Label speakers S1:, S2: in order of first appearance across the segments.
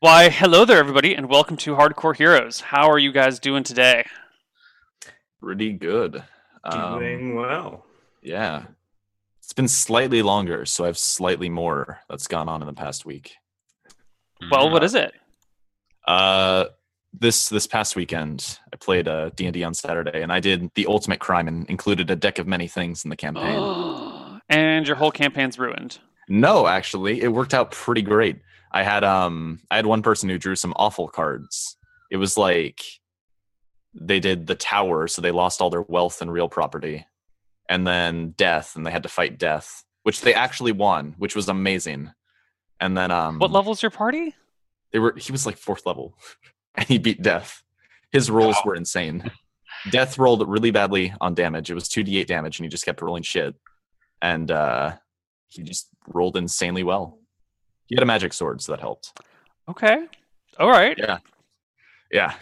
S1: Why, hello there, everybody, and welcome to Hardcore Heroes. How are you guys doing today?
S2: Pretty good. Um,
S3: Doing well.
S2: yeah. It's been slightly longer, so I have slightly more that's gone on in the past week.
S1: Well, what is it?
S2: Uh, this this past weekend, I played uh, D&D on Saturday, and I did the ultimate crime and included a deck of many things in the
S1: Oh.
S2: campaign.
S1: and your whole campaign's ruined.
S2: no, actually, it worked out pretty great. I had um I had one person who drew some awful cards. It was like they did the tower, so they lost all their wealth and real property, and then death, and they had to fight death, which they actually won, which was amazing. And then um
S1: What level's your party?
S2: they were he was like fourth level and he beat death his rolls were insane death rolled really badly on damage it was 2d8 damage and he just kept rolling shit and uh he just rolled insanely well he had a magic sword so that helped
S1: Okay. All right.
S2: Yeah. yeah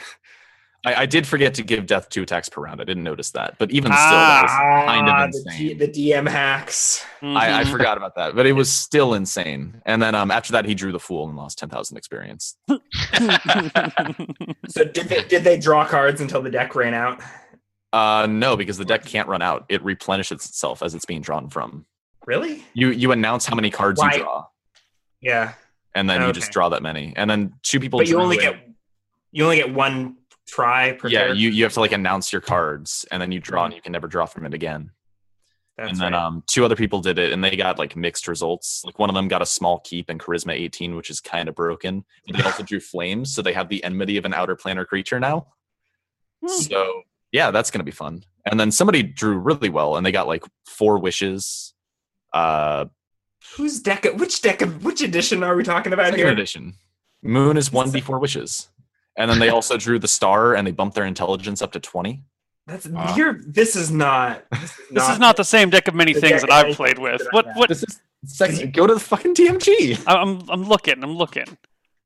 S2: I, I did forget to give death two attacks per round i didn't notice that but even still that was kind of
S3: Ah,
S2: insane
S3: The, D- the DM hacks.
S2: I, I
S1: Mhm.
S2: forgot about that, but it was still insane. And then um, after that, he drew the fool and lost ten thousand experience.
S1: Mm-hmm.
S3: So did they did they draw cards until the deck ran out?
S2: Uh, no, because the deck can't run out. It replenishes itself as it's being drawn from.
S3: Really?
S2: You you announce how many cards
S3: Why-
S2: you draw,
S3: Yeah.
S2: and then you just
S3: Okay.
S2: draw that many, and then two people.
S3: But you
S2: drew
S3: only
S2: it.
S3: get you only get one try per
S2: yeah.
S3: turn.
S2: You you have to like announce your cards, and then you draw, and you can never draw from it again.
S3: Mm-hmm. That's
S2: and then
S3: right.
S2: um, two other people did it, and they got like mixed results. Like one of them got a small keep and charisma eighteen, which is kind of broken. But they also drew flames, so they have the enmity of an outer planar creature now.
S1: Hmm.
S2: So yeah, that's gonna be fun. And then somebody drew really well, and they got like four wishes. Uh,
S3: Whose deck? Which deck? of Which edition are we talking about
S2: Second
S3: here?
S2: edition. Moon is one before wishes. And then they also drew the star and they bumped their intelligence up to 20.
S3: That's
S2: Ah.
S3: you're. This is not.
S1: This is not the same deck of many
S3: The
S1: things that
S3: deck of
S1: I've
S3: many
S1: played with.
S3: things that I
S1: What?
S3: have.
S1: What?
S2: This is sexy. Go to the fucking DMG.
S1: I- I'm I'm looking. I'm looking.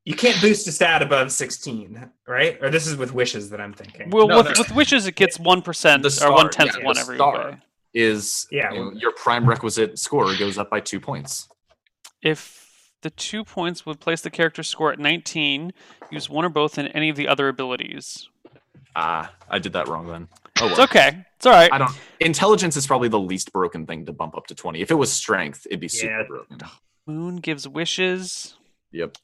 S3: You can't boost a stat above sixteen, right? Or this is with wishes that I'm thinking.
S1: Well,
S2: No,
S1: with,
S2: that's-
S1: with wishes, it gets one percent
S2: The
S1: or
S2: star,
S1: one tenth
S2: yeah,
S1: one
S2: the
S1: every
S2: star.
S1: way.
S2: Is
S3: Yeah,
S2: you know,
S3: well-
S2: your prime requisite score goes up by two points.
S1: If the two points would place the character's score at 19, use one or both in any of the other abilities.
S2: Ah, I did that wrong then. Oh,
S1: It's
S2: well.
S1: okay. It's all right.
S2: I don't. Intelligence is probably the least broken thing to bump up to 20. If it was strength, it'd be super
S3: Yeah.
S2: broken.
S1: Moon gives wishes.
S2: Yep.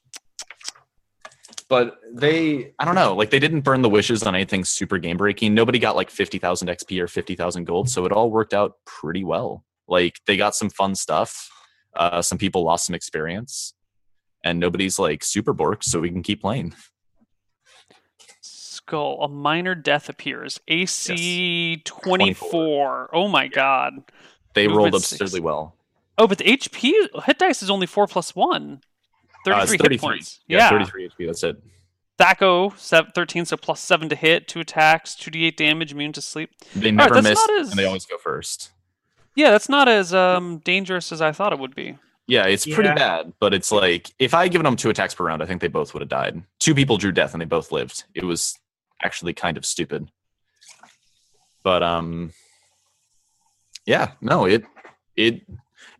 S2: But they, I don't know, like they didn't burn the wishes on anything super game breaking. Nobody got like 50,000 XP or 50,000 gold. So it all worked out pretty well. Like they got some fun stuff. Uh, some people lost some experience. And nobody's like super borked, so we can keep playing.
S1: Skull. A minor death appears. AC 24. Oh my god.
S2: They
S1: Movement
S2: rolled
S1: six.
S2: absurdly well.
S1: Oh, but the HP hit dice is only 4 plus 1.
S2: Uh,
S1: 33
S2: it's
S1: hit
S2: 33.
S1: points.
S2: Yeah,
S1: Yeah.
S2: 33 HP. That's it.
S1: Thaco, sev- 13, so plus 7 to hit, 2 attacks, 2d8 damage, immune to sleep.
S2: They never
S1: that's
S2: miss,
S1: not as-
S2: and they always go first.
S1: Yeah, that's not as um, dangerous as I thought it would be.
S2: Yeah, it's pretty
S3: Yeah.
S2: bad, but it's like if I had given them two attacks per round, I think they both would have died. Two people drew death and they both lived. It was actually kind of stupid. But um yeah, no, it it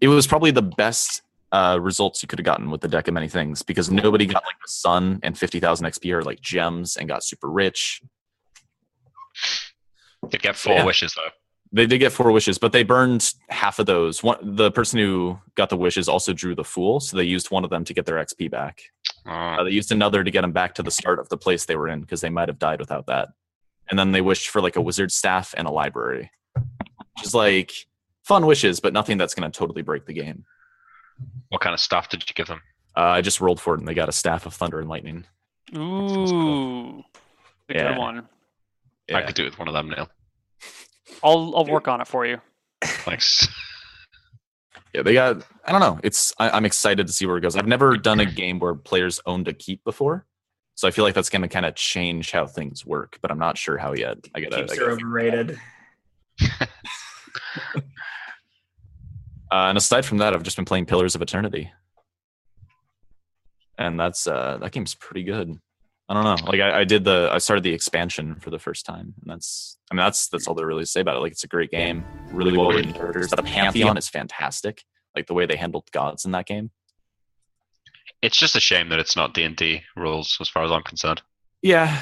S2: it was probably the best uh results you could have gotten with the deck of many things because nobody got like the sun and 50,000 XP or like gems and got super rich.
S4: They get four
S2: Yeah.
S4: wishes though.
S2: They did get four wishes, but they burned half of those. One the person who got the wishes also drew the fool, so they used one of them to get their XP back.
S4: Oh,
S2: Uh, they used another to get them back to the start of the place they were in because they might have died without that. And then they wished for like a wizard staff and a library, which is like fun wishes, but nothing that's going to totally break the game.
S4: what kind of stuff did you give them?
S2: Uh, I just rolled for it and they got a staff of thunder and lightning.
S4: sounds cool.
S1: Ooh. A
S2: Yeah.
S1: good one.
S4: I
S2: Yeah.
S4: could do with one of them, Neil.
S1: I'll I'll work on it for you.
S4: Thanks.
S2: yeah, they got. I don't know. It's I, I'm excited to see where it goes. I've never done a game where players owned a keep before, so I feel like that's going to kind of change how things work. But I'm not sure how yet. I got
S3: Keeps
S2: to.
S3: are overrated.
S2: Uh, and aside from that, I've just been playing Pillars of Eternity, and that's uh, that game's pretty good. I don't know. Like I, I did the I started the expansion for the first time, and that's I mean that's that's all there really to say about it. Like it's a great game, really well written characters. The pantheon is fantastic. Like the way they handled gods in that game.
S4: It's just a shame that it's not D and D rules, as far as I'm concerned.
S2: Yeah.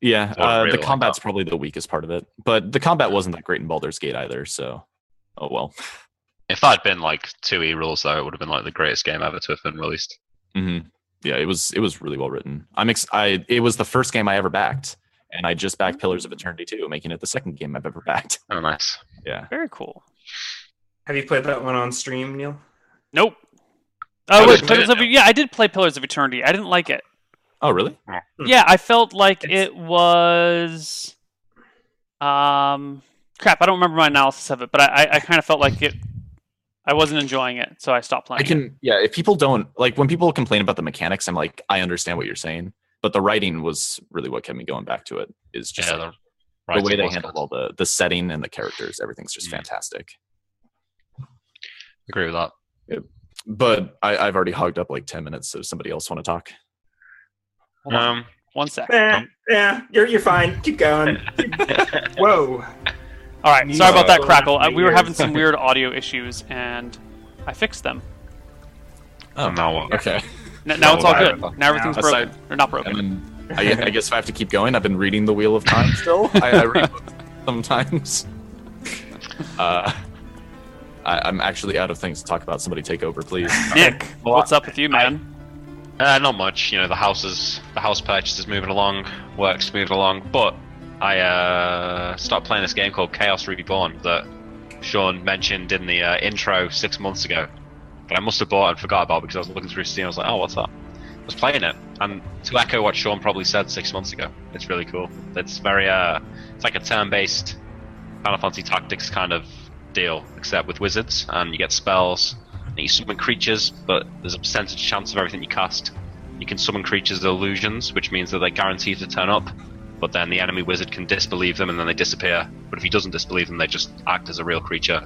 S2: Yeah.
S4: So I
S2: Uh,
S4: really
S2: the
S4: like
S2: combat's probably the weakest part of it. But the combat wasn't that great in Baldur's Gate either, so oh well.
S4: If that had been like two E rules, though, it would have been like the greatest game ever to have been released.
S2: hmm Yeah, it was it was really well written. I'm ex- I it was the first game I ever backed, and I just backed Pillars of Eternity 2, making it the second game I've ever backed.
S4: Oh, nice.
S2: Yeah.
S1: Very cool.
S3: Have you played that one on stream, Neil?
S1: Nope. Oh,
S4: I
S1: wait,
S4: just played
S1: Pillars
S4: it
S1: of,
S4: now.
S1: yeah, I did play Pillars of Eternity. I didn't like it.
S2: Oh really?
S3: Hmm.
S1: Yeah, I felt like
S3: It's-
S1: it was. Um, crap. I don't remember my analysis of it, but I, I, I kind of felt like it. I wasn't enjoying it, so I stopped playing.
S2: I can yeah, if people don't like when people complain about the mechanics, I'm like, I understand what you're saying. But the writing was really what kept me going back to it. Is just
S4: Yeah,
S2: like, the,
S4: the,
S2: way
S4: writing
S2: they
S4: was
S2: handled
S4: good.
S2: all the the setting and the characters, everything's just
S4: Mm.
S2: fantastic.
S4: Agree with that.
S2: But I, I've already hogged up like ten minutes, so somebody else want to talk.
S1: Hold on.
S4: Um,
S1: One sec.
S3: Eh, yeah, you're you're fine. Keep going. Whoa.
S1: All right. Sorry about that
S3: Uh,
S1: crackle. Uh, we were
S3: ears.
S1: having some weird audio issues, and I fixed them.
S4: oh, now what?
S2: Okay.
S1: N- now it's all good.
S4: Now
S1: Now everything's
S2: it's
S1: broken. Or not
S2: And
S1: broken.
S2: then I, gue- I guess if I have to keep going, I've been reading the Wheel of Time still. I, I read books sometimes. Uh, I, I'm actually out of things to talk about. Somebody take over, please.
S1: Nick,
S4: Well,
S1: what's up with you, man?
S4: Uh, not much. You know, the house is the house purchase is moving along, work's moving along, but I uh, started playing this game called Chaos Reborn that Sean mentioned in the uh, intro six months ago. But I must have bought and forgot about because I was looking through Steam. I was like, "Oh, what's that?" I was playing it, and to echo what Sean probably said six months ago, it's really cool. It's very, uh, it's like a turn-based Final Fantasy Tactics kind of deal, except with wizards, and you get spells, and you summon creatures, but there's a percentage chance of everything you cast. You can summon creatures as illusions, which means that they're guaranteed to turn up, but then the enemy wizard can disbelieve them and then they disappear. But if he doesn't disbelieve them, they just act as a real creature.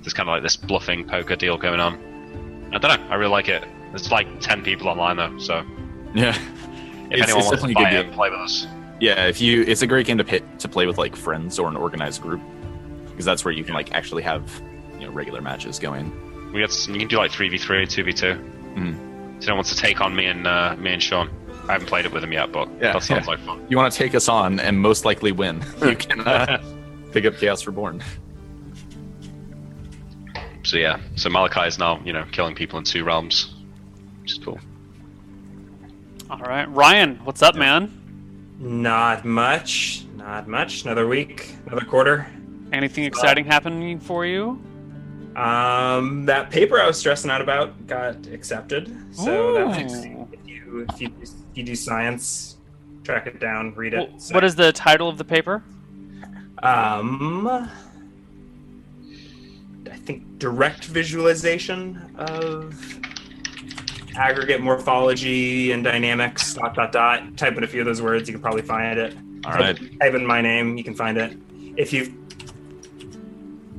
S4: There's kind of like this bluffing poker deal going on. I don't know, I really like it. There's like 10 people online though, so
S2: yeah,
S4: if
S2: It's-
S4: anyone
S2: it's
S4: wants
S2: definitely a good
S4: to buy it,
S2: game.
S4: play with us.
S2: yeah. If you, it's a great game to pit, to play with like friends or an organized group because that's where you can like actually have you know regular matches going.
S4: We got some, you can do like 3v3, 2v2. So no one wants to take on me and uh, me and Sean. I haven't played it with him yet, but
S2: Yeah,
S4: that sounds like fun.
S2: You want to take us on and most likely win. you can uh, pick up Chaos Reborn.
S4: So yeah, so Malachi is now you know killing people in two realms, which is cool.
S1: All right. Ryan, what's up, man?
S3: Not much. Not much. Another week. Another quarter.
S1: Anything exciting happening for you?
S3: Um, that paper I was stressing out about got accepted. So that's
S1: Ooh.
S3: exciting. If you if you, if you do science, track it down, read it.
S1: Wh- What is the title of the paper?
S3: um? I think direct visualization of aggregate morphology and dynamics. Dot dot dot. Type in a few of those words, you can probably find it.
S2: All right,
S3: Type in my name, you can find it. If you've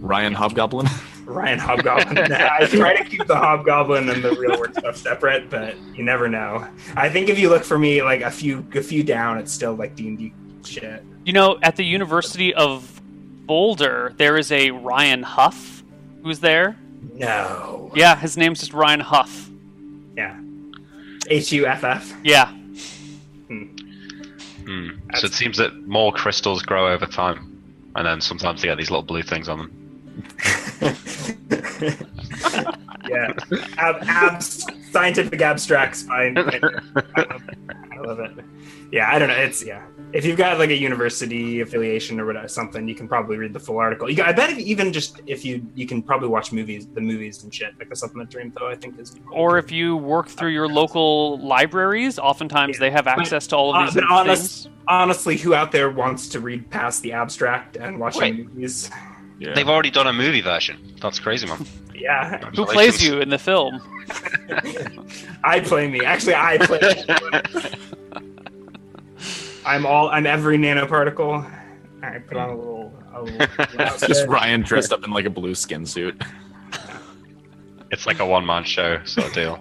S2: Ryan Hobgoblin.
S3: Ryan Hobgoblin. Nah, I try to keep the Hobgoblin and the real work stuff separate, but you never know. I think if you look for me like a few a few down, it's still like D and D shit.
S1: You know, at the University of Boulder, there is a Ryan Huff who's there.
S3: No.
S1: Yeah, his name's just Ryan Huff.
S3: Yeah. H U F F.
S1: Yeah.
S4: Hmm. So it seems that more crystals grow over time, and then sometimes they get these little blue things on them.
S3: Yeah. Ab- abs- scientific abstracts. I, I, I love it. Yeah, I don't know. It's yeah. If you've got like a university affiliation or whatever, something, you can probably read the full article. You, got- I bet if, even just if you you can probably watch movies, the movies and shit, like the supplementary info. I think is
S1: Or if you work through your local libraries, oftentimes they have access to all
S3: Uh,
S1: of these
S3: but honest-
S1: things.
S3: honestly, who out there wants to read past the abstract and watch the
S4: Right.
S3: movies?
S2: Yeah.
S4: They've already done a movie version. That's crazy, man.
S3: Yeah,
S1: Who plays you in the film?
S3: I play me. Actually, I play. I'm all. I'm every nanoparticle. I put on a little. A little outfit.
S2: Just Ryan dressed up in like a blue skin suit.
S4: It's like a one-man show sort of deal.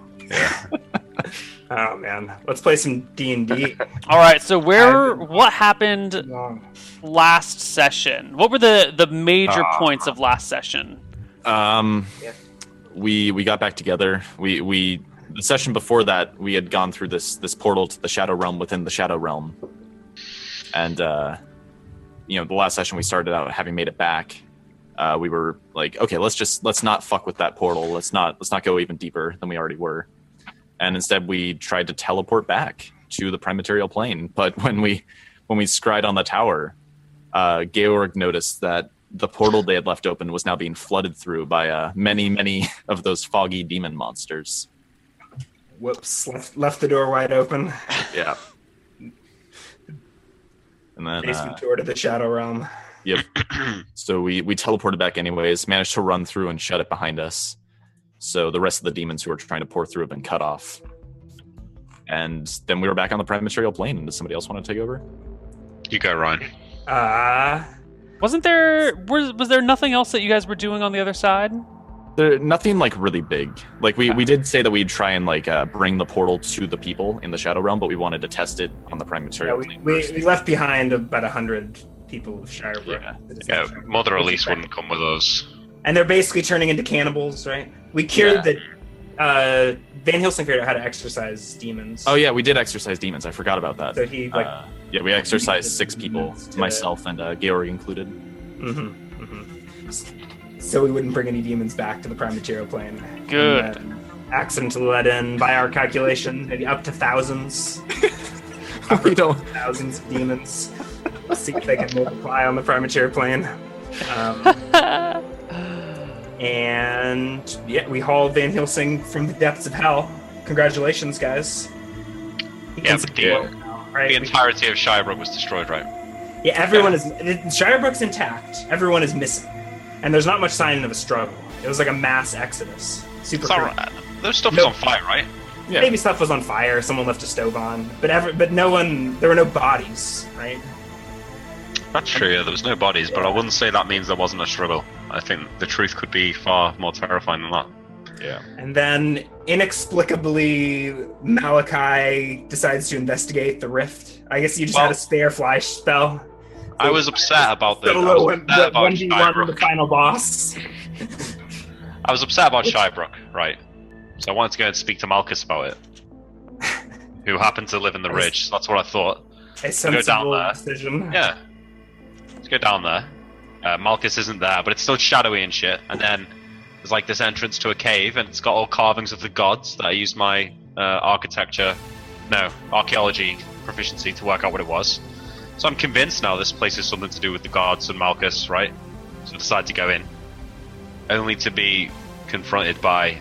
S3: Oh man, let's play some D and D.
S1: All right, so where what happened last session? What were the the major
S3: Uh,
S4: Ah.
S1: points of last session?
S2: Um,
S3: Yeah.
S2: we we got back together. We we the session before that, we had gone through this this portal to the Shadow Realm within the Shadow Realm, and uh, you know, the last session we started out having made it back. Uh, we were like, okay, let's just let's not fuck with that portal. Let's not let's not go even deeper than we already were, and instead we tried to teleport back to the primaterial plane. But when we when we scried on the tower, uh, Georg noticed that the portal they had left open was now being flooded through by uh, many, many of those foggy demon monsters.
S3: Whoops! Left, left the door wide open.
S2: Yeah. And then,
S3: Basement
S2: uh,
S3: door to the Shadow Realm.
S2: yep. So we we teleported back anyways, managed to run through and shut it behind us. So the rest of the demons who were trying to pour through have been cut off. And then we were back on the prime material plane. And does somebody else want to take over?
S4: You go, Ryan.
S3: Uh,
S1: Wasn't there was was there nothing else that you guys were doing on the other side?
S2: There, nothing like really big. Like we, we did say that we'd try and like uh, bring the portal to the people in the Shadow Realm, but we wanted to test it on the prime
S3: yeah,
S2: material
S3: we,
S2: plane
S3: we,
S2: first.
S3: we left behind about a hundred people of Shirebrook.
S2: Yeah.
S3: citizens
S4: Yeah,
S3: of Shirebrook.
S4: Mother Elise wouldn't come with us.
S3: And they're basically turning into cannibals, right? We cured
S2: Yeah.
S3: the uh, Van Helsing figured out how to exercise demons.
S2: Oh yeah, we did exercise demons. I forgot about that.
S3: So he like.
S2: uh, yeah, we exercised six people,
S3: To-
S2: myself and uh, Georg included.
S3: hmm hmm So we wouldn't bring any demons back to the prime material plane.
S1: Good.
S3: And then Accidentally let in, by our calculation, maybe up to thousands,
S2: we don't.
S3: thousands of demons. Let's see if they can multiply on the prime material plane. Um, and yeah, we hauled Van Helsing from the depths of hell. Congratulations, guys. He
S4: Yeah,
S3: can
S4: but
S3: see
S4: the-
S3: the, now, right?
S4: The
S3: We-
S4: entirety of Shirebrook was destroyed, right?
S3: Yeah, everyone is. Shirebrook's intact. Everyone is missing, and there's not much sign of a struggle. It was like a mass exodus. Super.
S4: It's all
S3: creepy.
S4: right. Those stuff
S3: Nope.
S4: was on fire, right?
S2: Yeah.
S3: Maybe stuff was on fire. Someone left a stove on, but ever, but no one. There were no bodies, right?
S4: That's true. Yeah, there was no bodies, but I wouldn't say that means there wasn't a struggle. I think the truth could be far more terrifying than that.
S2: Yeah.
S3: And then inexplicably, Malachi decides to investigate the rift. I guess you just had
S4: Well-
S3: a spare fly spell.
S4: I was upset about the. I
S3: Solo
S4: was
S3: and
S4: upset about
S3: one v one the
S4: Shirebrook.
S3: final boss.
S4: I was upset about Shirebrook, right? So I wanted to go and speak to Malchus about it, who happened to live in the
S3: I was-
S4: ridge. That's what I thought.
S3: A
S4: down
S3: sensible
S4: there.
S3: decision.
S4: Yeah. Let's go down there. Uh, Malchus isn't there, but it's still shadowy and shit. And then there's like this entrance to a cave, and it's got all carvings of the gods that I used my uh, architecture, no, archaeology proficiency to work out what it was. So I'm convinced now this place is something to do with the gods and Malchus, right? So I decide to go in, only to be confronted by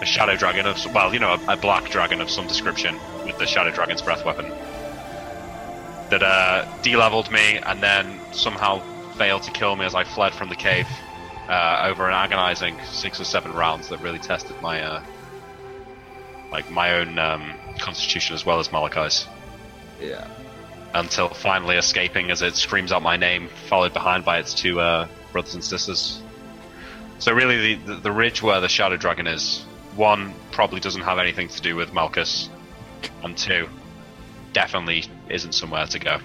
S4: a shadow dragon of, well, you know, a, a black dragon of some description with the shadow dragon's breath weapon that uh, de-leveled me and then somehow failed to kill me as I fled from the cave uh, over an agonizing six or seven rounds that really tested my uh, like my own um, constitution as well as Malachi's.
S2: Yeah.
S4: Until finally escaping as it screams out my name, followed behind by its two uh, brothers and sisters. So really, the, the the ridge where the shadow dragon is, one probably doesn't have anything to do with Malchus, and two, definitely isn't somewhere to go.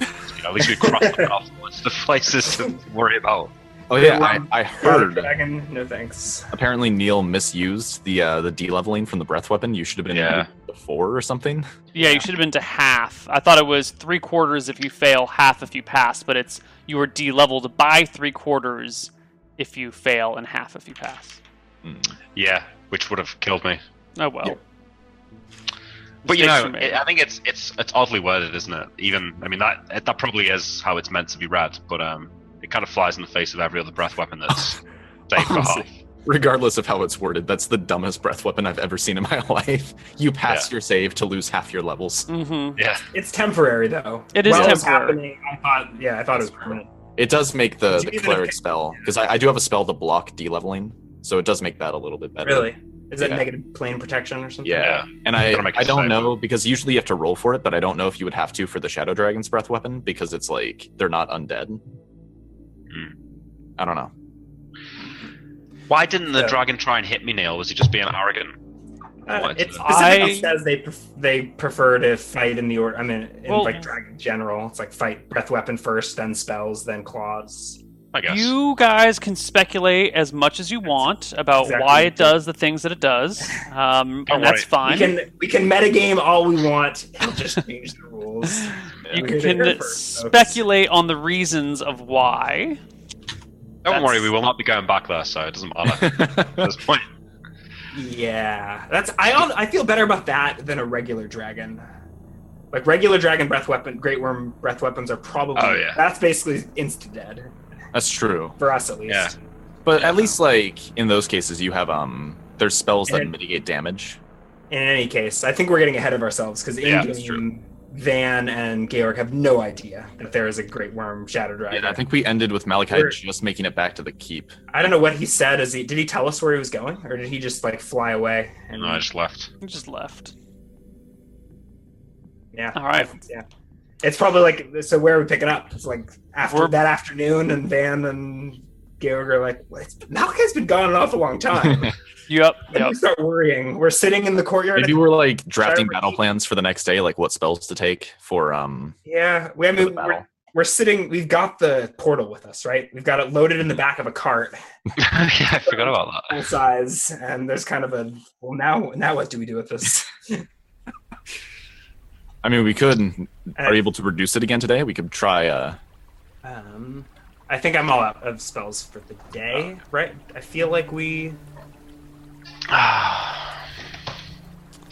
S4: So, you know, at least we crossed it off. What's the places to worry about?
S2: Oh yeah, I, I heard.
S3: Dragon, no thanks.
S2: Apparently Neil misused the uh, the de-leveling from the breath weapon. You should have been
S4: Yeah.
S2: before or something.
S1: Yeah, you should have been to half. I thought it was three quarters if you fail, half if you pass, but it's you were de-leveled by three quarters if you fail and half if you pass.
S3: Hmm.
S4: Yeah, which would have killed me.
S1: Oh well.
S2: Yeah.
S4: But you
S1: Mistakes
S4: know,
S1: were made.
S4: it, I think it's it's it's oddly worded, isn't it? Even I mean that it- that probably is how it's meant to be read, but um, it kind of flies in the face of every other breath weapon that's safe for half.
S2: Honestly. Regardless of how it's worded, that's the dumbest breath weapon I've ever seen in my life. You pass your save to lose half your levels.
S1: Mm-hmm.
S4: Yeah,
S3: It's temporary though.
S1: It is
S3: While it was
S1: temporary.
S3: happening, I thought, yeah, I thought it was permanent.
S2: It does make the,
S3: Did you
S2: the
S3: even
S2: cleric
S3: pick-
S2: spell because I, I do have a spell to block de-leveling, so it does make that a little bit better.
S3: Really? Is that
S2: Yeah.
S3: negative plane protection or something?
S2: Yeah.
S4: Yeah.
S2: And I
S4: Gotta make a
S2: I don't
S4: save.
S2: know because usually you have to roll for it, but I don't know if you would have to for the shadow dragon's breath weapon because it's like they're not undead.
S4: Hmm.
S2: I don't know.
S4: why didn't the
S3: So-
S4: dragon try and hit me, Neil? Was he just being arrogant?
S3: Uh,
S4: What?
S3: it specifically
S1: I-
S3: says they pref- they prefer to fight in the order. I mean, in
S1: Well-
S3: like dragon general, it's like fight breath weapon first, then spells, then claws.
S4: I guess.
S1: You guys can speculate as much as you want about
S3: Exactly.
S1: why it does the things that it does, um,
S4: Don't
S1: and that's
S3: We
S1: fine.
S3: can we can metagame all we want. It'll just change the rules.
S1: You can
S3: We're here first, folks.
S1: speculate on the reasons of why.
S4: Don't worry,
S1: that's-
S4: we will not be going back there, so it doesn't matter at this point.
S3: Yeah, that's I. al- I feel better about that than a regular dragon. Like regular dragon breath weapon, great worm breath weapons are probably.
S4: Oh, yeah.
S3: That's basically insta dead
S2: That's true.
S3: for us at least.
S4: Yeah.
S2: But at least like in those cases, you have um there's spells that
S3: And-
S2: mitigate damage.
S3: In any case, I think we're getting ahead of ourselves because
S4: Yeah,
S3: in
S4: that's true.
S3: game, Van and Georg have no idea that there is a great worm shadow dragon.
S2: And I think we ended with Malachi
S3: We're-
S2: just making it back to the keep.
S3: I don't know what he said. Is he? Did he tell us where he was going, or did he just like fly away? And
S4: No, I just left.
S1: You just left.
S3: yeah.
S1: All right.
S3: Yeah. It's probably like so. Where are we picking up? It's like after
S1: We're-
S3: that afternoon, and Van and Georg are like, well, it's, Malachi's been gone an awful long time.
S1: Yep.
S3: And
S1: Yep.
S3: we start worrying. We're sitting in the courtyard.
S2: Maybe we're like drafting
S3: Sorry.
S2: battle plans for the next day, like what spells to take for um
S3: yeah, we, I
S2: for the
S3: mean,
S2: battle.
S3: we're, we're sitting. We've got the portal with us, right? We've got it loaded in the back of a cart,
S4: yeah, I forgot about
S3: full size, and there's kind of a well. Now, now, what do we do with this?
S2: I mean, we could. Are
S3: Uh,
S2: you able to reduce it again today? We could try. Uh,
S3: Um, I think I'm all out of spells for the day, right? I feel like we.
S4: that.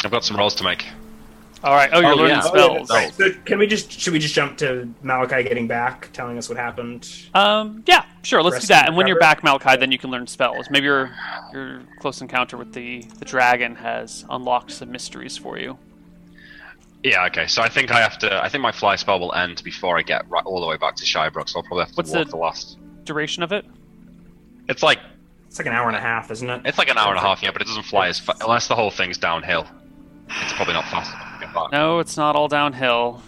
S4: I've got some rolls to make.
S1: All right. Oh, you're
S2: Oh,
S1: learning
S2: yeah.
S1: spells.
S2: Oh, yeah,
S3: Right, so can we just? Should we just jump to Malachi getting back, telling us what happened?
S1: Um, yeah, sure. Let's do
S3: Rest
S1: that.
S3: and
S1: And when you're
S3: recover.
S1: back, Malachi, then you can learn spells. Maybe your your close encounter with the the dragon has unlocked some mysteries for you.
S4: Yeah, okay. So I think I have to. I think my fly spell will end before I get right all the way back to Shybrook. So I'll probably have to
S1: What's
S4: walk
S1: the-
S4: the last.
S1: Duration of it?
S4: It's like
S3: It's like an hour and a half, isn't it?
S4: it's like an hour and a half, yeah, but it doesn't fly as fa- unless the whole thing's downhill. It's probably not fast enough to get back.
S1: No, it's not all downhill.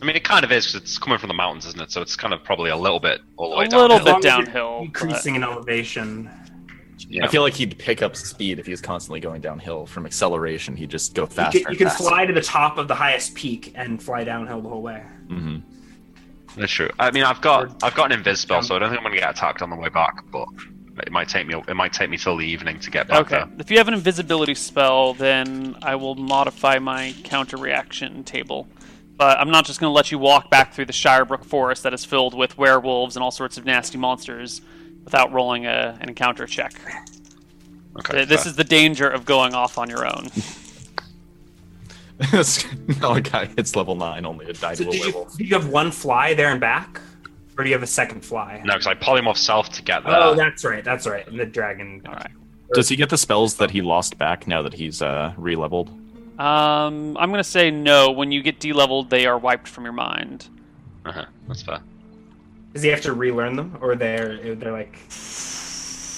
S4: I mean, it kind of is 'cause it's coming from the mountains, isn't it? So it's kind of probably a little bit all the
S1: A
S4: way down.
S1: little
S3: As long
S1: bit
S3: as you're
S1: downhill. but-
S3: Increasing in elevation.
S4: Yeah.
S2: I feel like he'd pick up speed if he was constantly going downhill from acceleration. He'd just go
S3: You
S2: faster.
S3: can, you can fly to the top of the highest peak and fly downhill the whole way.
S2: hmm
S4: That's true. I mean, I've got I've got an invis spell, so I don't think I'm going to get attacked on the way back. But it might take me it might take me till the evening to get back
S1: Okay.
S4: there.
S1: If you have an invisibility spell, then I will modify my counter reaction table. But I'm not just going to let you walk back through the Shirebrook forest that is filled with werewolves and all sorts of nasty monsters without rolling a, an encounter check.
S4: Okay.
S1: Th- This
S4: fair.
S1: is the danger of going off on your own.
S2: Malachi hits level nine, only a die
S3: So
S2: to a
S3: did, you,
S2: werewolf.
S3: did you have one fly there and back, or do you have a second fly?
S4: no, because I polymorph self to get there.
S3: Oh, that's right. That's right. The dragon.
S1: All right.
S2: Does he get the spells that he lost back now that he's uh, re-leveled?
S1: Um, I'm going to say no. When you get de-leveled, they are wiped from your mind.
S4: uh-huh. That's fair.
S3: Does he have to relearn them, or they're they're like?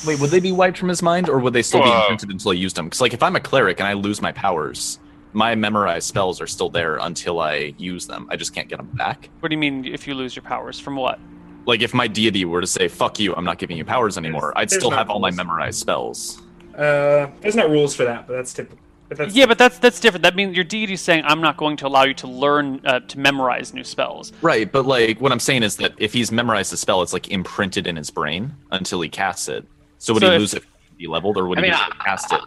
S2: Wait, would they be wiped from his mind, or would they still be
S4: Whoa.
S2: imprinted until I used them? Because like, if I'm a cleric and I lose my powers, my memorized spells are still there until I use them. I just can't get them back.
S1: What do you mean if you lose your powers? From what?
S2: Like, if my deity were to say "fuck you," I'm not giving you powers anymore. I'd
S3: there's
S2: still
S3: not
S2: have all my
S3: rules.
S2: memorized spells.
S3: Uh, there's not rules for that, but that's typical. But that's
S1: Yeah, but that's that's different. That means your deity's saying, "I'm not going to allow you to learn uh, to memorize new spells."
S2: Right, but like, what I'm saying is that if he's memorized the spell, it's like imprinted in his brain until he casts it. So would
S1: So
S2: he
S1: if-
S2: lose it? Be leveled, or would
S4: I
S2: he
S4: mean,
S2: just
S4: I-
S2: cast it?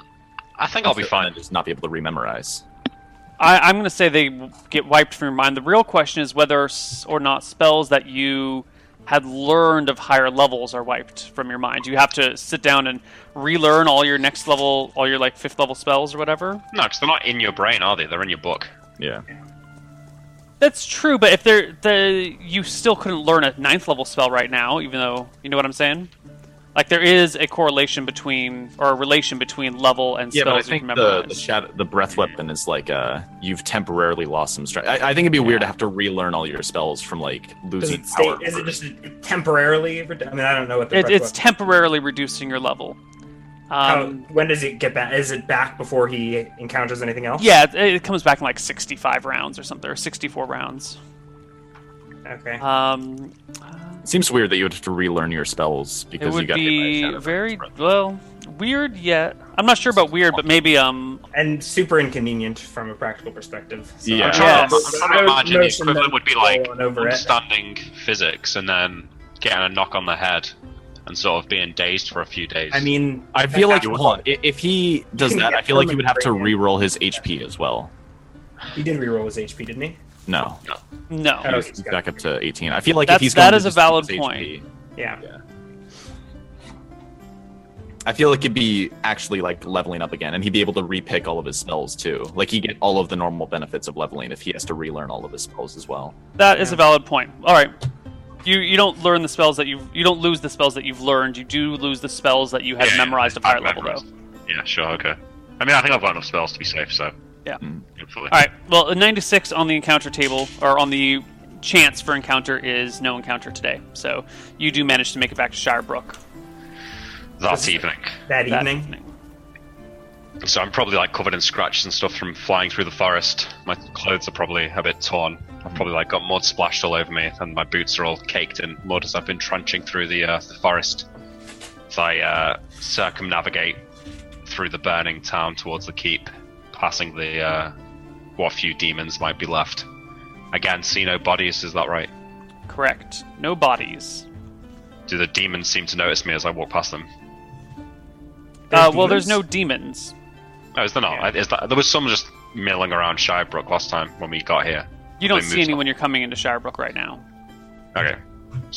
S4: I think I'll be
S2: and
S4: fine.
S2: then Just not be able to rememorize.
S1: I, I'm going to say they w- get wiped from your mind. The real question is whether s- or not spells that you had learned of higher levels are wiped from your mind. You have to sit down and relearn all your next level, all your like fifth level spells or whatever.
S4: No, because they're not in your brain, are they? They're in your book.
S2: Yeah.
S1: That's true, but if they're the, you still couldn't learn a ninth level spell right now, even though you know what I'm saying. Like there is a correlation between or a relation between level and
S2: Yeah, but I
S1: spells you
S2: think
S1: can
S2: the
S1: memorize.
S2: the, shadow, the breath weapon is like uh, you've temporarily lost some strength. I, I think it'd be weird to have to relearn all your spells from like
S3: Does
S2: losing
S3: it stay,
S2: power.
S3: is it
S2: for-
S3: just temporarily? redu- I mean, I don't know what the
S1: it,
S3: breath
S1: it's
S3: weapon-
S1: temporarily reducing your level.
S3: how-
S1: Um,
S3: Oh, when does it get back? Is it back before he encounters anything else?
S1: Yeah, it, it comes back in like 65 rounds or something, or 64 rounds.
S3: Okay.
S1: Um,
S2: seems weird that you would have to relearn your spells
S1: it
S2: because you
S1: would
S2: got hit by a
S1: be
S2: shadow.
S1: very well weird yet. I'm not sure about weird, but maybe um.
S3: and super inconvenient from a practical perspective. So
S2: Yeah.
S4: I'm
S1: Yes.
S4: trying, to, I'm trying to
S3: I would
S4: imagine the
S3: motion
S4: equivalent
S3: them
S4: would be
S3: to go
S4: like
S3: on over it.
S4: understanding physics and then getting a knock on the head and sort of being dazed for a few days.
S3: I mean,
S2: I feel like
S3: that-
S2: hold on. I- If he does
S3: can
S2: that,
S3: get
S2: I feel like he would have to
S3: permanent brain
S2: re-roll his HP as well.
S3: he did reroll his HP, didn't he?
S2: No,
S1: No.
S3: Oh,
S2: he's
S3: he's got
S2: back up to 18. I feel like if
S1: That's-
S2: he's
S1: that
S2: going to
S1: is a
S2: just
S1: valid
S2: use his
S1: point.
S2: HP,
S3: Yeah.
S2: I feel like it'd be actually like leveling up again, and he'd be able to repick all of his spells too. Like he get all of the normal benefits of leveling if he has to relearn all of his spells as well.
S1: That is
S3: Yeah.
S1: a valid point. All right. You you don't learn the spells that you've you don't lose the spells that you've learned. You do lose the spells that you had
S4: Yeah,
S1: memorized at
S4: I've
S1: higher level though.
S4: memorized. Yeah, sure, okay. I mean, I think I've got enough spells to be safe, so.
S1: Yeah.
S4: Mm-hmm.
S2: Mm.
S4: Hopefully.
S1: All right. Well, a 96 on the encounter table or on the chance for encounter is no encounter today. So you do manage to make it back to Shirebrook
S4: That evening.
S1: that
S3: That, evening.
S1: evening.
S4: So I'm probably like covered in scratches and stuff from flying through the forest. My clothes are probably a bit torn. I've probably like got mud splashed all over me, and my boots are all caked in mud as I've been trenching through the, uh, the forest. So I uh, circumnavigate through the burning town towards the keep, passing the uh, what few demons might be left. Again, see no bodies. Is that right?
S1: Correct. No bodies.
S4: Do the demons seem to notice me as I walk past them?
S1: Uh, well, there's no
S3: demons?
S1: demons.
S4: No, Oh, is there not?
S3: Yeah.
S4: Is that, there was someone just milling around Shirebrook last time when we got here.
S1: You don't
S4: They
S1: see
S4: moved
S1: any when you're coming into Shirebrook right now.
S4: Okay.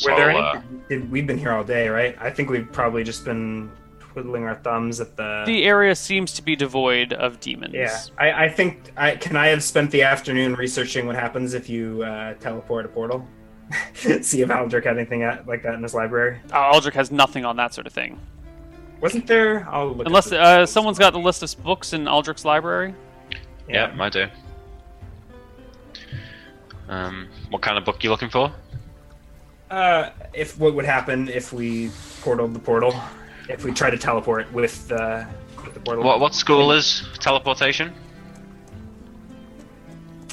S3: Were there any?
S4: uh,
S3: Did, we've been here all day, right? I think we've probably just been twiddling our thumbs at the.
S1: The area seems to be devoid of demons.
S3: yeah, I, I think I can. I have spent the afternoon researching what happens if you uh, teleport a portal. See if Aldrich had anything at- like that in his library.
S1: Uh, Aldrich has nothing on that sort of thing.
S3: Wasn't there? I'll look. up
S1: Unless
S3: the-
S1: uh, someone's got the list of books in Aldrich's library.
S4: yeah, I do. Um, what kind of book are you looking for?
S3: Uh, if what would happen if we portaled the portal, if we try to teleport with the with the portal?
S4: What what school is teleportation?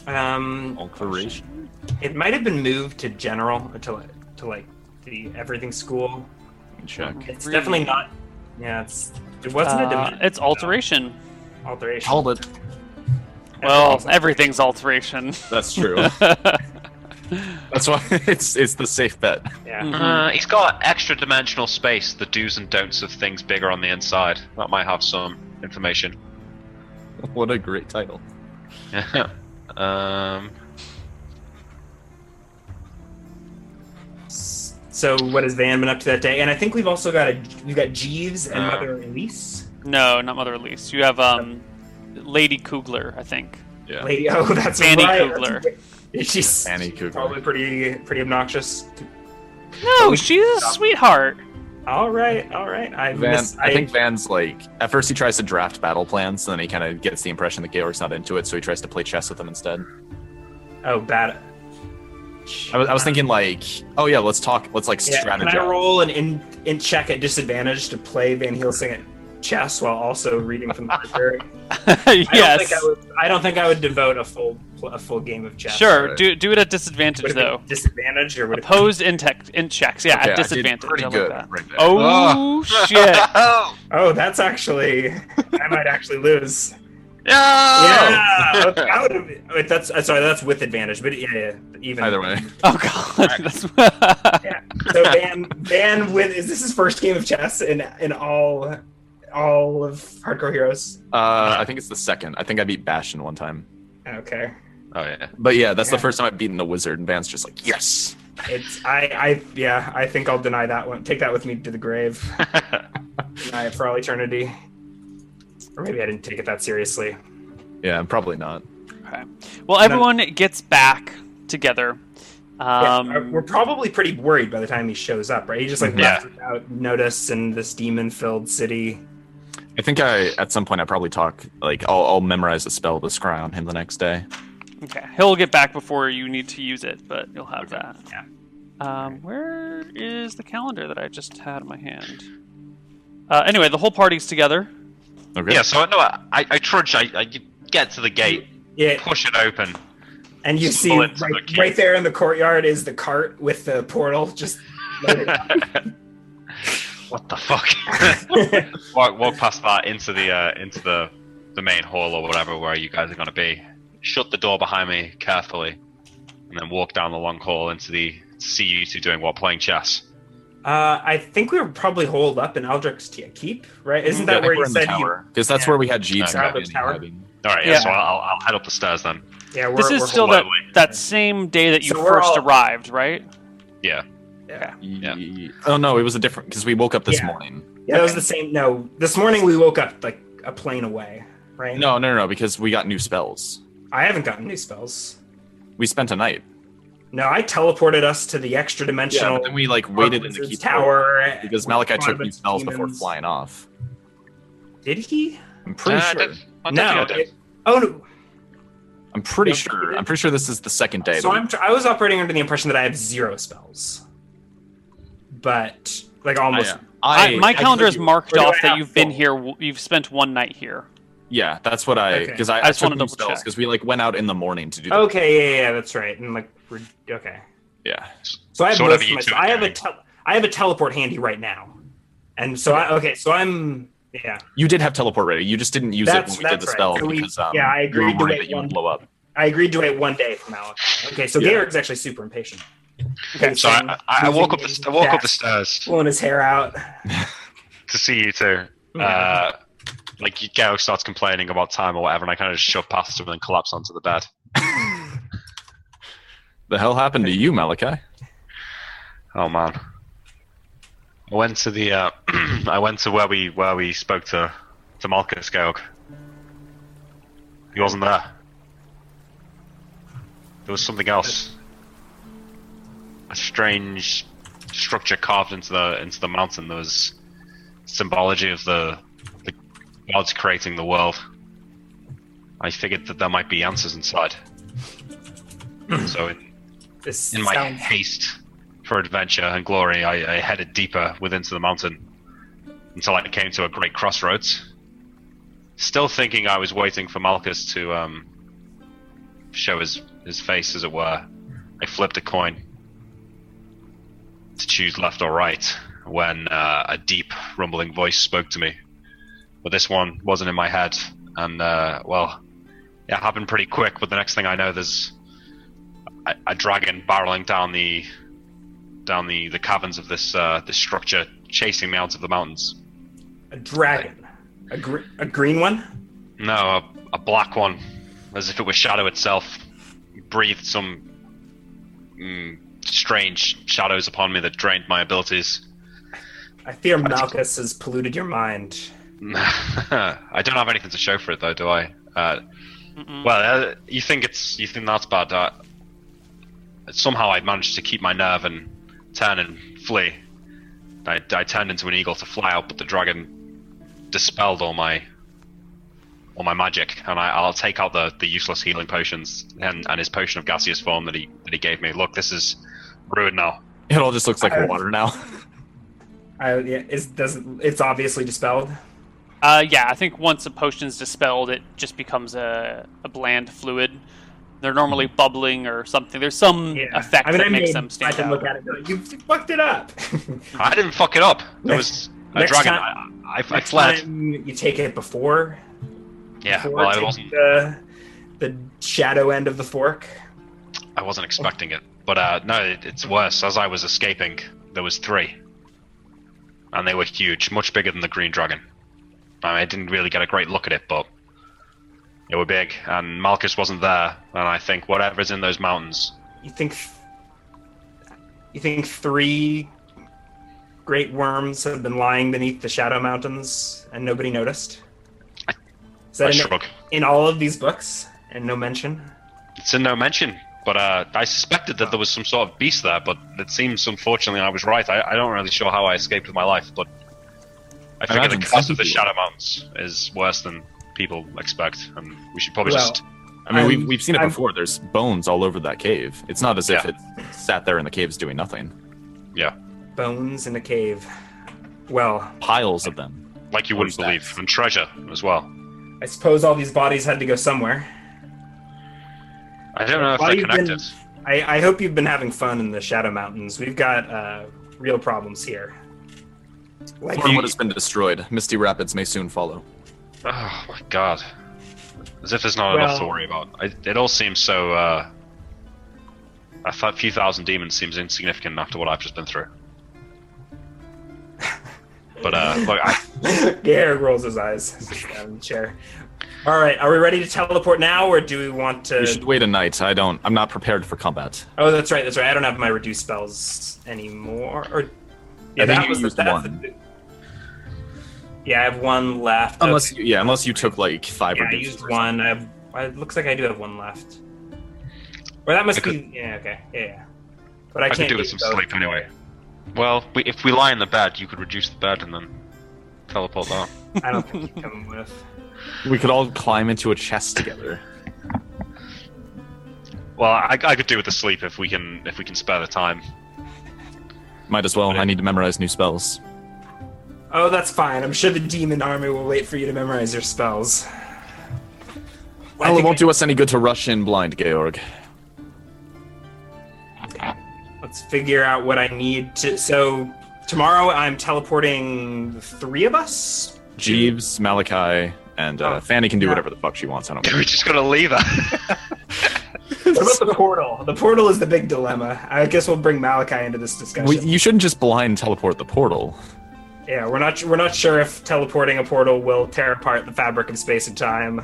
S3: Um,
S2: Alteration.
S3: it might have been moved to general or to li- to like the everything school.
S2: Check.
S3: It's
S1: Really?
S3: definitely not. Yeah, it's it wasn't a
S1: Uh,
S3: dimension.
S1: it's alteration.
S3: alteration.
S2: Hold it.
S1: Well, everything's alteration.
S2: That's true. That's why it's it's the safe bet.
S3: Yeah.
S4: Uh, he's got extra dimensional space, the do's and don'ts of things bigger on the inside. That might have some information.
S2: What a great title.
S4: um,
S3: So what has Van been up to that day? And I think we've also got a we've got Jeeves and
S4: Uh.
S3: Mother Elise.
S1: no, not Mother Elise. You have um, Lady Kugler, I think.
S2: Yeah.
S3: Lady, oh, that's
S1: Fanny
S3: right.
S1: Kugler.
S3: That's- She's
S2: Fanny Kugler.
S3: probably pretty pretty obnoxious.
S1: No, she's a sweetheart.
S3: All right, all right. I,
S2: Van,
S3: miss,
S2: I, think Van's like at first he tries to draft battle plans, and then he kind of gets the impression that Georg's not into it, so he tries to play chess with him instead.
S3: Oh, bad.
S2: I was, I was thinking like, oh yeah, let's talk, let's like
S3: Yeah, can
S2: strategize.
S3: I roll an in, in check at disadvantage to play Van Helsing at chess while also reading from the library? I don't
S1: yes.
S3: think I would, I don't think I would devote a full pl- a full game of chess.
S1: Sure.
S2: right.
S1: Do do it at
S3: Would
S1: disadvantage
S3: it be
S1: though.
S3: disadvantage or would it
S1: Opposed in tech in checks. Yeah,
S2: Okay, I
S1: at
S2: did
S1: disadvantage.
S2: pretty
S1: I like
S2: good
S1: that.
S2: right there.
S3: Ah.
S1: Oh shit!
S3: Oh, that's actually I might actually lose.
S4: yeah.
S3: Yeah,
S1: Oh.
S3: okay, I would have, wait, that's uh, sorry, that's with advantage, but yeah, yeah even
S2: Either way,
S1: Oh god. That's...
S3: Yeah. So Van Van with is this his first game of chess in in all all of Hardcore Heroes?
S2: uh, I think it's the second. I think I beat Bastion one time,
S3: Okay.
S4: Oh yeah.
S2: but yeah, that's the
S3: Yeah.
S2: first time I've beaten a wizard, and Van's just like, yes.
S3: It's I I yeah I think I'll deny that one. Take that with me to the grave. deny it for all eternity. Or maybe I didn't take it that seriously.
S2: Yeah, probably not.
S1: okay. Well,
S3: And then-
S1: everyone gets back together.
S3: Yeah, uh,
S1: Um,
S3: we're probably pretty worried by the time he shows up, right? He just like
S4: Yeah.
S3: left without notice in this demon-filled city.
S2: I think I at some point I probably talk like I'll, I'll memorize a spell to scry on him the next day.
S1: Okay, he'll get back before you need to use it, but you'll have that.
S3: yeah.
S1: Um, where is the calendar that I just had in my hand? Uh, anyway, the whole party's together.
S2: Okay.
S4: Yeah. So I know I, I, I trudge. I, I get to the gate,
S3: Yeah,
S4: push it open.
S3: and you see
S4: Split
S3: right,
S4: to the cube.
S3: right there in the courtyard is the cart with the portal just. loaded.
S4: what the fuck?
S3: uh,
S4: walk, walk past that into the uh, into the the main hall or whatever where you guys are gonna be. Shut the door behind me carefully, and then walk down the long hall into the see you two doing what playing chess.
S3: Uh, I think we were probably holed up in Aldrich's T- keep, right? Isn't that where you said you?
S2: Because that's
S3: yeah.
S2: where we had Jeeves
S3: Tower,
S2: hiding-
S3: tower.
S2: hiding.
S4: All right, yeah.
S1: Yeah.
S4: So I'll, I'll head up the stairs then.
S3: Yeah, we're,
S1: this
S3: we're
S1: is still
S3: holed
S1: that,
S3: up.
S1: that same day that you
S3: So we're
S1: first
S3: all-
S1: arrived, right?
S4: Yeah.
S2: Ye- Oh no, it was a different because we woke up this
S3: Yeah.
S2: morning.
S3: Yeah, that was the same. No, this morning we woke up like a plane away, right?
S2: No, no, no, no, because we got new spells.
S3: I haven't gotten new spells.
S2: We spent a night.
S3: No, I teleported us to the extra
S2: Yeah,
S3: dimensional
S2: but then we like waited in the
S3: Wizard's
S2: keep
S3: tower
S2: because
S3: with
S2: Malachi took
S3: Barnabas
S2: new spells before
S3: demons.
S2: flying off.
S3: Did he?
S2: I'm pretty
S4: Uh, I
S2: sure.
S4: did- I don't
S3: No.
S4: think I did.
S3: it- oh no.
S2: I'm pretty
S3: No, you
S2: sure.
S3: did.
S2: I'm pretty sure this is the second day.
S3: So
S2: that we-
S3: I'm tr- I was operating under the impression that I have zero spells, but
S2: Oh,
S3: like almost.
S1: I, my calendar
S2: took
S1: is
S2: you-
S1: marked
S3: Or do
S1: off
S3: I
S1: that
S3: have
S1: you've been
S3: full?
S1: here. w- You've spent one night here.
S2: Yeah, that's what I
S3: Okay.
S2: because I,
S1: I just wanna
S2: wanted
S1: double check.
S2: because we like went out in the morning to do. that.
S3: Okay, yeah, yeah, that's right. And like, we're, okay.
S2: Yeah,
S3: So I have most
S4: So whatever
S3: of
S4: you
S3: my,
S4: two are
S3: I have a
S4: doing.
S3: tel- I have a teleport handy right now, and so I okay. So I'm yeah.
S2: you did have teleport ready. You just didn't use it
S3: That's-
S2: when we did
S3: that's
S2: the
S3: right.
S2: spell
S3: So we-
S2: because um,
S3: yeah,
S2: you
S3: I
S2: were
S3: agreed to
S2: worried
S3: wait
S2: that you
S3: one-
S2: would blow up.
S3: I agreed to wait one day from Alex. Okay, so
S2: Yeah.
S3: Garrick's actually super impatient. Okay,
S4: So I, I, I walk up the I walk up the stairs
S3: blowing his hair out.
S4: to see you two. Uh, like Gail starts complaining about time or whatever, and I kind of just shove past him and then collapse onto the bed.
S2: The hell happened to you, Malachi?
S4: Oh man. I went to the uh, I went to where we where we spoke to to Malchus Georg. He wasn't there. There was something else. A strange structure carved into the into the mountain. There was symbology of the the gods creating the world. I figured that there might be answers inside. so in
S3: This
S4: in my
S3: sounds-
S4: haste for adventure and glory, I, I headed deeper within to the mountain until I came to a great crossroads. Still thinking I was waiting for Malchus to um, show his, his face, as it were, I flipped a coin to choose left or right when uh, a deep, rumbling voice spoke to me. But this one wasn't in my head, and uh, well, it happened pretty quick. But the next thing I know, there's a, a dragon barreling down the down the, the caverns of this uh, this structure, chasing me out of the mountains.
S3: a dragon, a, gr- a green one.
S4: No, a, a black one, as if it was shadow itself, breathed some mm, strange shadows upon me that drained my abilities.
S3: I fear Malchus has polluted your mind.
S4: I don't have anything to show for it though, do I? Uh,
S1: Mm-mm.
S4: well, uh, you think it's you think that's bad. Uh, somehow I managed to keep my nerve and turn and flee. I, I turned into an eagle to fly out, but the dragon dispelled all my all my magic, and I, I'll take out the, the useless healing potions and, and his potion of gaseous form that he that he gave me. Look, this is ruined now.
S2: It all just looks like
S3: I-
S2: water now.
S3: I, yeah, it's doesn't. It's obviously dispelled.
S1: Uh, yeah, I think once a potion's dispelled, it just becomes a, a bland fluid. They're normally
S3: Mm-hmm.
S1: bubbling or something. There's some
S3: Yeah,
S1: effect
S3: I mean,
S1: that
S3: I
S1: makes
S3: made-
S1: them
S3: I
S1: stand
S3: can
S1: out.
S3: look at it. and go, You fucked it up.
S4: I didn't fuck it up. There
S3: Next-
S4: was a
S3: next
S4: dragon.
S3: time-
S4: I, I, I
S3: Next
S4: fled.
S3: time you take it before.
S4: Yeah,
S3: before
S4: well, I
S3: taking
S4: wasn't.
S3: the, the shadow end of the fork.
S4: I wasn't expecting it, but uh, no, it, it's worse. As I was escaping, there was three, and they were huge, much bigger than the green dragon. I, mean, I didn't really get a great look at it, but they were big, and Malchus wasn't there. And I think whatever's in those mountains,
S3: You think? You think three great worms have been lying beneath the shadow mountains and nobody noticed? Is that
S4: I
S3: in,
S4: shrug.
S3: in all of these books and no mention?
S4: It's in no mention, but uh, I suspected that there was some sort of beast there. But it seems, unfortunately, I was right. I, I don't really sure how I escaped with my life, but I figure
S2: Imagine
S4: the curse
S2: some
S4: of the
S2: people-
S4: Shadow Mountains is worse than people expect, and we should probably
S3: Well,
S4: just
S2: I mean, we've,
S3: I'm-
S2: we've seen it
S3: I'm-
S2: before. There's bones all over that cave. It's not as if
S4: Yeah.
S2: it sat there in the caves doing nothing.
S4: yeah.
S3: Bones in a cave. Well,
S2: Piles of them.
S4: like you wouldn't
S2: Who's
S4: believe,
S2: that?
S4: and treasure as well.
S3: I suppose all these bodies had to go somewhere.
S4: I don't know if
S3: Why
S4: they're
S3: you've been-
S4: connected.
S3: I, I hope you've been having fun in the Shadow Mountains. We've got uh, real problems here. Like
S2: Or
S3: you-
S2: what has been destroyed. Misty Rapids may soon follow.
S4: Oh my god! As if there's not enough to
S3: Well-
S4: worry about. I, it all seems so. Uh, a th- few thousand demons seems insignificant after what I've just been through. But uh, look, I,
S3: Garrick rolls his eyes down in the chair. All right, are we ready to teleport now, or do we want to?
S1: Uh,
S2: We should wait a night. I don't. I'm not prepared for combat.
S3: Oh, that's right, that's right. I don't have my reduce spells anymore. Or yeah,
S2: I think
S3: that
S2: you
S3: was
S2: used
S3: that's
S2: one.
S3: the- yeah, I have one left.
S2: Unless you, yeah, unless you took like five.
S3: yeah, I
S2: reduced
S3: used
S2: or
S3: one. I have. I, it looks like I do have one left. Or that must
S4: I could-
S3: be. Yeah. Okay. Yeah. yeah. But I,
S4: I
S3: can't
S4: could do with some
S3: use those.
S4: sleep anyway. Well, we, if we lie in the bed, you could reduce the bed and then teleport that.
S3: I don't think you can with.
S2: something. We could all climb into a chest together.
S4: Well, I, I could do with the sleep if we can if we can spare the time.
S2: Might as well. I need to memorize new spells.
S3: Oh, that's fine. I'm sure the demon army will wait for you to memorize your spells. I
S2: Well, it
S3: think
S2: won't
S3: I-
S2: do us any good to rush in blind, Georg.
S3: Let's figure out what I need to. So tomorrow I'm teleporting the three of us.
S2: Jeeves, Malachi, and uh,
S3: Oh,
S2: Fanny can do
S3: yeah.
S2: whatever the fuck she wants. I don't care.
S4: we just gotta leave her?
S3: What about the portal? The portal is the big dilemma. I guess we'll bring Malachi into this discussion.
S2: We, you shouldn't just blind teleport the portal.
S3: yeah, we're not we're not sure if teleporting a portal will tear apart the fabric of space and time.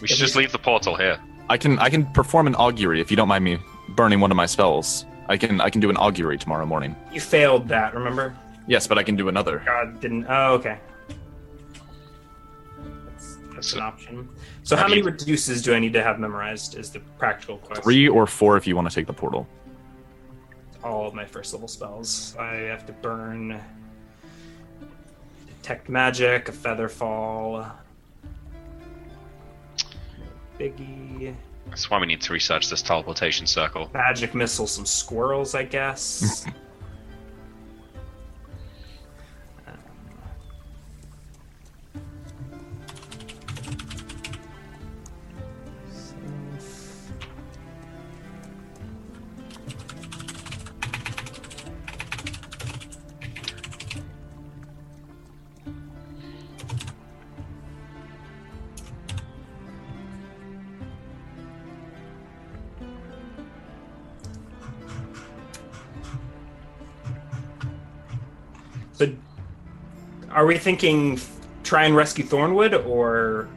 S4: we should just leave the portal here.
S2: I can I can perform an augury if you don't mind me burning one of my spells. I can I can do an augury tomorrow morning.
S3: You failed that, remember?
S2: Yes, but I can do another.
S3: God didn't. Oh, okay. That's, that's an option. So how many reduces do I need to have memorized? Is the practical question.
S2: Three or four if you want to take the portal.
S3: all of my first level spells. I have to burn detect magic, a feather fall, biggie,
S4: That's why we need to research this teleportation circle.
S3: magic missile, some squirrels, I guess. Um, So, are we thinking f- try and rescue Thornwood or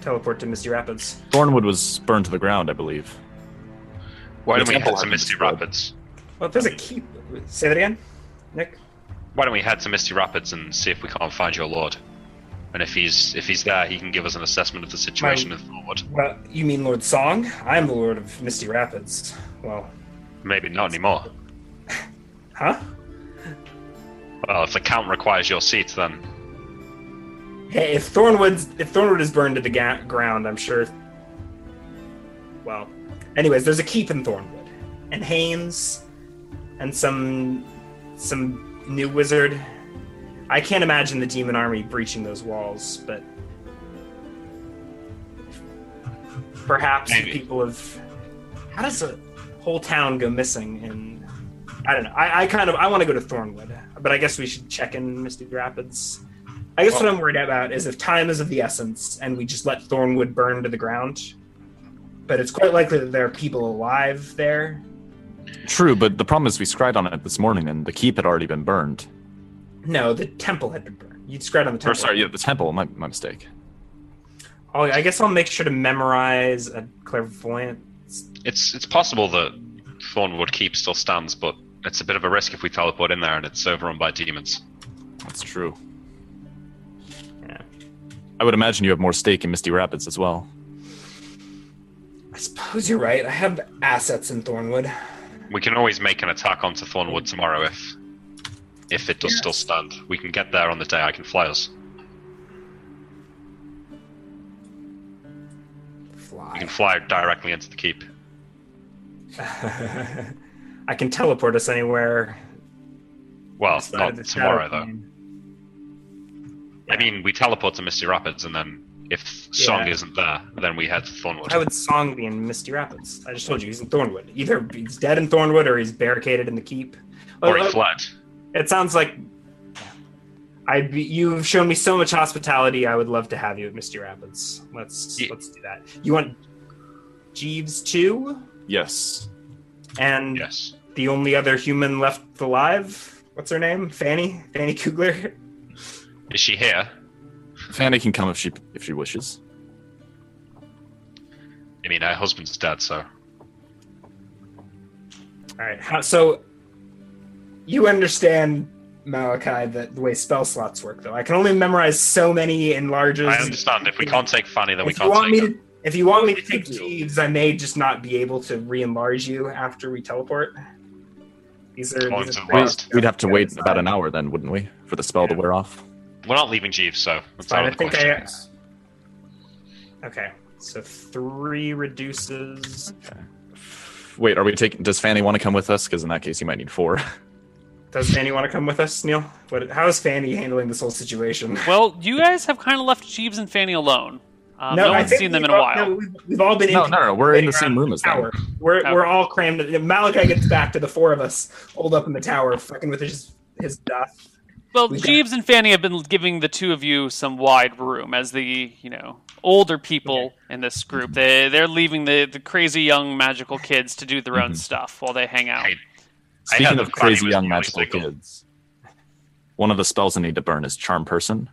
S3: teleport to Misty Rapids?
S2: Thornwood was burned to the ground, I believe.
S4: Why
S2: The
S4: don't we
S2: temple
S4: head to
S2: hasn't
S4: Misty
S2: exploded.
S4: Rapids?
S3: Well, if there's a keep, say that again, Nick.
S4: Why don't we head to Misty Rapids and see if we can't find your lord? And if he's if he's there, he can give us an assessment of the situation of forward.
S3: Well, you mean Lord Song? I'm the Lord of Misty Rapids. Well,
S4: Maybe not anymore.
S3: huh?
S4: Well, if the count requires your seat, then
S3: Hey, if Thornwood's if Thornwood is burned to the ga- ground, I'm sure. Well, anyways, there's a keep in Thornwood, and Haynes, and some some new wizard. I can't imagine the demon army breaching those walls, but perhaps the
S4: Maybe.
S3: people of how does a whole town go missing in? I don't know. I, I kind of I want to go to Thornwood, but I guess we should check in Misty Rapids. I guess what I'm worried about is if time is of the essence and we just let Thornwood burn to the ground. But it's quite likely that there are people alive there.
S2: True, but the problem is we scried on it this morning and the keep had already been burned.
S3: No, the temple had been burned. You'd scribed on the temple.
S2: Or sorry, yeah, the temple. My, my mistake.
S3: I'll, I guess I'll make sure to memorize a clairvoyant.
S4: it's it's possible that Thornwood Keep still stands, but it's a bit of a risk if we teleport in there and it's overrun by demons.
S2: That's true.
S3: Yeah.
S2: I would imagine you have more stake in Misty Rapids as well.
S3: I suppose you're right. I have assets in Thornwood.
S4: We can always make an attack onto Thornwood tomorrow if if it does still stand. We can get there on the day I can fly us. We
S3: Fly.
S4: can fly directly into the keep.
S3: I can teleport us anywhere.
S4: Well,
S3: outside of
S4: not
S3: the
S4: tomorrow
S3: shadow
S4: though.
S3: plane.
S4: I mean, we teleport to Misty Rapids, and then if Song
S3: Yeah.
S4: isn't there, then we head to Thornwood.
S3: Why would Song be in Misty Rapids? I just told you he's in Thornwood. Either he's dead in Thornwood or he's barricaded in the keep.
S4: or he
S3: Well,
S4: fled.
S3: It sounds like I'd be, you've shown me so much hospitality. I would love to have you at Misty Rapids. Let's
S4: Ye-
S3: let's do that. You want Jeeves too,
S2: Yes.
S3: and
S4: Yes.
S3: the only other human left alive. What's her name? Fanny. Fanny Kugler.
S4: Is she here?
S2: Fanny can come if she if she wishes.
S4: I mean, her husband's dead, so
S3: All right. How, so you understand Malachi that the way spell slots work, though. I can only memorize so many enlarges.
S4: I understand. If we can't take Fanny, then we
S3: If
S4: can't
S3: you want
S4: take
S3: me
S4: her.
S3: to, if you want me to take
S2: Thank you.
S3: Jeeves, I may just not be able to re-enlarge you after we teleport. These are.
S4: Oh,
S3: these
S4: it's
S3: are
S4: a waste.
S2: We'd have to
S3: Yeah,
S2: wait
S3: it's
S2: about
S3: fine.
S2: an hour then, wouldn't we, for the spell to wear off?
S4: We're not leaving Jeeves, so
S3: It's
S4: that's
S3: fine.
S4: out
S3: I
S4: of the
S3: think
S4: question.
S3: I. Okay, so three reduces.
S2: Wait, are we taking? Does Fanny want to come with us? Because in that case, you might need four.
S3: Does Fanny want to come with us, Neil? What? How is Fanny handling this whole situation?
S1: Well, you guys have kind of left Jeeves and Fanny alone. Um, no,
S3: I
S1: one's
S3: think
S1: seen them
S3: we've
S1: in a
S3: all-
S1: while.
S3: no, we've, we've all been
S2: No,
S3: in
S2: no, no. We're in the same room as them.
S3: tower. We're
S1: Okay.
S3: we're all crammed. Malachi gets back to the four of us, holed up in the tower, fucking with his his stuff.
S1: Well,
S3: We've got-
S1: Jeeves and Fanny have been giving the two of you some wide room as the you know older people in this group. They they're leaving the, the crazy young magical kids to do their own
S2: Mhm.
S1: stuff while they hang out.
S4: Hey, I heard
S2: Speaking
S4: that
S2: of
S4: Fanny
S2: crazy
S4: was
S2: young
S4: really
S2: magical
S4: single.
S2: kids, one of the spells I need to burn is Charm Person.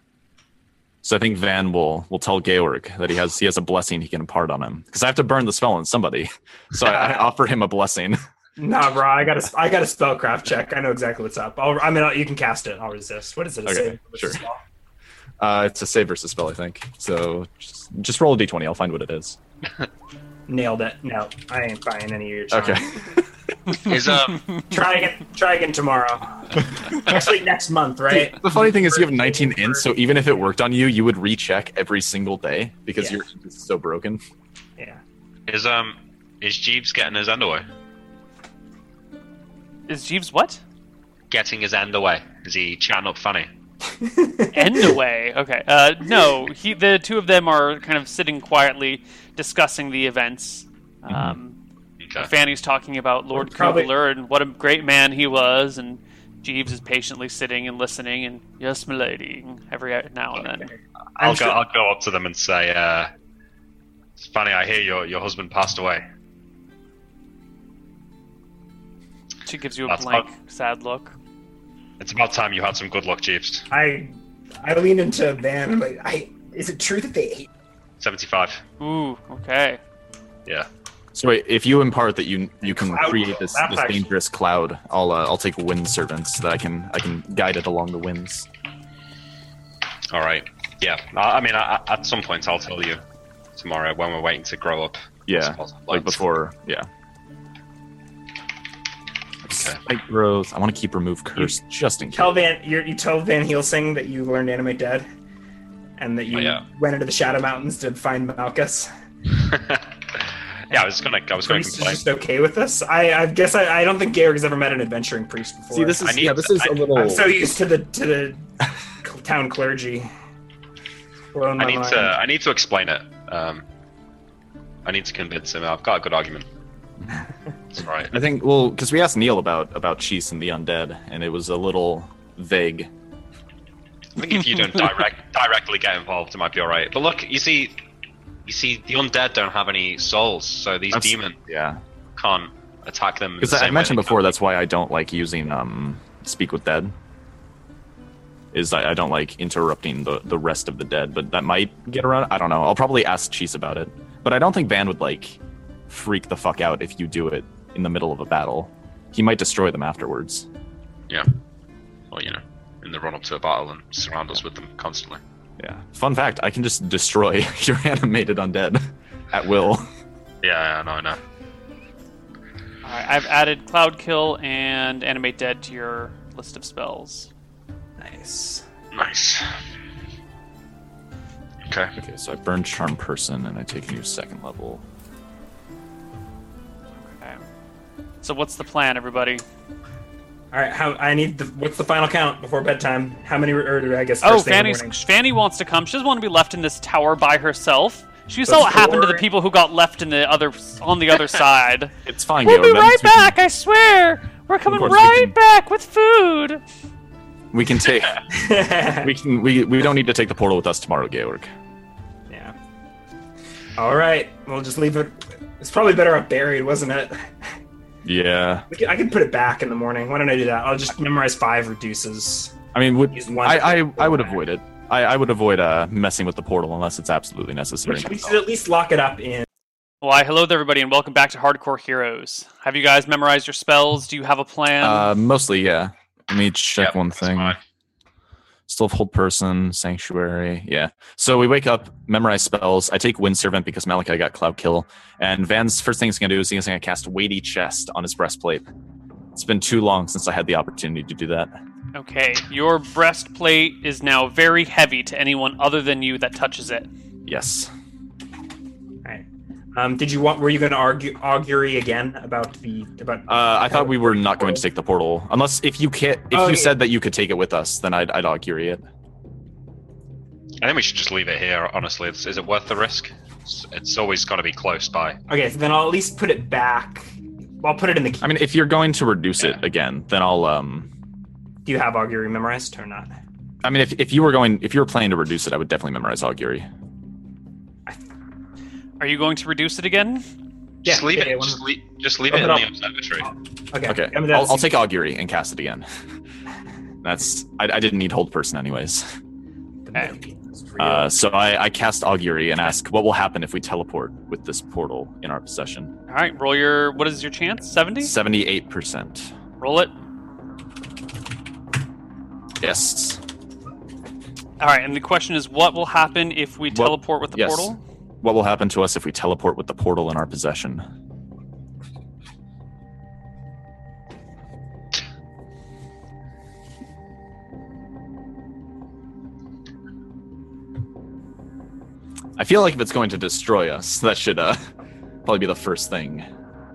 S2: So I think Van will will tell Georg that he has he has a blessing he can impart on him because I have to burn the spell on somebody. So I, I offer him a blessing.
S3: Nah, bro, I got a I got a spellcraft check. I know exactly what's up. I'll, I mean, I'll, you can cast it. I'll resist. What is it? a
S2: Okay,
S3: save? What's the
S2: sure.
S3: spell?
S2: Uh, it's a save versus spell, I think. So just, just roll a d20. I'll find what it is.
S3: Nailed it. No, I ain't buying any of your. Charm.
S2: Okay.
S4: Is um,
S3: Try again. Try again tomorrow. Actually, next month, right?
S2: The funny thing is, you have 19 ints, so even if it worked on you, you would recheck every single day because
S3: Yeah.
S2: your int is so broken.
S3: Yeah.
S4: is um, is Jeeves getting his end away?
S1: Is Jeeves what?
S4: Getting his end away? Is he chatting up Fanny?
S1: End away. Okay. Uh, no, he the two of them are kind of sitting quietly discussing the events. Um,
S4: Okay.
S1: Fanny's talking about Lord
S3: Probably-
S1: Kubler and what a great man he was, and Jeeves is patiently sitting and listening, and yes, milady, every now and then.
S3: I'm
S4: I'll go.
S3: sure-
S4: I'll go up to them and say, uh, "Fanny, I hear your your husband passed away."
S1: She gives you a
S4: That's
S1: blank, sad look.
S4: It's about time you had some good luck, Jeeves.
S3: I I lean into Van. I'm like, I is it true that they hate?
S4: Seventy-five.
S1: Ooh, okay.
S4: Yeah.
S2: So wait, if you impart that you you can
S3: Cloud.
S2: create this,
S3: That's
S2: this
S3: actually-
S2: dangerous cloud, I'll uh, I'll take wind servants so that I can I can guide it along the winds.
S4: All right. Yeah. I, I mean, I, I- at some point, I'll tell you tomorrow when we're waiting to grow up.
S2: Yeah, like before. Yeah. Spike growth. I want to keep remove curse just in case.
S3: Tell Van you you tell Van Helsing that you learned animate dead, and that you
S4: Oh, yeah.
S3: went into the Shadow Mountains to find Malchus.
S4: yeah, I was gonna. I was gonna
S3: Priest is
S4: complain.
S3: just okay with this. I, I guess I, I don't think Georg has ever met an adventuring priest before.
S2: See, this is
S4: I need-
S2: yeah, this is
S4: I-
S2: a little.
S3: I'm so used to the to the cl- town clergy. Blown
S4: I
S3: my
S4: need
S3: mind.
S4: to. uh, I need to explain it. Um, I need to convince him. I've got a good argument. It's all right.
S2: I think well because we asked Neil about about Cheese and the undead, and it was a little vague.
S4: I think if you don't direct directly get involved, it might be all right. But look, you see, you see, the undead don't have any souls, so these
S2: That's-
S4: demons
S2: Yeah,
S4: can't attack them. in the
S2: because I
S4: same way
S2: mentioned
S4: they
S2: before
S4: can.
S2: that's why I don't like using um speak with dead. Is I, I don't like interrupting the the rest of the dead, but that might get around. I don't know. I'll probably ask Cheese about it, but I don't think Van would like freak the fuck out if you do it in the middle of a battle. He might destroy them afterwards.
S4: Well, you know, in the run up to a battle and surround us with them constantly.
S2: Yeah. Fun fact: I can just destroy your animated undead at will.
S4: Yeah, I know, I know.
S1: All right, I've added Cloud Kill and Animate Dead to your list of spells.
S3: nice.
S4: Nice. Okay.
S2: Okay, so I burn Charm Person and I take a new second level.
S1: Okay. So what's the plan, everybody?
S3: All right, how I need the what's the final count before bedtime? How many? Or I guess.
S1: Oh,
S3: first thing in the
S1: Fanny's,
S3: morning.
S1: Fanny wants to come. She doesn't want to be left in this tower by herself. She
S3: But
S1: saw what happened to the
S3: Georg-
S1: people who got left in the other on the other side.
S2: It's fine,
S1: We'll
S2: Georg,
S1: be
S2: that
S1: right
S2: means we can-
S1: back. I swear. We're coming
S2: course we can-
S1: right back with food.
S2: We can take. we can. We we don't need to take the portal with us tomorrow, Georg.
S3: yeah. All right, we'll just leave it. It's probably better up buried, wasn't it?
S2: Yeah.
S3: We could- I can put it back in the morning. Why don't I do that? I'll just memorize five reduces.
S2: I mean, would,
S3: Use one.
S2: I, I I would avoid it. I, I would avoid uh, messing with the portal unless it's absolutely necessary.
S3: We should at least lock it up in.
S1: Why, hello there, everybody, and welcome back to Hardcore Heroes. Have you guys memorized your spells? Do you have a plan?
S2: Uh, mostly, yeah. Let me check
S4: Yep,
S2: one
S4: that's
S2: thing.
S4: fine.
S2: Still hold person, sanctuary. Yeah. So we wake up, memorize spells. I take Wind Servant because Malachi got Cloud Kill. And Van's first thing he's going to do is he's going to cast Weighty Chest on his breastplate. It's been too long since I had the opportunity to do that.
S1: okay, your breastplate is now very heavy to anyone other than you that touches it.
S2: Yes.
S3: Alright. Um, did you want? Were you going to argue augury again about the about?
S2: Uh, I thought we were not going to take the portal unless if you can't. If
S3: Oh,
S2: you
S3: yeah.
S2: said that you could take it with us, then I'd, I'd augury it.
S4: I think we should just leave it here. Honestly, It's- is it worth the risk? It's, it's always got to be close by.
S3: Okay, so then I'll at least put it back. I'll put it in the. Key.
S2: I mean, if you're going to reduce it
S4: Yeah.
S2: again, then I'll um.
S3: Do you have augury memorized or not?
S2: I mean, if, if you were going, if you were planning to reduce it, I would definitely memorize augury.
S1: Are you going to reduce it again?
S4: Just
S3: Yeah,
S4: leave
S3: yeah,
S4: it.
S3: yeah, one
S4: just,
S3: of-
S4: leave, just leave it in
S3: Open
S4: the
S3: up.
S4: observatory.
S3: Okay.
S2: Okay,
S3: I mean,
S2: I'll,
S3: that's-
S2: I'll take augury and cast it again. That's I, I didn't need hold person anyways. Uh, so I, I cast augury and ask what will happen if we teleport with this portal in our possession.
S1: All right, roll your. What is your chance? 70?
S2: Seventy eight percent.
S1: Roll it.
S2: Yes.
S1: All right, and the question is what will happen if we
S2: What-
S1: teleport with the
S2: yes.
S1: portal?
S2: What will happen to us if we teleport with the portal in our possession? I feel like if it's going to destroy us, that should uh, probably be the first thing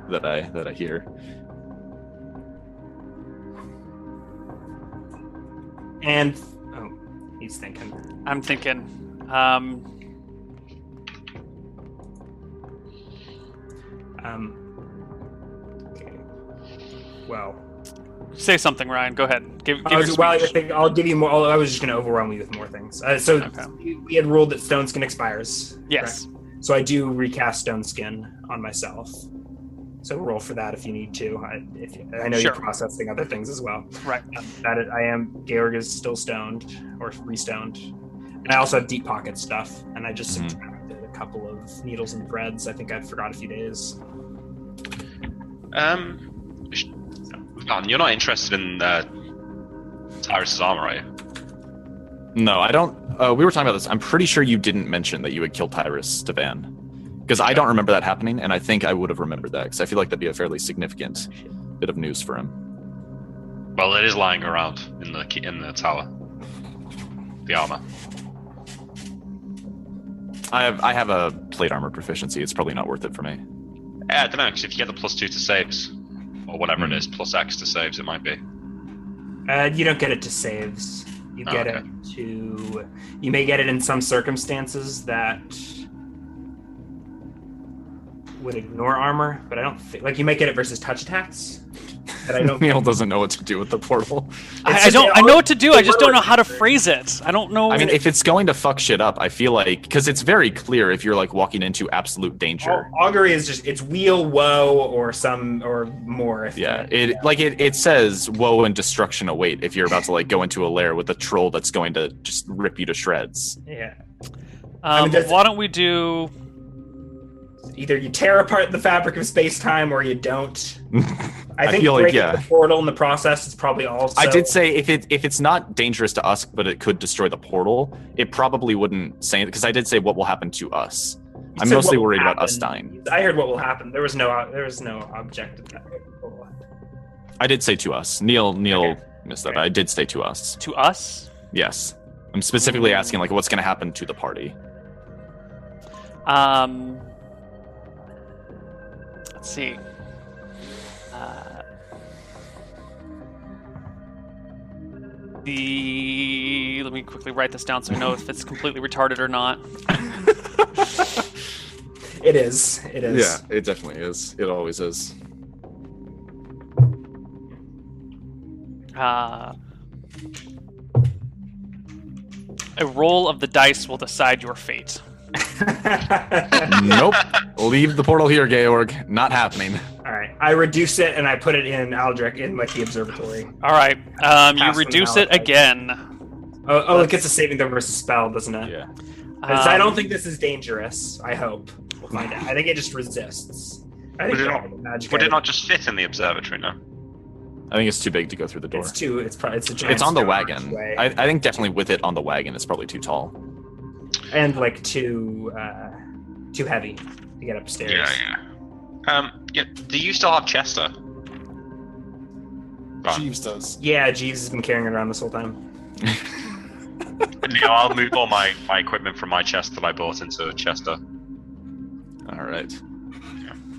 S2: that I that I hear.
S3: and oh, he's thinking.
S1: I'm thinking. Um,
S3: Um, okay. Well,
S1: say something, Ryan. Go ahead. Give, give
S3: I
S1: your
S3: was, Uh, well, I
S1: speech.
S3: think I'll give you more. I'll- I was just going to overwhelm you with more things. Uh, so
S1: Okay.
S3: we- we had ruled that stone skin expires.
S1: Yes.
S3: correct? So I do recast stone skin on myself. So roll for that if you need to. I, if, I know
S1: Sure.
S3: you're processing other things as well. Um,
S1: Right.
S3: That it, I am Georg is still stoned or restoned, and I also have deep pocket stuff. And I just
S1: Mm-hmm.
S2: Mhm.
S3: subtracted a couple of needles and threads. I think I forgot a few days.
S4: Um, sh- Dan, you're not interested in uh, Tyrus's armor, are you?
S2: No, I don't. Uh, we were talking about this. I'm pretty sure you didn't mention that you would kill Tyrus Devan, because I don't remember that happening, and I think I would have remembered that because I feel like that'd be a fairly significant bit of news for him.
S4: Well, it is lying around in the key- in the tower. The armor.
S2: I have I have a plate armor proficiency. It's probably not worth it for me.
S4: Yeah, I don't know because if you get the plus two to saves, or whatever it is, plus X to saves, it might be.
S3: Uh, you don't get it to saves. You
S4: Oh,
S3: get
S4: okay.
S3: it to. You may get it in some circumstances that would ignore armor, but I don't think. Like, you might get it versus touch attacks. But I don't.
S2: Neil doesn't know what to do with the portal.
S1: I,
S3: It's
S1: I
S3: just-
S1: don't. I know what to do. I
S3: it's
S1: just don't know
S3: literally-
S1: how to phrase it. I don't know.
S2: I mean, if it's going to fuck shit up, I feel like because it's very clear if you're like walking into absolute danger.
S3: Au- Augury is just. It's wheel, woe, or some. or more. If
S2: Yeah, it like it, it says woe and destruction await if you're about to like go into a lair with a troll that's going to just rip you to shreds.
S3: Yeah. I
S1: um,
S3: mean, that's-
S1: why don't we do?
S3: Either you tear apart the fabric of space time or you don't. I
S2: I
S3: think
S2: feel like,
S3: breaking
S2: yeah.
S3: the portal in the process is probably also.
S2: I did say if it if it's not dangerous to us, but it could destroy the portal, it probably wouldn't say because I did say what will happen to us.
S3: You
S2: I'm
S3: said
S2: mostly
S3: what will
S2: worried about us
S3: happen.
S2: dying.
S3: I heard what will happen. There was no uh, there was no object at that.
S2: I did say to us. Neil Neil
S3: Okay.
S2: missed that.
S3: Okay.
S2: I did say to us.
S1: To us,
S2: Yes. I'm
S3: Hmm.
S2: specifically asking like what's going to happen to the party.
S1: Um, let's see. Uh, the let me quickly write this down so I know if it's completely retarded or not.
S3: It is. It is.
S2: it definitely is. It always is.
S1: Uh, a roll of the dice will decide your fate.
S2: nope. Leave the portal here, Georg. Not happening.
S3: All right. I reduce it and I put it in Aldrich in like the observatory.
S1: All right. Um, you
S3: Pass them
S1: reduce
S3: out,
S1: it
S3: I-
S1: again.
S3: Oh, oh it gets a saving throw versus spell, doesn't it?
S2: Yeah.
S3: 'Cause I
S1: Um,
S3: don't think this is dangerous. I hope we'll find out. I think it just resists. I think
S4: Would it
S3: all
S4: not-
S3: the magic
S4: Would it
S3: item-
S4: not just fit in the observatory now?
S2: I think it's too big to go through the door.
S3: It's too. It's probably it's a giant.
S2: It's on the
S3: stone
S2: wagon.
S3: archway.
S2: I, I think definitely with it on the wagon, it's probably too tall.
S3: and like too uh, too heavy to get upstairs.
S4: Yeah, yeah. Um, yeah. Do you still have Chester? Right.
S5: Jeeves does.
S3: Yeah, Jeeves has been carrying it around this whole time.
S4: No, I'll move all my, my equipment from my chest that I bought into Chester.
S2: All right.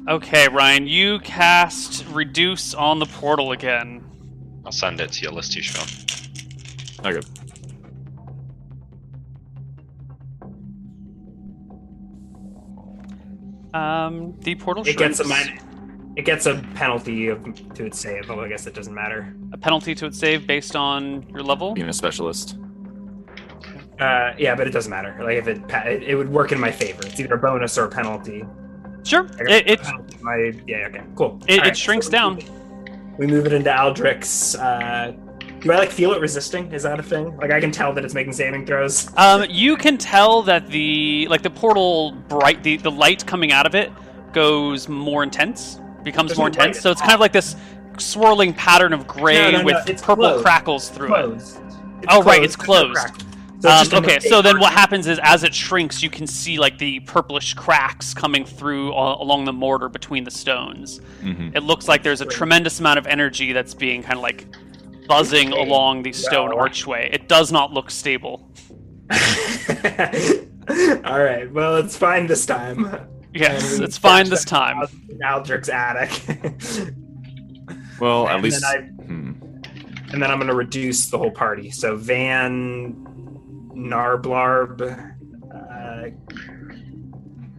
S1: Okay, Ryan, you cast reduce on the portal again.
S4: I'll send it to your list, you Sean.
S2: Okay.
S1: Um, the portal
S3: It gets a
S1: shrinks.
S3: min- It gets a penalty of, to its save, although I guess it doesn't matter.
S1: a penalty to its save based on your level.
S2: Being a specialist.
S3: Uh, yeah, but it doesn't matter. Like if it, pa- it it would work in my favor. It's either a bonus or a penalty.
S1: Sure.
S3: I got
S1: It it,
S3: penalty, my yeah okay cool.
S1: it,
S3: All right,
S1: it shrinks
S3: so
S1: down.
S3: We move it into Aldrich's. Uh, do I like feel it resisting? Is that a thing? Like I can tell that it's making saving throws.
S1: Um, you can tell that the like the portal bright the, the light coming out of it goes more intense, becomes
S3: Doesn't
S1: more
S3: it light
S1: intense.
S3: it
S1: So it's kind of like this swirling pattern of gray
S3: No, no, no,
S1: with
S3: it's
S1: purple
S3: closed.
S1: crackles through it.
S3: closed.
S1: Oh, right, it's
S3: no
S1: closed.
S3: crack. So it's
S1: Um,
S3: just a
S1: okay,
S3: mistake.
S1: so then what happens is as it shrinks, you can see like the purplish cracks coming through all, along the mortar between the stones.
S2: Mm-hmm.
S1: It looks like there's a tremendous amount of energy that's being kind of like buzzing along the stone
S3: No.
S1: archway. It does not look stable.
S3: All right. Well, it's fine this time.
S1: Yes,
S3: And we
S1: it's fine
S3: catch
S1: this
S3: them
S1: time.
S3: out In Aldrich's attic.
S2: Well, at
S3: And
S2: least.
S3: then
S2: hmm.
S3: and then I'm going to reduce the whole party. So Van, Narblarb, uh,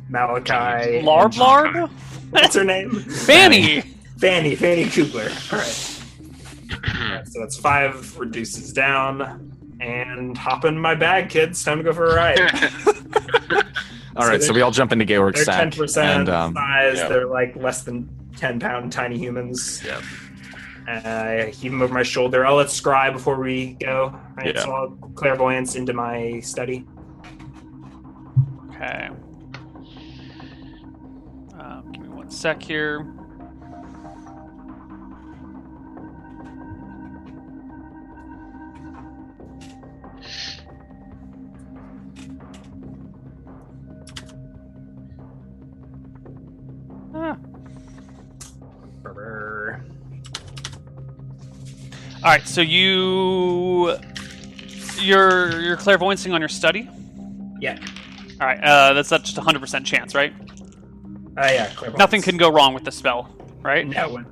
S3: Malachi. and-
S1: Larb Larb?
S3: What's her name?
S1: Fanny!
S3: Fanny. Fanny Kugler. All right. All right. So that's five reduces down. And hop in my bag, kids. Time to go for a ride.
S2: All right,
S3: So
S2: so, we all jump into Georg's
S3: They're ten
S2: sack. And
S3: percent
S2: um,
S3: size.
S2: yeah.
S3: They're like less than ten pound tiny humans.
S2: Yeah.
S3: Uh, I heave them over my shoulder. I'll let scry before we go. Right,
S2: Yeah.
S3: So I'll clairvoyance into my study.
S1: Okay. Um, give me one sec here. Ah.
S3: Brr.
S1: All right, so you you're you're clairvoyancing on your study.
S3: Yeah.
S1: All right, uh, that's that's just a hundred percent chance, right?
S3: Oh yeah. Clairvoyance.
S1: Nothing can go wrong with the spell, right?
S3: No.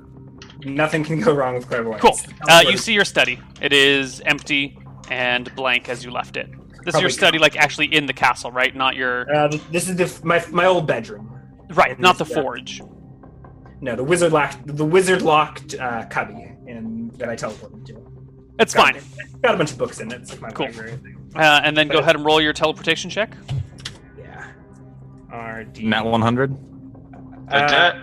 S3: Nothing can go wrong with clairvoyance.
S1: Cool. Uh,
S3: That's
S1: you
S3: what-
S1: see your study. It is empty and blank as you left it. This is your
S3: Probably-
S1: study, like actually in the castle, right? Not your
S3: Uh, this is the, my my old bedroom.
S1: right,
S3: in
S1: not the
S3: this- yeah.
S1: forge.
S3: No, the wizard locked the wizard locked uh, cubby, and that I teleported to.
S1: It's fine.
S3: Got a bunch of books in it. It's like my
S1: Cool.
S3: library.
S1: Uh, and then go
S3: But-
S1: ahead and roll your teleportation check.
S3: Yeah. R D.
S2: Nat 100.
S3: Uh,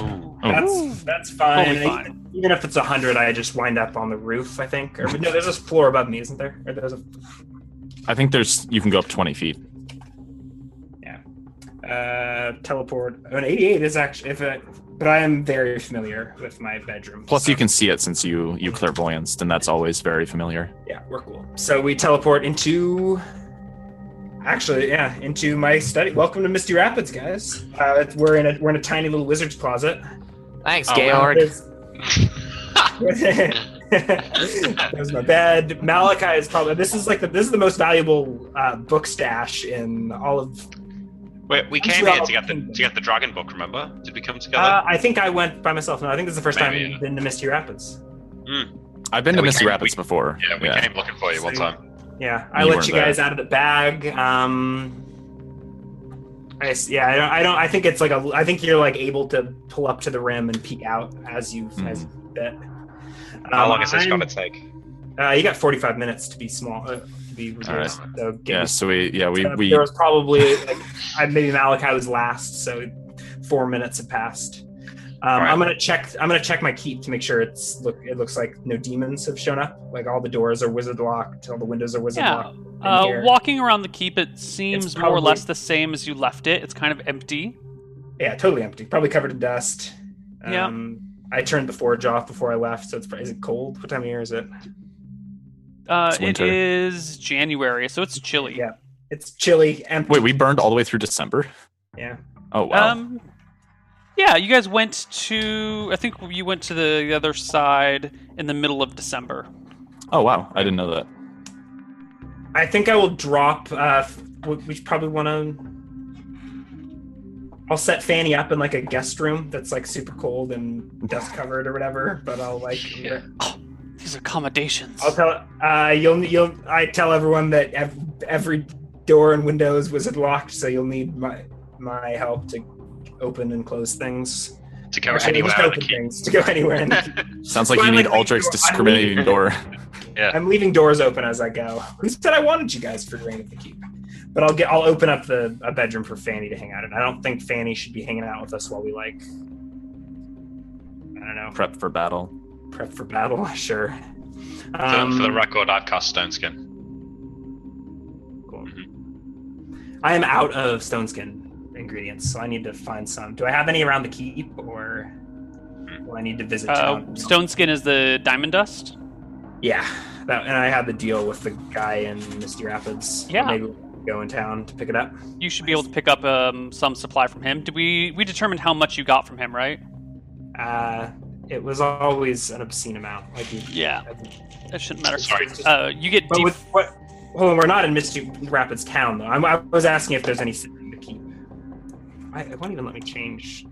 S4: Ooh.
S2: Oh.
S3: That's that's fine.
S1: Totally
S3: I-
S1: fine.
S3: Even if it's hundred, I just wind up on the roof. I think. Or no, there's a floor above me, isn't there? Or there's a.
S2: I think there's you can go up 20 feet.
S3: Uh, teleport. An eighty-eight is actually if it, but I am very familiar with my bedroom.
S2: Plus,
S3: so-
S2: you can see it since you you clairvoyanced, and that's always very familiar.
S3: Yeah, we're cool. So we teleport into. Actually, yeah, into my study. Welcome to Misty Rapids, guys. Uh, it's- we're in a we're in a tiny little wizard's closet. Uh,
S6: Thanks,
S4: Oh,
S6: Georg.
S3: There's- There's my bed. Malachi is probably this is like the, this is the most valuable uh, book stash in all of.
S4: We, we came
S3: sure
S4: here
S3: I'll-
S4: to get the to get the dragon book. Remember? Did we come
S3: Uh,
S4: together?
S3: I think I went by myself. No, I think this is the first
S4: Maybe,
S3: time
S4: yeah.
S3: you've been to Misty Rapids.
S2: I've been
S4: Yeah,
S2: to
S4: we
S2: Misty
S4: came-
S2: Rapids
S4: we-
S2: before.
S4: yeah, we came looking for you one time.
S3: Yeah, I
S2: You
S3: let
S2: weren't
S3: you guys out of the bag. Um, I s- yeah, I don't, I don't. I think it's like a. I think you're like able to pull up to the rim and peek out as you
S2: Hmm.
S3: as you fit.
S4: How
S3: Um,
S4: long is this
S3: I'm-
S4: gonna take?
S3: Uh, you got 45 minutes to be small. Uh, to be reduced,
S2: All right.
S3: So get
S2: Yeah,
S3: used
S2: so we yeah we
S3: Uh,
S2: we
S3: there was probably like I, maybe Malachi was last, so four minutes had passed. Um,
S4: Alright.
S3: I'm gonna check. I'm gonna check my keep to make sure it's look. It looks like no demons have shown up. Like all the doors are wizard locked. All the windows are wizard
S1: Yeah.
S3: locked. in
S1: Uh,
S3: here.
S1: walking around the keep, it seems
S3: It's
S1: more or
S3: probably-
S1: less the same as you left it. It's kind of empty.
S3: Yeah, totally empty. Probably covered in dust.
S1: Yeah.
S3: Um, I turned the forge off before I left, so it's is it cold? What time of year is it?
S1: Uh,
S2: It's
S1: it
S2: winter.
S1: is January, so it's chilly.
S3: Yeah. It's chilly, empty.
S2: Wait, we burned all the way through December.
S3: Yeah.
S2: Oh wow.
S1: Um, yeah, you guys went to. I think you went to the other side in the middle of December.
S2: oh wow. I didn't know that.
S3: I think I will drop. Uh, f- we- we should probably want to. I'll set Fanny up in like a guest room that's like super cold and dust covered or whatever. But I'll like.
S4: Yeah.
S1: These accommodations.
S3: I'll tell. Uh, you'll you'll. I tell everyone that ev- every door and window is wizard locked, so you'll need my my help to open and close things.
S4: to go
S3: Actually,
S4: anywhere.
S3: just
S4: out of
S3: open
S4: the
S3: things to go anywhere. in the keep.
S4: keep.
S2: Sounds like
S3: Well,
S2: you
S3: I'm
S2: need
S3: like,
S2: Aldrich's
S3: I'm
S2: discriminating door.
S3: I'm leaving doors open as I go. Who said I wanted you guys for Reign of the Keep? But I'll get I'll open up the a bedroom for Fanny to hang out in. I don't think Fanny should be hanging out with us while we like I don't know
S2: Prep for battle.
S3: prep for battle. Sure.
S4: For-
S3: Um,
S4: for the record, I've cast Stone Skin.
S3: cool. I am out of stone skin ingredients, so I need to find some. Do I have any around the keep, or will I need to visit?
S1: Uh,
S3: town?
S1: stone skin is the diamond dust.
S3: Yeah, that, and I had the deal with the guy in Misty Rapids.
S1: Yeah.
S3: maybe we'll go in town to pick it up.
S1: You should be able to pick up um, some supply from him. Did we we determined how much you got from him, right?
S3: uh, it was always an obscene amount. Like, you,
S1: Yeah, that shouldn't matter.
S4: Sorry.
S1: Uh, you get
S3: but
S1: def-
S3: with what? Hold on, we're not in Misty Rapids town though. I'm, I was asking if there's any sitting to keep. I, it won't even let me change.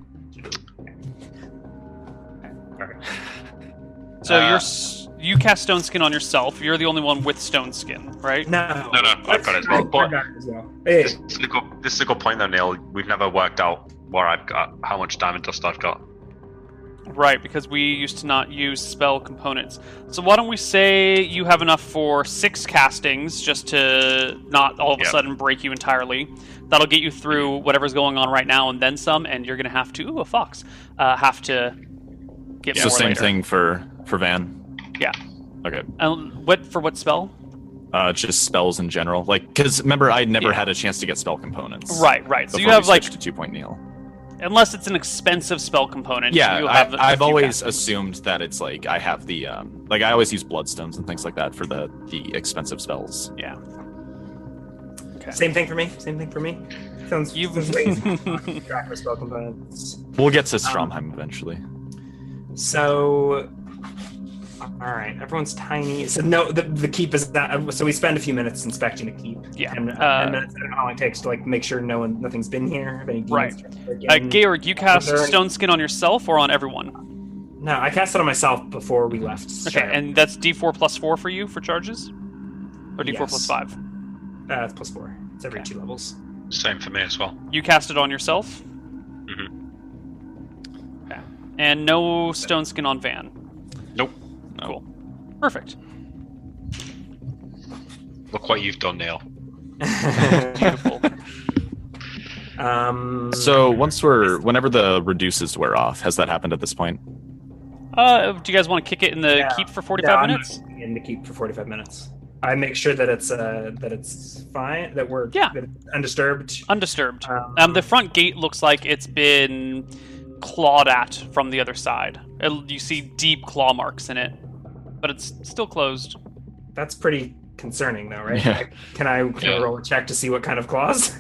S1: so
S4: uh,
S1: you're s- you cast stone skin on yourself. You're the only one with stone skin, right?
S3: No,
S4: No, no, I've got it as well.
S3: I got it as well. Hey,
S4: This is, a good, this is a good point though, Neil. We've never worked out where I've got, how much diamond dust I've got.
S1: Right, because we used to not use spell components. So why don't we say you have enough for six castings, just to not all of a
S4: Yeah.
S1: sudden break you entirely. That'll get you through
S2: Mm-hmm.
S1: whatever's going on right now and then some, and you're gonna have to ooh a fox, uh, have to get
S2: It's
S1: more
S2: the same
S1: later.
S2: thing for for Van.
S1: Yeah.
S2: Okay.
S1: And what for what spell?
S2: Uh, just spells in general. Like, because remember, I never
S1: Yeah.
S2: had a chance to get spell components.
S1: Right, right. So
S2: Before
S1: you have
S2: we
S1: like
S2: switched to two point Neil.
S1: unless it's an expensive spell component.
S2: Yeah,
S1: you
S2: I,
S1: have a- a
S2: I've
S1: few
S2: always
S1: castings.
S2: assumed that it's like I have the um, like I always use bloodstones and things like that for the the expensive spells.
S1: yeah.
S3: same thing for me. Same thing for me. Sounds
S1: You've-
S3: sounds lazy. Track for spell components.
S2: We'll get
S1: Um,
S2: to Stromheim eventually.
S3: So, all right, everyone's tiny. So no, the, the keep is that. So we spend a few minutes inspecting the keep.
S1: Yeah,
S3: and, uh,
S1: uh,
S3: and that's I don't know how long it takes to like make sure no one, nothing's been here. If any demons
S1: Right.
S3: tried to break
S1: Uh,
S3: in.
S1: Georg, you cast
S3: there any-
S1: stone skin on yourself or on everyone?
S3: no, I cast it on myself before we left.
S1: Okay,
S3: Shire.
S1: and that's D4 plus four for you for charges, or D4 plus
S3: Yes.
S1: five.
S3: uh, it's plus four. It's every
S1: Okay.
S3: two levels.
S4: Same for me as well. Mm-hmm.
S1: You cast it on yourself. Okay. And no stone skin on Van.
S4: Nope.
S1: Cool. Perfect.
S4: Look what you've done, Neil.
S1: Beautiful.
S3: um,
S2: So once we're whenever the reduces wear off, has that happened at this point?
S1: uh, do you guys want to kick it in the
S3: Yeah.
S1: keep for
S3: Yeah,
S1: 45
S3: I'm
S1: minutes?
S3: not in the keep for forty-five minutes. I make sure that it's uh that it's fine that we're
S1: Yeah.
S3: that it's undisturbed.
S1: Undisturbed.
S3: Um,
S1: Um, the front gate looks like it's been clawed at from the other side. It, you see deep claw marks in it, but it's still closed.
S3: That's pretty concerning, though, right?
S2: Yeah.
S3: Can I, can I
S4: Yeah.
S3: roll a check to see what kind of claws?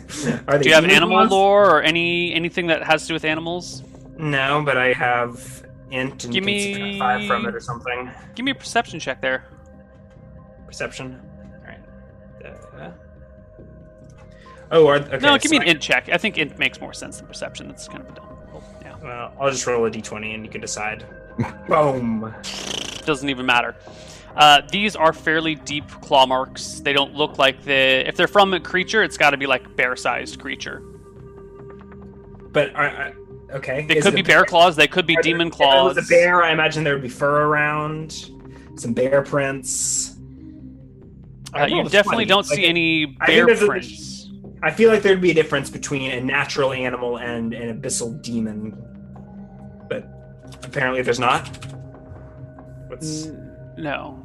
S3: Are they
S1: Do you have
S3: human
S1: animal
S3: claws?
S1: lore or any anything that has to do with animals?
S3: No, but I have int and
S1: Give
S3: you can
S1: me-
S3: subtract five from it or something.
S1: Give me a perception check there.
S3: Perception. All right. Uh, oh, are, okay.
S1: no, give me
S3: so
S1: an int check. I think int makes more sense than perception. That's kind of a dumb. roll. Yeah,
S3: I- Well, I'll just roll a d20 and you can decide. Boom.
S1: doesn't even matter. Uh, these are fairly deep claw marks. They don't look like the. If they're from a creature, it's got to be like bear-sized creature.
S3: But are, are, okay.
S1: They
S3: is
S1: could
S3: it
S1: be
S3: a
S1: bear claws. They could be
S3: If
S1: demon
S3: it was
S1: claws.
S3: a bear, I imagine there would be fur around, some bear prints.
S1: Uh,
S3: I rolled
S1: you
S3: a
S1: definitely
S3: 20.
S1: don't
S3: Like,
S1: see any
S3: I think
S1: bear
S3: there's a-
S1: prints.
S3: I feel like there'd be a difference between a natural animal and an abyssal demon, but Apparently, there's not. What's
S1: Mm. No.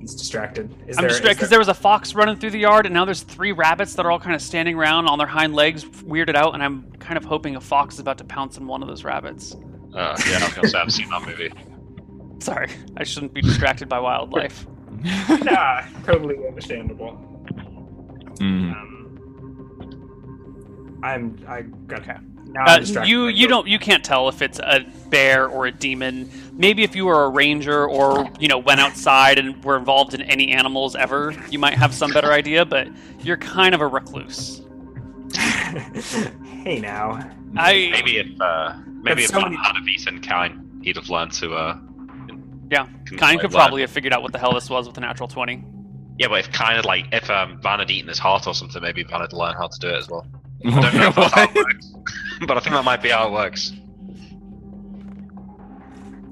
S3: he's distracted? Is
S1: I'm
S3: there-
S1: just because
S3: is
S1: there was a fox running through the yard, and now there's three rabbits that are all kind of standing around on their hind legs, weirded out, and I'm kind of hoping a fox is about to pounce on one of those rabbits.
S4: Uh, yeah, I was gonna say I've seen that movie.
S1: Sorry, I shouldn't be distracted by wildlife.
S3: Nah, totally understandable.
S1: Hmm. Mm-hmm.
S2: Mm.
S3: Um, I'm. I got.
S1: Okay.
S3: Now
S1: Uh,
S3: I'm distracted
S1: you
S3: by
S1: you don't you can't tell if it's a bear or a demon. Maybe if you were a ranger or you know went outside and were involved in any animals ever, you might have some better idea. But you're kind of a recluse.
S3: hey now.
S1: I
S4: Maybe if uh, maybe
S3: That's
S4: if
S3: so
S4: Matt
S3: many-
S4: had a decent kind, he'd have learned to. Uh,
S1: yeah,
S4: can-
S1: Kine
S4: like,
S1: could
S4: learn.
S1: probably have figured out what the hell this was with a natural twenty.
S4: Yeah, but if kind of like if um, Van had eaten his heart or something, maybe Van had learned how to do it as well. I don't know if that's how it works, but I think that might be how it works.
S3: Or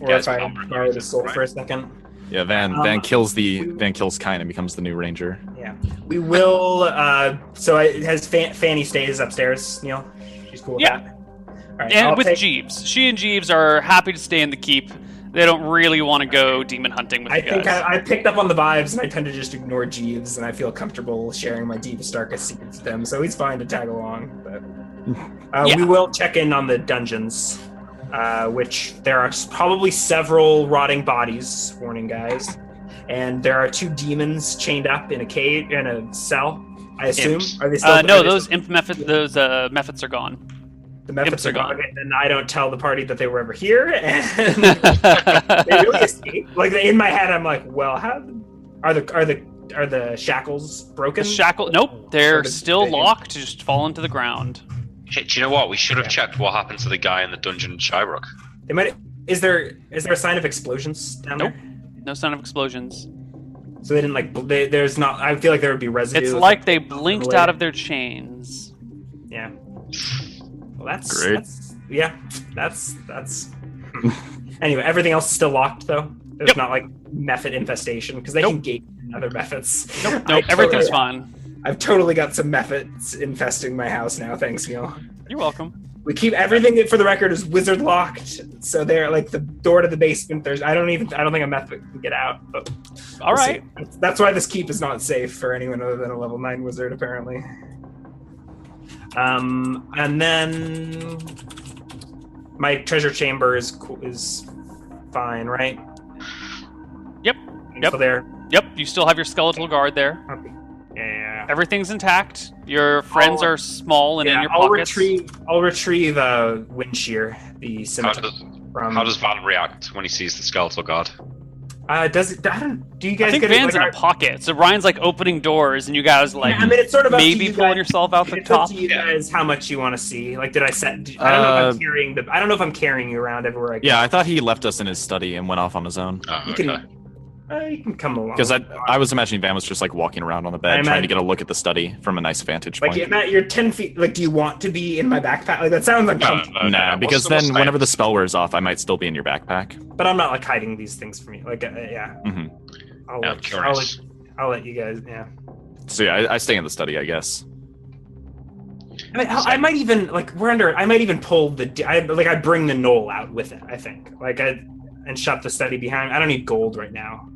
S4: Yeah,
S3: if
S4: it's
S3: I
S4: not
S3: borrowed a soul
S4: right?
S3: for a second.
S2: Yeah, Van
S3: Um,
S2: Van kills the Van kills Kine and becomes the new ranger.
S3: Yeah. We will. Uh, so I, has Fan, Fanny stays upstairs? Neil, she's cool. With
S1: Yeah.
S3: That? All right.
S1: And
S3: I'll
S1: with
S3: take-
S1: Jeeves, she and Jeeves are happy to stay in the keep. They don't really want to go demon hunting with
S3: I
S1: you guys. Uh,
S3: think I, I picked up on the vibes, and I tend to just ignore Jeeves, and I feel comfortable sharing my deepest, darkest secrets with them. So he's fine to tag along. But uh,
S1: Yeah.
S3: we will check in on the dungeons, uh, which there are s- probably several rotting bodies. Warning, guys. And there are two demons chained up in a cave in a cell. I assume
S4: Imps.
S3: are they still?
S1: uh,
S3: are
S1: no,
S3: they
S1: those imp methods, those uh, methods are gone.
S3: The methods
S1: Imps
S3: are
S1: are
S3: gone,
S1: gone.
S3: and then I don't tell the party that they were ever here, and they
S1: yeah,
S3: really escape. Like in my head, I'm like, well, how are the are the are the shackles broken?
S1: The shackle. Nope, they're
S3: Or did
S1: still
S3: they-
S1: locked. Just fallen to the ground.
S4: Shit, do you know what? We should have checked what happened to the guy in the dungeon in Shybrook.
S3: They might. Is there is there a sign of explosions down
S1: Nope.
S3: there?
S1: No sign of explosions.
S3: So they didn't like. bl- They, there's not. I feel like there would be residue.
S1: It's
S3: if-
S1: like they blinked
S3: Later.
S1: out of their chains.
S3: yeah. Well, that's
S2: Great.
S3: That's, yeah, that's that's. hmm. anyway, everything else is still locked though. There's
S1: Yep.
S3: not like method infestation because they can gate other methods. Nope,
S1: Nope, everything's fine.
S3: I've totally got some methods infesting my house now. Thanks, Neil.
S1: You're welcome.
S3: We keep everything for the record is wizard locked, so they're like the door to the basement. There's I don't even I don't think a method can get out. But
S1: All
S3: we'll see.
S1: right.
S3: That's- that's why this keep is not safe for anyone other than a level nine wizard, apparently. Um, and then my treasure chamber is co- is fine, right?
S1: Yep.
S3: Still there.
S1: Yep. You still have your skeletal guard there.
S3: Okay. Yeah.
S1: Everything's intact. Your friends
S3: I'll-
S1: are small and in
S3: Yeah,
S1: your
S3: I'll
S1: pockets.
S3: retrieve. I'll retrieve uh, wind shear, the
S4: How
S3: scimitar
S4: does,
S3: from.
S4: how does Van react when he sees the skeletal guard?
S3: uh, does it? I don't, do you guys
S1: I think
S3: get it,
S1: Van's in
S3: like,
S1: a pocket, so Ryan's like opening doors, and you guys
S3: I-
S1: like
S3: I mean, it's sort of up to
S1: maybe
S3: you
S1: pulling
S3: guys.
S1: yourself out the
S3: It's up
S1: top.
S3: to you
S4: Yeah.
S3: guys how much you want to see. Like, did I set? Did, I don't know if
S2: Uh,
S3: I'm carrying the. I don't know if I'm carrying you around everywhere. I go.
S2: Yeah, I thought he left us in his study and went off on his own
S4: Oh,
S3: You
S4: okay.
S3: can- Uh, you can come along.
S2: because I I was imagining Van was just like walking around on the bed
S3: I'm
S2: trying
S3: at-
S2: to get a look at the study from a nice vantage
S3: like
S2: point.
S3: yeah, Matt, you're ten feet. Like, do you want to be in my backpack? Like, that sounds
S4: No,
S3: uncomfortable.
S4: no, no,
S2: nah,
S4: no.
S2: because
S4: What's the- what's
S2: then
S4: the-
S2: whenever the spell wears off, I might still be in your backpack.
S3: But I'm not like hiding these things from you. Like, uh, yeah.
S2: Mhm.
S3: I'll,
S4: Yeah, I'm
S3: let, I'll, let,
S4: curious.
S3: I'll let you guys. Yeah.
S2: So yeah, I, I stay in the study, I guess.
S3: I, mean, hell, I might even like we're under. I might even pull the. d- I like I bring the knoll out with it. I think like I and shut the study behind. I don't need gold right now,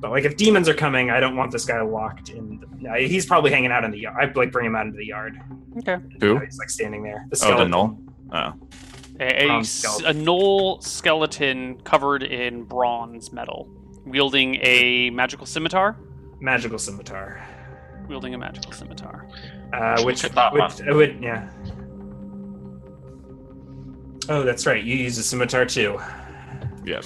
S3: but like if demons are coming, I don't want this guy locked in. The, uh, he's probably hanging out in the yard. I like bring him out into the yard.
S1: Okay.
S2: Who?
S3: Now He's like standing there. The
S2: Oh, the
S3: skeleton.
S2: null. Oh,
S1: A, a,
S3: Um,
S1: s-
S3: skeleton.
S1: a knoll skeleton covered in bronze metal, wielding a magical scimitar.
S3: magical scimitar,
S1: Wielding a magical scimitar.
S3: uh, which
S4: Look at that
S3: which I would yeah. Oh, that's right. You use a scimitar too.
S2: yeah.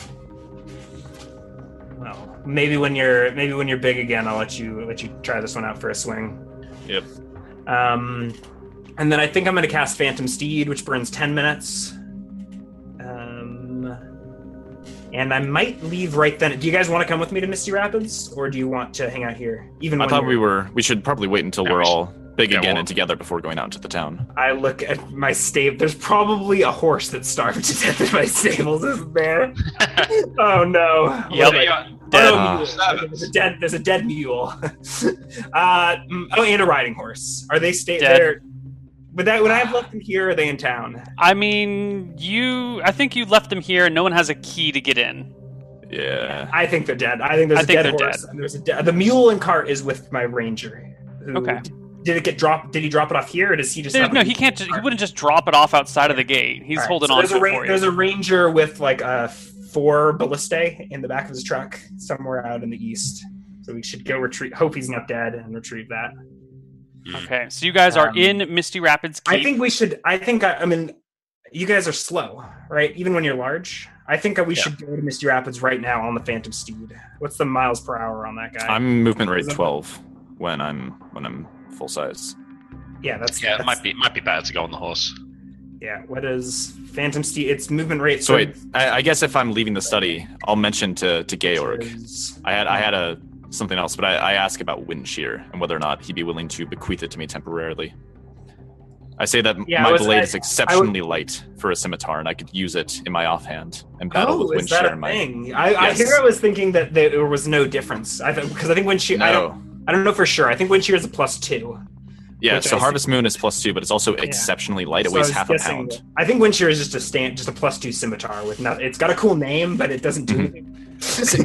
S3: Well, maybe when you're maybe when you're big again, I'll let you let you try this one out for a swing.
S2: Yep.
S3: Um, and then I think I'm going to cast Phantom Steed, which burns 10 minutes. Um, and I might leave right then. Do you guys want to come with me to Misty Rapids, or do you want to hang out here? Even
S2: I
S3: when
S2: thought
S3: you're-
S2: we were. We should probably wait until
S4: Yeah,
S2: we're
S4: we should-
S2: all big
S4: Yeah,
S2: again
S4: well-
S2: and together before going out into the town.
S3: I look at my stable. There's probably a horse that's starved to death in my stables, isn't there? oh no!
S1: Yep.
S4: Yeah,
S3: Wait,
S4: yeah.
S1: Dead.
S3: Oh, no,
S2: Ah.
S3: mule. there's a dead. Uh, There's a dead mule. uh, mm, oh, and a riding horse. Are they stay
S1: Dead.
S3: there? But that when I have left them here, are they in town?
S1: I mean, you. I think you left them here, and no one has a key to get in.
S2: Yeah.
S3: I think they're dead. I think there's
S1: I
S3: a
S1: think
S3: dead
S1: they're
S3: horse. And there's a de- the mule and cart is with my ranger. who-
S1: Okay.
S3: Did it get dropped? Did he drop it off here, or does he just?
S1: There's
S3: have
S1: no.
S3: it-
S1: He can't. Just, he wouldn't just drop it off outside of the gate. He's
S3: Alright,
S1: holding
S3: so
S1: on
S3: There's
S1: to
S3: a
S1: it
S3: ra-
S1: for you.
S3: there's a ranger with like a four ballistae in the back of his truck somewhere out in the east. So we should go retrieve. Hope he's not dead and retrieve that.
S1: Okay, so you guys are
S3: Um,
S1: in Misty Rapids. Keep.
S3: I think we should. I think I, I mean, you guys are slow, right? Even when you're large. I think we
S4: Yeah.
S3: should go to Misty Rapids right now on the Phantom Steed. What's the miles per hour on that guy?
S2: I'm movement rate 12 when I'm when I'm full size.
S3: yeah, that's
S4: Yeah, it
S3: that's-
S4: might be might be better to go on the horse.
S3: Yeah, what is Phantom Steed? It's movement rate.
S2: So wait, I, I guess if I'm leaving the study, I'll mention to to Georg.
S3: is-
S2: I had I had a something else, but I, I ask about wind shear and whether or not he'd be willing to bequeath it to me temporarily. I say that
S3: Yeah, I
S2: my
S3: was-
S2: blade
S3: I-
S2: is exceptionally light for a scimitar, and I could use it in my offhand and battle
S3: Oh,
S2: with
S3: is
S2: wind
S3: that
S2: shear
S3: a
S2: in my.
S3: thing? I, I
S2: Yes.
S3: here I was thinking that there was no difference. I because I think when she I don't
S2: No,
S3: I don't know for sure. I think wind shear is a plus two.
S2: yeah.
S3: which
S2: So
S3: I see.
S2: harvest moon is plus two, but it's also exceptionally light. It
S3: So I
S2: weighs
S3: was
S2: half a
S3: guessing-
S2: pound.
S3: I think wind shear is just a stand, just a plus two scimitar with not. It's got a cool name, but it doesn't do
S2: Mhm.
S3: anything.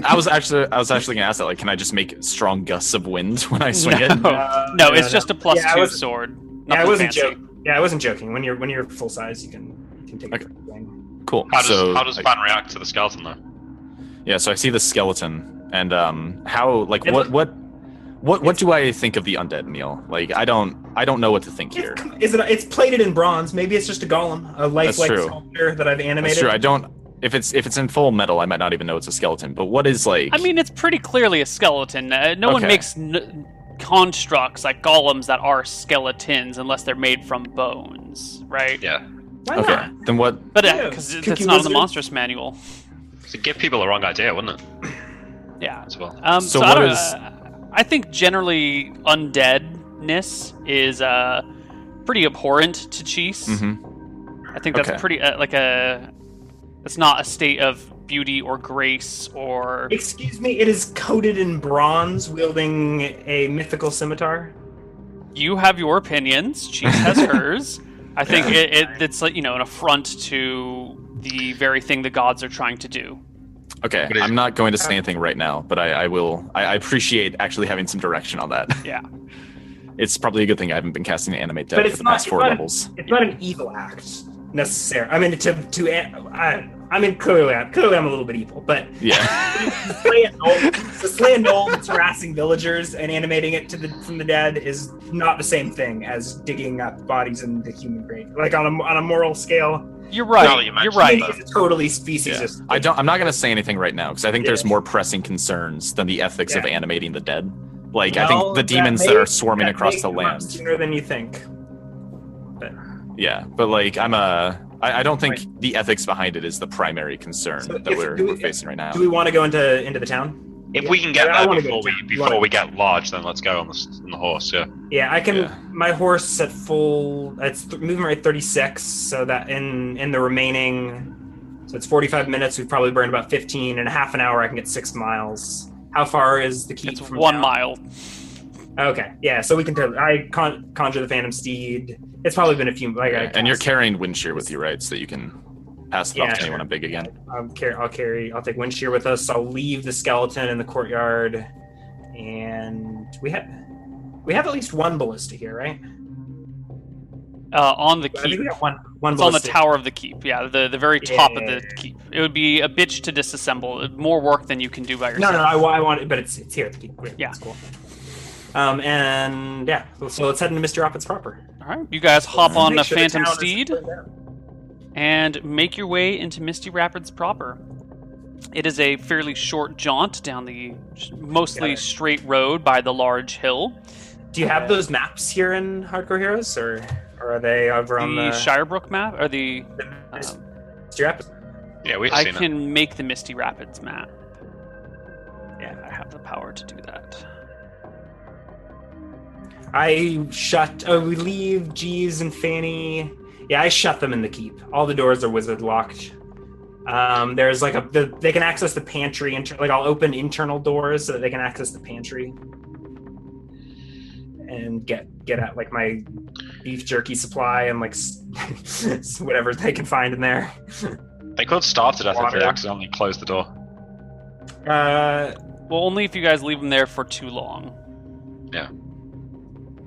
S2: I was actually I was actually gonna ask that. Like, can I just make strong gusts of wind when I swing it?
S1: No, no,
S3: Uh, yeah,
S1: it's just a plus
S3: Yeah, I
S1: two
S3: wasn't-
S1: sword.
S3: Yeah, I
S1: Nothing
S3: wasn't
S1: fancy.
S3: joking. Yeah, I wasn't joking. When you're when you're full size, you can you can take
S2: Okay.
S3: everything.
S2: Cool.
S4: How does
S2: so
S4: how does
S2: I-
S4: Van react to the skeleton though?
S2: Yeah, so I see the skeleton, and um, how like
S3: It-
S2: what what what what do I think of the undead meal? Like I don't I don't know what to think here.
S3: It's, is it? It's plated in bronze. Maybe it's just a golem, a lifelike
S2: true.
S3: sculpture that I've
S2: That's
S3: animated.
S2: true. I don't if it's if it's in full metal, I might not even know it's a skeleton. But what is like?
S1: I mean, it's pretty clearly a skeleton. Uh, no one
S2: Okay.
S1: makes n- constructs like golems that are skeletons unless they're made from bones, right?
S4: Yeah.
S3: Why
S2: okay,
S3: not?
S2: then what?
S1: But
S3: Yeah,
S1: because
S3: cookie
S1: that's not in the
S3: wizard.
S1: monstrous manual.
S4: To give people the wrong idea, wouldn't it?
S1: Yeah.
S4: As well.
S1: Um, so
S2: So
S1: I,
S2: what
S1: don't,
S2: is-
S1: uh, I think generally undeadness is uh, pretty abhorrent to Cheese.
S2: Mm-hmm.
S1: I think that's
S2: Okay.
S1: pretty uh, like a. It's not a state of beauty or grace or.
S3: Excuse me. It is coated in bronze, wielding a mythical scimitar.
S1: You have your opinions. Cheese has hers. I think it, it, it's like you know an affront to the very thing the gods are trying to do.
S2: Okay,
S4: What is-
S2: I'm not going to
S3: Uh,
S2: say anything right now, but I, I will. I, I appreciate actually having some direction on that.
S1: Yeah.
S2: it's probably a good thing I haven't been casting animate
S3: But
S2: dead for
S3: it's
S2: the
S3: not-
S2: past
S3: it's
S2: four
S3: not-
S2: levels.
S3: It's not an evil act necessarily. I mean, to to I, I mean, clearly, I, clearly, I'm a little bit evil, but
S2: Yeah,
S3: to slay a gnoll, to slay a gnoll that's harassing villagers and animating it to the from the dead is not the same thing as digging up bodies in the human grave. Like on a on a moral scale,
S1: You're right.
S4: No, you
S1: you are
S4: mentioned
S1: right.
S3: I think it's a totally species.
S2: yeah.
S3: just-
S2: I don't. I'm not going to say anything right now because I think there's
S3: Yeah.
S2: more pressing concerns than the ethics of
S3: Yeah.
S2: animating the dead. Like I
S3: Well,
S2: think the
S3: that
S2: demons that
S3: may-
S2: are swarming
S3: that
S2: across
S3: may
S2: the
S3: come up
S2: land.
S3: sooner than you think.
S2: Yeah, but like I'm a. I, I don't think the ethics behind it is the primary concern
S3: So
S2: that
S3: if-
S2: we're,
S3: do we-
S2: we're facing right now.
S3: Do we want to go into into the town?
S4: If we can get
S3: Yeah, I
S4: there
S3: wanna go
S4: before
S3: down.
S4: we
S3: You
S4: before
S3: wanna-
S4: we get large, then let's go on the, s- on the horse. Yeah.
S3: Yeah, I can.
S2: Yeah.
S3: My horse at full. It's th- movement rate thirty six, so that in in the remaining, so it's forty five minutes. We've probably burned about fifteen. In half an hour, I can get six miles. How far is the keep?
S1: It's
S3: from
S1: one
S3: town?
S1: mile.
S3: Okay, yeah. So we can. Tell, I con- conjure the Phantom Steed. It's probably been a few. Like, I
S2: Yeah, and you're
S3: cast-
S2: carrying wind shear with you, right? So that you can pass it
S3: Yeah,
S2: off to
S3: sure.
S2: anyone big again.
S3: I'll carry. I'll carry. I'll take wind shear with us. I'll leave the skeleton in the courtyard, and we have we have at least one ballista here, right?
S1: Uh, on the
S3: I think
S1: keep.
S3: we got one. One
S1: It's on the
S3: ballista.
S1: tower of the keep. Yeah, the the very
S3: Yeah,
S1: top
S3: yeah,
S1: of the
S3: yeah.
S1: keep. It would be a bitch to disassemble. More work than you can do by
S3: No,
S1: yourself.
S3: no, I, wa- I want it, but it's it's here. It's here. Great,
S1: Yeah.
S3: it's cool. Um, and yeah, so, so let's head into Mr. Rapids proper.
S1: All right, you guys hop
S2: Make
S1: on a
S3: Make sure the
S1: phantom
S3: town is-
S1: steed. and make your way into Misty Rapids proper. It is a fairly short jaunt down the
S3: Got
S1: mostly
S3: it.
S1: straight road by the large hill.
S3: Do you have those maps here in Hardcore Heroes, or or are they over on
S1: the
S3: the,
S1: Shirebrook map, or the um,
S3: Mr. Rapids?
S4: Yeah, we've
S1: I
S4: seen it.
S1: can make the Misty Rapids map.
S3: Yeah.
S1: I have the power to do that.
S3: I shut. Oh, we leave Jeeves and Fanny. Yeah, I shut them in the keep. All the doors are wizard locked. Um, there's like a the, they can access the pantry. Inter- like I'll open internal doors so that they can access the pantry. and get get at like my beef jerky supply and like s- whatever they can find in there.
S4: They could starve to death if
S3: Water.
S4: they accidentally closed the door.
S3: Uh,
S1: Well, only if you guys leave them there for too long.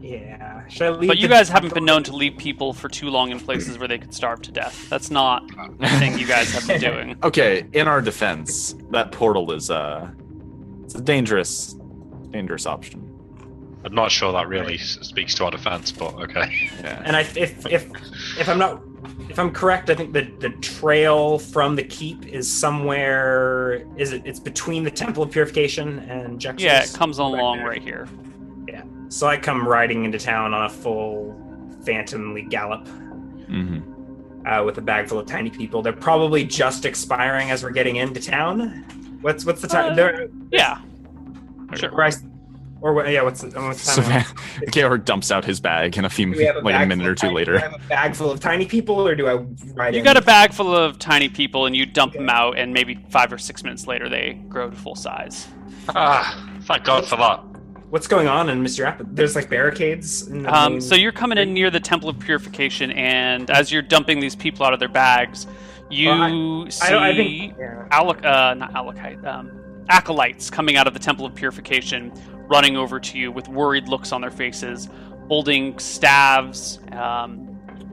S3: yeah. Should I leave?
S1: But you
S3: the-
S1: guys haven't been known to leave people for too long in places where they could starve to death. That's not a thing you guys have been doing.
S2: Okay, in our defense, that portal is uh it's a dangerous dangerous option.
S4: I'm not sure that really s- speaks to our defense, but okay.
S2: Yeah.
S3: And I, if if if I'm not if I'm correct, I think the the trail from the keep is somewhere. Is it? It's between the Temple of Purification and Jexus.
S1: Yeah, it comes
S3: Back
S1: along
S3: there.
S1: right here.
S3: So I come riding into town on a full phantomly gallop
S2: Mm-hmm.
S3: uh, with a bag full of tiny people. They're probably just expiring as we're getting into town. What's what's the time?
S1: Uh,
S3: there,
S1: Yeah. Sure.
S3: where I s- or what, yeah, what's the, what's the time?
S2: Savannah Georg dumps out his bag in a few
S3: Do we have
S2: like a
S3: bag
S2: minute
S3: full
S2: or
S3: of
S2: two
S3: tiny-
S2: later.
S3: Do I have a bag full of tiny people, or do I ride?
S1: You
S3: in?
S1: got a bag full of tiny people and you dump them
S3: Okay.
S1: out, and maybe five or six minutes later they grow to full size.
S4: Ah, thank God for that.
S3: What's going on in Mr. Rapid? There's like barricades. In the
S1: Um,
S3: main-
S1: so you're coming in near the Temple of Purification, and as you're dumping these people out of their bags, you
S3: Well,
S1: see
S3: I, don't, I think. Yeah.
S1: Alec, uh, not Alakite, um, acolytes coming out of the Temple of Purification, running over to you with worried looks on their faces, holding staves, um,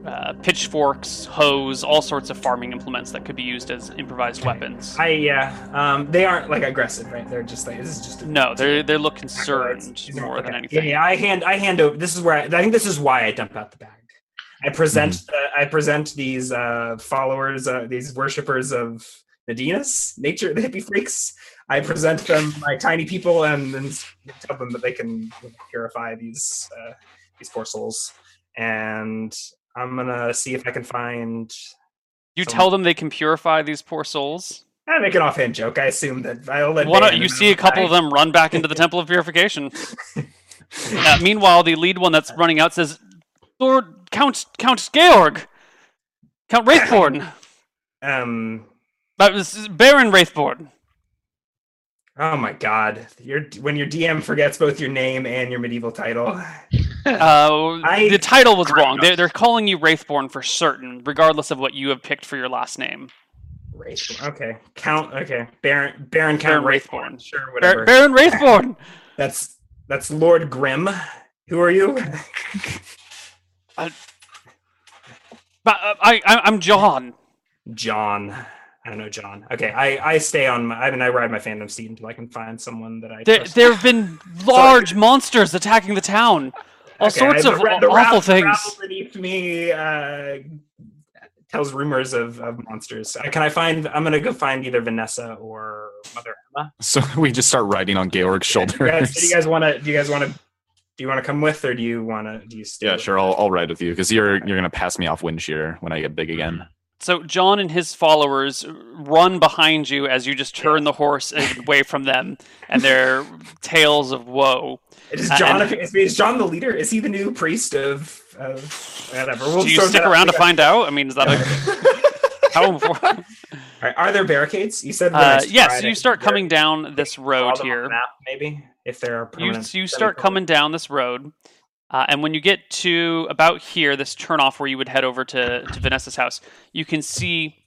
S1: uh, pitchforks, hoes, all sorts of farming implements that could be used as improvised weapons.
S3: I yeah. Um, they aren't like aggressive, right? They're just like this is just. A
S1: No, they they look
S3: Acolytes.
S1: concerned
S3: These aren't-
S1: more than
S3: okay.
S1: anything.
S3: Yeah, yeah, I hand I hand over. This is where I, I think this is why I dump out the bag. I present
S1: Mm-hmm.
S3: uh, I present these uh, followers, uh, these worshippers of Nadinas, nature, the hippie freaks. I present them my tiny people and, then tell them that they can purify these uh, these poor souls. And I'm gonna see if I can find.
S1: You
S3: So-
S1: tell them they can purify these poor souls.
S3: I make an offhand joke. I assume that I'll let
S1: One,
S3: Dan
S1: you
S3: and
S1: see a couple of
S3: I-
S1: them run back into the Temple of Purification. Uh, meanwhile, the lead one that's running out says, "Lord Count Count Georg, Count Wraithborn,
S3: Um.
S1: that was Baron Wraithborn."
S3: Oh my God! Your when your DM forgets both your name and your medieval title.
S1: Oh. Uh,
S3: I-
S1: the title was
S4: Great.
S1: wrong. They're, they're calling you Wraithborn for certain, regardless of what you have picked for your last name.
S3: Wraithborn. Okay. Count. Okay. Baron. Baron Count
S1: Baron
S3: Wraithborn.
S1: Wraithborn.
S3: Sure.
S1: Bar-
S3: Whatever.
S1: Baron Wraithborn.
S3: that's that's Lord Grimm. Who are you?
S1: But, uh, I, I I'm John.
S3: John. I don't know John. Okay. I I stay on. My, I mean, I ride my fandom seat until I can find someone that I.
S1: There,
S3: trust.
S1: there have been large monsters attacking the town. All
S3: Okay,
S1: sorts
S3: I-
S1: of
S3: the ra-
S1: aw-
S3: the
S1: awful
S3: rabble-
S1: things.
S3: rabble beneath me uh, tells rumors of, of monsters. Uh, can I find? I'm gonna go find either Vanessa or Mother Emma.
S2: So we just start riding on Georg's
S3: Do you guys,
S2: shoulders.
S3: do you guys want to? Do you guys want to? Do you want to come with, or do you want to? Do you stay?
S2: Yeah,
S3: with-
S2: sure. I'll, I'll ride with you because you're you're gonna pass me off wind shear when I get big again.
S1: So John and his followers run behind you as you just turn the horse away from them and their tales of woe.
S3: Is
S1: Uh,
S3: John?
S1: and-
S3: is, is John the leader? Is he the new priest of, of whatever? We'll
S1: Do you
S3: throw
S1: stick
S3: that out
S1: around to
S3: there.
S1: find out? I mean, is that a how?
S3: All right, are there barricades? You said
S1: Uh,
S3: last
S1: yes,
S3: Friday.
S1: you start
S3: There-
S1: coming down this
S3: follow them
S1: road
S3: on the
S1: here.
S3: map, maybe if there are
S1: You
S3: permanent
S1: you start
S3: semicolons.
S1: coming down this road, uh, and when you get to about here, this turnoff where you would head over to to Vanessa's house, you can see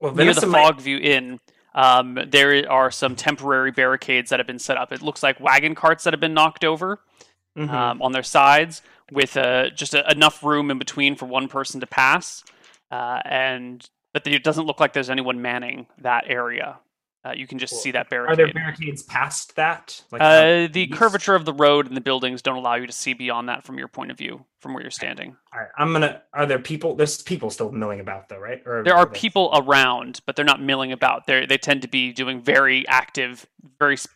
S3: Well,
S1: near the
S3: Vanessa might-
S1: Fogview Inn, um, there are some temporary barricades that have been set up. It looks like wagon carts that have been knocked over
S3: Mhm.
S1: um, on their sides, with uh, just a, enough room in between for one person to pass. Uh, and but it doesn't look like there's anyone manning that area. Uh, you can just
S3: Cool.
S1: see that barricade.
S3: are there barricades past that? Like um,
S1: uh, the
S3: east?
S1: curvature of the road and the buildings don't allow you to see beyond that from your point of view, from where you're standing.
S3: All right, I'm gonna. Are there people? There's people still milling about, though, right? Or
S1: There are
S3: they-
S1: people around, but they're not milling about. They they tend to be doing very active, very sp-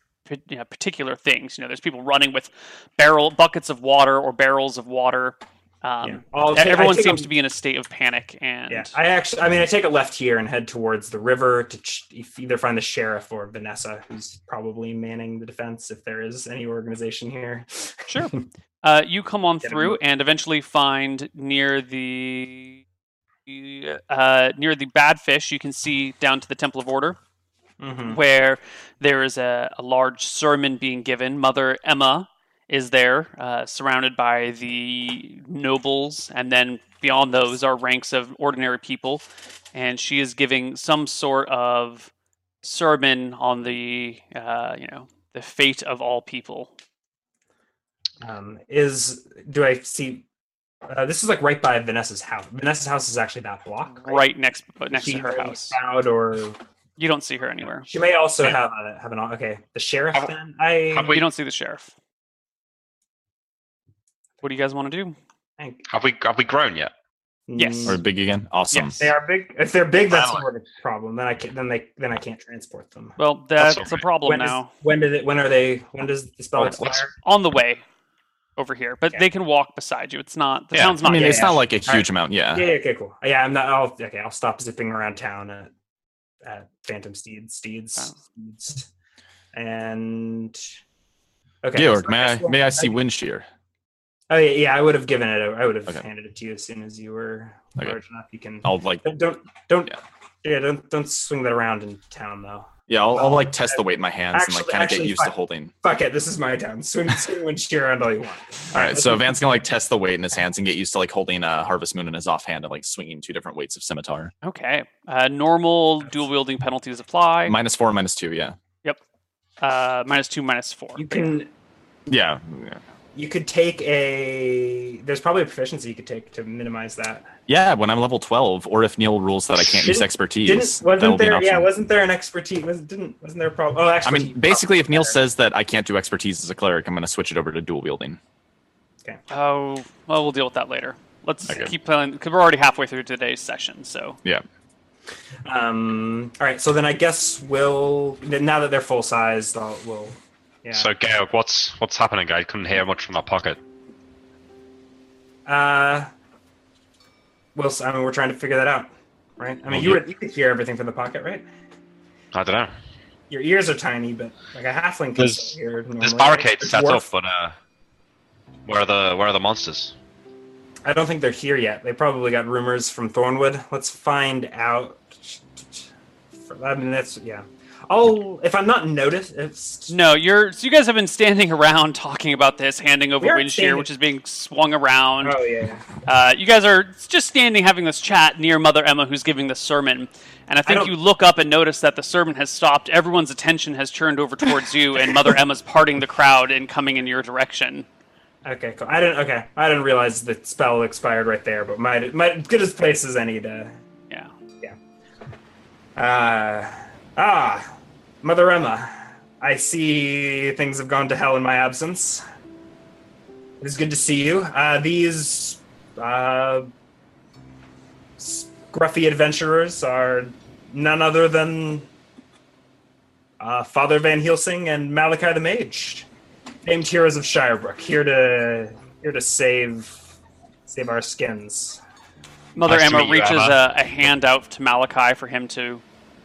S1: you know, particular things. You know, there's people running with barrel buckets of water or barrels of water. Um,
S3: Yeah. I'll
S1: e-
S3: take- I
S1: everyone
S3: take a-
S1: seems to be in a state of panic, and
S3: Yeah, I actually. I mean, I take a left here and head towards the river to ch- if- either find the sheriff or Vanessa, who's probably manning the defense if there is any organization here.
S1: Sure. uh, you come on
S3: Get a
S1: through
S3: move.
S1: and eventually find near the uh, near the bad fish. You can see down to the Temple of Order.
S3: Mhm.
S1: Mm-hmm. where there is a, a large sermon being given. Mother Emma is there, uh, surrounded by the nobles, and then beyond those are ranks of ordinary people. And she is giving some sort of sermon on the, uh, you know, the fate of all people.
S3: Um, is do I see? Uh, this is like right by Vanessa's house. Vanessa's house is actually that block.
S1: Right, next, uh, next
S3: She
S1: to her
S3: may
S1: house.
S3: Out or
S1: You don't see her anywhere.
S3: she may also have a, have an okay. The sheriff.
S4: Have-
S3: Then I
S4: have we-
S1: You don't see the sheriff. What do you guys want to do?
S3: think mm,
S4: Have we have we grown yet?
S1: Yes.
S2: Or big again? Awesome.
S1: Yes.
S3: They are big. If they're big, that's
S4: Wow.
S3: more the problem. Then I can then they then I can't transport them.
S1: Well, that's,
S4: all
S1: a
S4: right.
S1: problem
S3: When is-
S1: now.
S3: when did it? When are they? When does the spell
S4: Oh,
S3: expire?
S4: let's-
S1: On the way over here, but
S3: Yeah.
S1: they can walk beside you. It's not, the
S4: Yeah,
S1: town's
S2: I
S1: not
S2: mean,
S1: yet.
S2: it's
S3: yeah.
S2: not like a huge
S3: Alright.
S2: amount. Yeah.
S3: Yeah, yeah. Okay. Cool. Yeah. I'm not. I'll okay. I'll stop zipping around town at, at Phantom Steeds. Steeds. Steeds. And okay.
S2: Georg,
S3: so
S2: may I
S3: guess we'll-
S2: may I see wind shear?
S3: Oh yeah, yeah. I would have given it. o- I would have
S2: Okay.
S3: handed it to you as soon as you were
S2: Okay.
S3: large enough. You can.
S2: I'll like
S3: Don't don't don't.
S2: Yeah.
S3: Yeah. don't don't swing that around in town though.
S2: yeah, I'll, I'll
S3: Well,
S2: like test the weight in my hands and
S3: actually-
S2: like kind of get
S3: actually,
S2: used to
S3: fine.
S2: holding.
S3: Fuck it. This is my town. Swing swing one cheer around all you want.
S2: All right, so Van's gonna like test the weight in his hands and get used to like holding uh, Harvest Moon in his offhand and like swinging two different weights of scimitar.
S1: Okay. Uh, normal dual wielding penalties apply.
S2: Minus four, minus two, yeah,
S1: uh, minus two, minus four.
S3: you can
S2: yeah. yeah.
S3: you could take a. There's probably a proficiency you could take to minimize that.
S2: Yeah, when I'm level twelve, or if Neil rules that I can't use
S3: Didn't-
S2: expertise,
S3: Didn't
S2: that'll
S3: wasn't
S2: be an
S3: there? Yeah,
S2: option.
S3: wasn't there an expertise? Was didn't wasn't there a problem? Oh,
S2: I
S3: actually,
S2: mean, basically, if Neil says that I can't do expertise as a cleric, I'm gonna switch it over to dual wielding.
S1: Oh, well, we'll deal with that later. Let's
S2: Okay.
S1: keep playing because we're already halfway through today's session. So
S2: Yeah,
S3: Um. All right. So then I guess we'll now that they're full sized, I'll we'll. Yeah.
S4: So Georg, what's what's happening? I couldn't hear much from that pocket.
S3: uh. Well, s- I mean, we're trying to figure that out, right? I mean, you
S4: Okay.
S3: would you could hear everything from the pocket, right?
S4: I don't know.
S3: Your ears are tiny, but like a halfling can
S4: There's-
S3: still hear. normally.
S4: There's barricades
S3: A
S4: set
S3: dwarf-
S4: up, but uh, where are the where are the monsters?
S3: I don't think they're here yet. They probably got rumors from Thornwood. Let's find out. I mean, that's yeah. I'll if I'm not noticed. It's,
S1: no, you're so you guys have been standing around talking about this, handing over
S3: We aren't
S1: wind shear,
S3: standing-
S1: which is being swung around.
S3: oh yeah.
S1: Uh, you guys are just standing having this chat near Mother Emma, who's giving the sermon. And I think
S3: don't-
S1: you look up and notice that the sermon has stopped. Everyone's attention has turned over towards you, and Mother Emma's parting the crowd and coming in your direction.
S3: Okay, cool. I didn't. Okay, I didn't realize the spell expired right there, but my my good as place as any to.
S1: Yeah.
S3: Uh, ah, Mother Emma, I see things have gone to hell in my absence. It is good to see you. Uh, these uh, scruffy adventurers are none other than uh, Father Van Helsing and Malachi the Mage, named heroes of Shirebrook, here to here to save save our skins.
S1: Mother
S4: Nice to
S1: Emma
S4: meet you,
S1: reaches
S4: Emma.
S1: A, a hand out to Malachi for him to,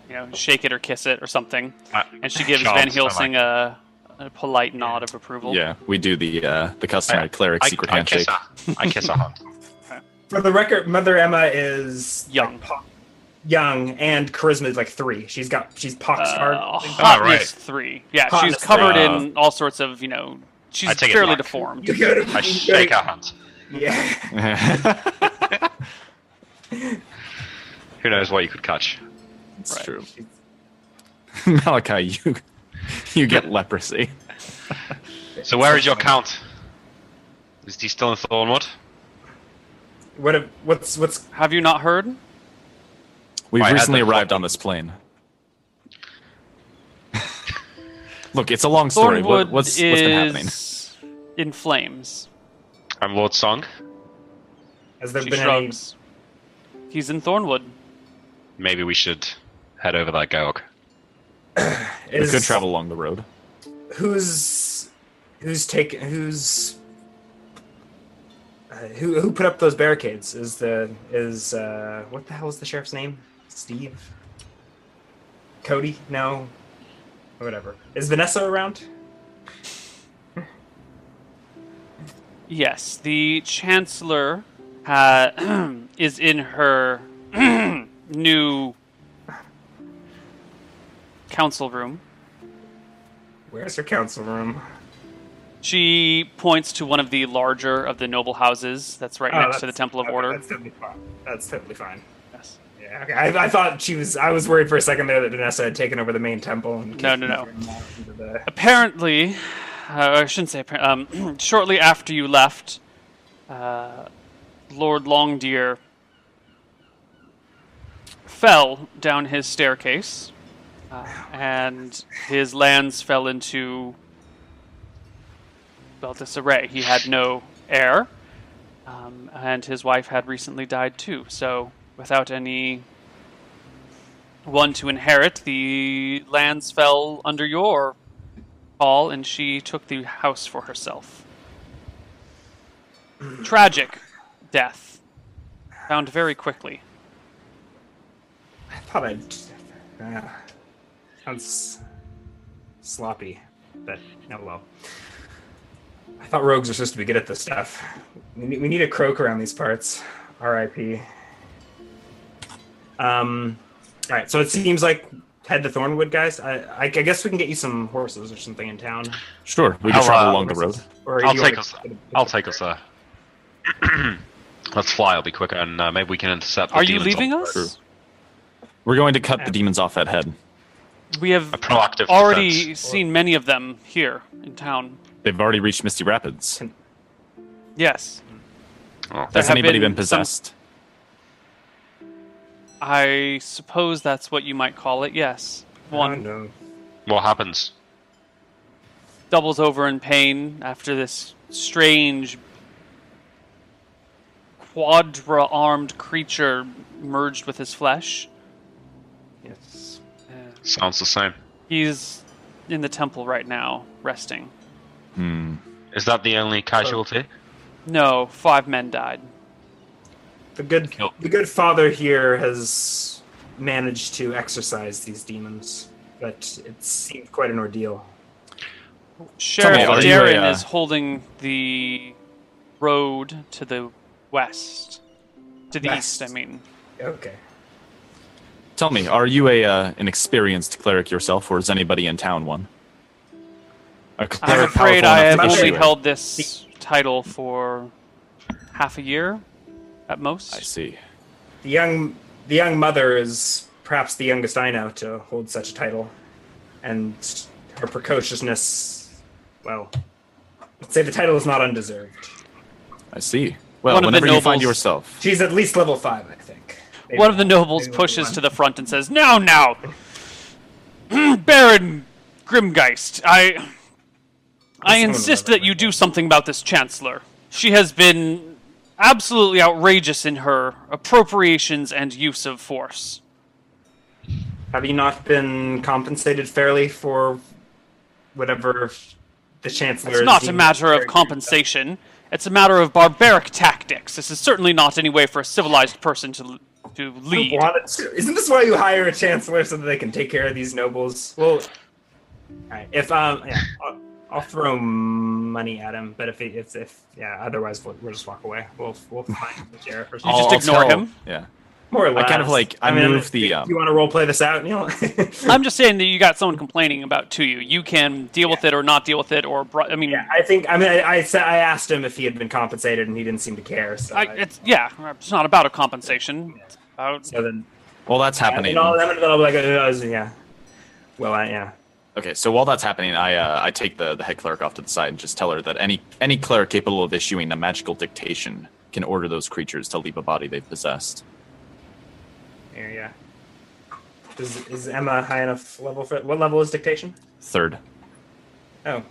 S1: you know, shake it or kiss it or something.
S4: Uh,
S1: And she gives
S4: Charles,
S1: Van
S4: I
S1: Helsing
S4: like-
S1: a, a polite nod of approval.
S2: yeah. We do the uh, the customary cleric
S4: I,
S2: secret
S4: I
S2: handshake.
S4: kiss her. I kiss her hand.
S3: For the record, Mother Emma is
S1: Young.
S3: po- young, and charisma is like three. She's got she's pox hard.
S1: Uh,
S4: Ah, right.
S1: hotness three. Yeah,
S3: Hotness
S1: she's covered
S2: three.
S1: in all sorts of, you know, she's
S4: Uh, I take it
S1: fairly
S4: back.
S1: deformed.
S3: you gotta,
S4: I shake her hand.
S3: Yeah.
S4: Who knows what you could catch?
S2: It's
S1: Right.
S2: true. Malachi, you you get leprosy.
S4: So where is your count? Is he still in Thornwood?
S3: What? if- What's what's?
S1: Have you not heard?
S2: We've
S4: I had
S2: recently
S4: the-
S2: arrived on this plane. Look, it's a long story.
S1: Thornwood
S2: What, what's
S1: is
S2: what's been happening?
S1: in flames.
S4: I'm Lord Song.
S3: Has there
S1: she
S3: been
S1: shrugs. He's in Thornwood.
S4: Maybe we should head over there, Georg.
S3: any? Is,
S2: we could travel along the road.
S3: Who's who's taking who's uh, who who put up those barricades? Is the is uh what the hell is the sheriff's name? Steve. Cody? No. Whatever. Is Vanessa around?
S1: Yes, the Chancellor uh, is in her new council room.
S3: Where's her council room?
S1: She points to one of the larger of the noble houses that's right
S3: Oh,
S1: next to the
S3: that's-
S1: Temple of
S3: okay,
S1: Order.
S3: That's totally fine. That's totally fine.
S1: Yes.
S3: Yeah, okay. I, I thought she was. I was worried for a second there that Vanessa had taken over the main temple. And
S1: No, no, no.
S3: Into the-
S1: Apparently, uh, I shouldn't say. appar- Um, shortly after you left, uh, Lord Longdeer fell down his staircase, uh, and his lands fell into well disarray. He had no heir, um, and his wife had recently died too. So, without any one to inherit, the lands fell under your all, and she took the house for herself. Tragic death. Found very quickly.
S3: I thought I'd. Uh, sounds sloppy, but no, well. I thought rogues are supposed to be good at this stuff. We need, we need a croak around these parts. R.I.P. Um. All right, so it seems like head to Thornwood, guys. I, I, I guess we can get you some horses or something in town.
S2: Sure, we can
S4: I'll,
S2: travel
S4: uh,
S2: along the road.
S3: Or
S4: I'll
S3: you
S4: take
S3: wanna-
S4: us. I'll take us there. Let's fly. It'll be quicker, and uh, maybe we can intercept. The
S1: Are you
S4: demons
S1: leaving
S4: on-
S2: True.
S1: us?
S2: We're going to cut the demons off that head.
S1: We have
S4: A proactive
S1: already
S4: defense.
S1: seen many of them here in town.
S2: They've already reached Misty Rapids.
S1: Yes,
S4: Oh,
S2: Has
S1: have
S2: anybody
S1: been
S2: been,
S1: some-
S2: possessed?
S1: I suppose that's what you might call it. Yes.
S3: I
S1: One
S3: don't know.
S4: what happens?
S1: doubles over in pain after this strange quadra armed creature merged with his flesh.
S3: Yes.
S1: Uh,
S4: Sounds the same.
S1: He's in the temple right now, resting.
S2: Hmm.
S4: Is that the only casualty?
S1: No, five men died.
S3: The good
S4: Kill.
S3: the good father here has managed to exorcise these demons, but it seemed quite an ordeal.
S1: Sheriff
S2: are you
S1: Darren
S2: a, uh,
S1: is holding the road to the west. To the
S3: West.
S1: east, I mean.
S3: Okay.
S2: Tell me, are you a uh, an experienced cleric yourself, or is anybody in town one? A
S1: I'm
S2: cleric
S1: afraid
S2: powerful
S1: I have
S2: enough to
S1: only
S2: issue it.
S1: held this title for half a year at
S2: I
S1: most.
S2: see.
S3: The young the young mother is perhaps the youngest I know to hold such a title, and her precociousness, well, let's say the title is not undeserved.
S2: I see. Well,
S1: One of the
S2: whenever you find
S1: nobles-
S2: yourself,
S3: She's at least level five, I think. Maybe
S1: One of the
S3: not.
S1: nobles
S3: Maybe
S1: pushes
S3: one.
S1: to the front and says, Now, now! Baron Grimgeist, I. I
S3: Someone
S1: insist
S3: remember
S1: that you do something about this Chancellor. She has been absolutely outrageous in her appropriations and use of force.
S3: Have you not been compensated fairly for whatever the chancellor?
S1: It's
S3: is
S1: not a
S3: deemed-
S1: matter of compensation, it's a matter of barbaric tactics. This is certainly not any way for a civilized person to, to
S3: You
S1: lead.
S3: want it to- Isn't this why you hire a chancellor so that they can take care of these nobles? Well, alright, if um, yeah, I'll, I'll throw money at him, but if it, if if yeah, otherwise we'll, we'll just walk away. We'll we'll find the sheriff or something.
S1: just ignore
S2: tell-
S1: him?
S2: Yeah.
S3: More or less.
S2: I kind of like- I move the,
S3: Do
S2: um,
S3: you want to role play this out, Neil?
S1: I'm just saying that you got someone complaining about to you. You can deal with
S3: Yeah.
S1: it or not deal with it, or br- I mean,
S3: yeah, I think I mean I, I said I asked him if he had been compensated, and he didn't seem to care. So
S1: I,
S3: I-
S1: it's yeah, it's not about a compensation. It's about
S3: so then
S2: While that's happening,
S3: And all that, and then I'll be like, uh, yeah. Well, I, yeah.
S2: okay. So while that's happening, I uh, I take the, the head cleric off to the side and just tell her that any any cleric capable of issuing a magical dictation can order those creatures to leave a body they've possessed.
S3: Yeah, yeah. Is, is Emma high enough level for What level is dictation?
S2: Third,
S3: Oh.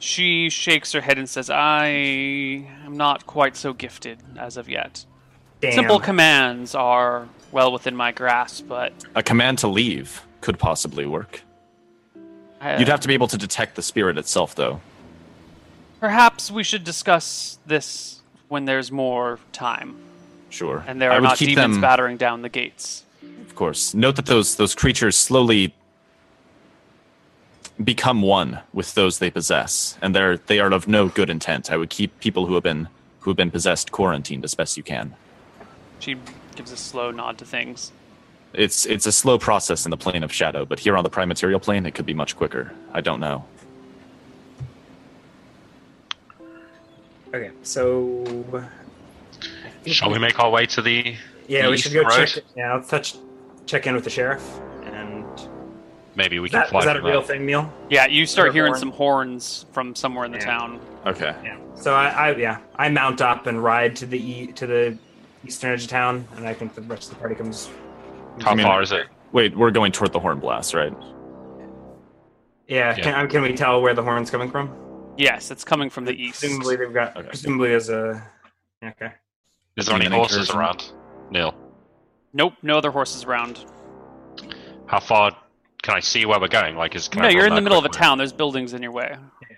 S1: she shakes her head and says, "I am not quite so gifted as of yet.
S3: Damn.
S1: Simple commands are well within my grasp, but
S2: a command to leave could possibly work.
S1: uh,
S2: You'd have to be able to detect the spirit itself, though.
S1: perhaps we should discuss this when there's more time
S2: Sure.
S1: and there
S2: I
S1: are
S2: would
S1: not
S2: keep
S1: demons
S2: them,
S1: battering down the gates."
S2: Of course. Note that those those creatures slowly become one with those they possess, and they're they are of no good intent. I would keep people who have been who have been possessed quarantined as best you can.
S1: She gives a slow nod to things.
S2: It's it's a slow process in the plane of shadow, but here on the primaterial plane, it could be much quicker. I don't know.
S3: Okay, so
S4: Shall we make our way to the?
S3: yeah, we
S4: East
S3: should go
S4: Road?
S3: check. Yeah, let's touch, check in with the sheriff. And
S4: Maybe we
S3: is
S4: can
S3: that,
S4: fly
S3: is that a
S4: from
S3: real
S4: there.
S3: thing, Neil?
S1: Yeah, you start
S3: Or
S1: hearing
S3: horn.
S1: some horns from somewhere in the
S3: Yeah.
S1: town.
S2: Okay.
S3: Yeah. So I, I yeah, I mount up and ride to the e- to the eastern edge of town, and I think the rest of the party comes.
S4: How
S2: I mean-
S4: far is it?
S2: Wait, we're going toward the horn blast, right?
S3: Yeah. Can, um, can we tell where the horn's coming from?
S1: Yes, it's coming from the east.
S3: Presumably they've got.
S2: Okay.
S3: Presumably there's a. Okay.
S4: Is there any
S2: Demon
S4: horses
S2: incursion.
S4: around? Neil,
S1: Nope, no other horses around.
S4: how far can I see where we're going? Like, is can
S1: no,
S4: I
S1: you're
S4: run
S1: in the
S4: that
S1: middle of a
S4: quickly?
S1: town. There's buildings in your way.
S3: Yeah.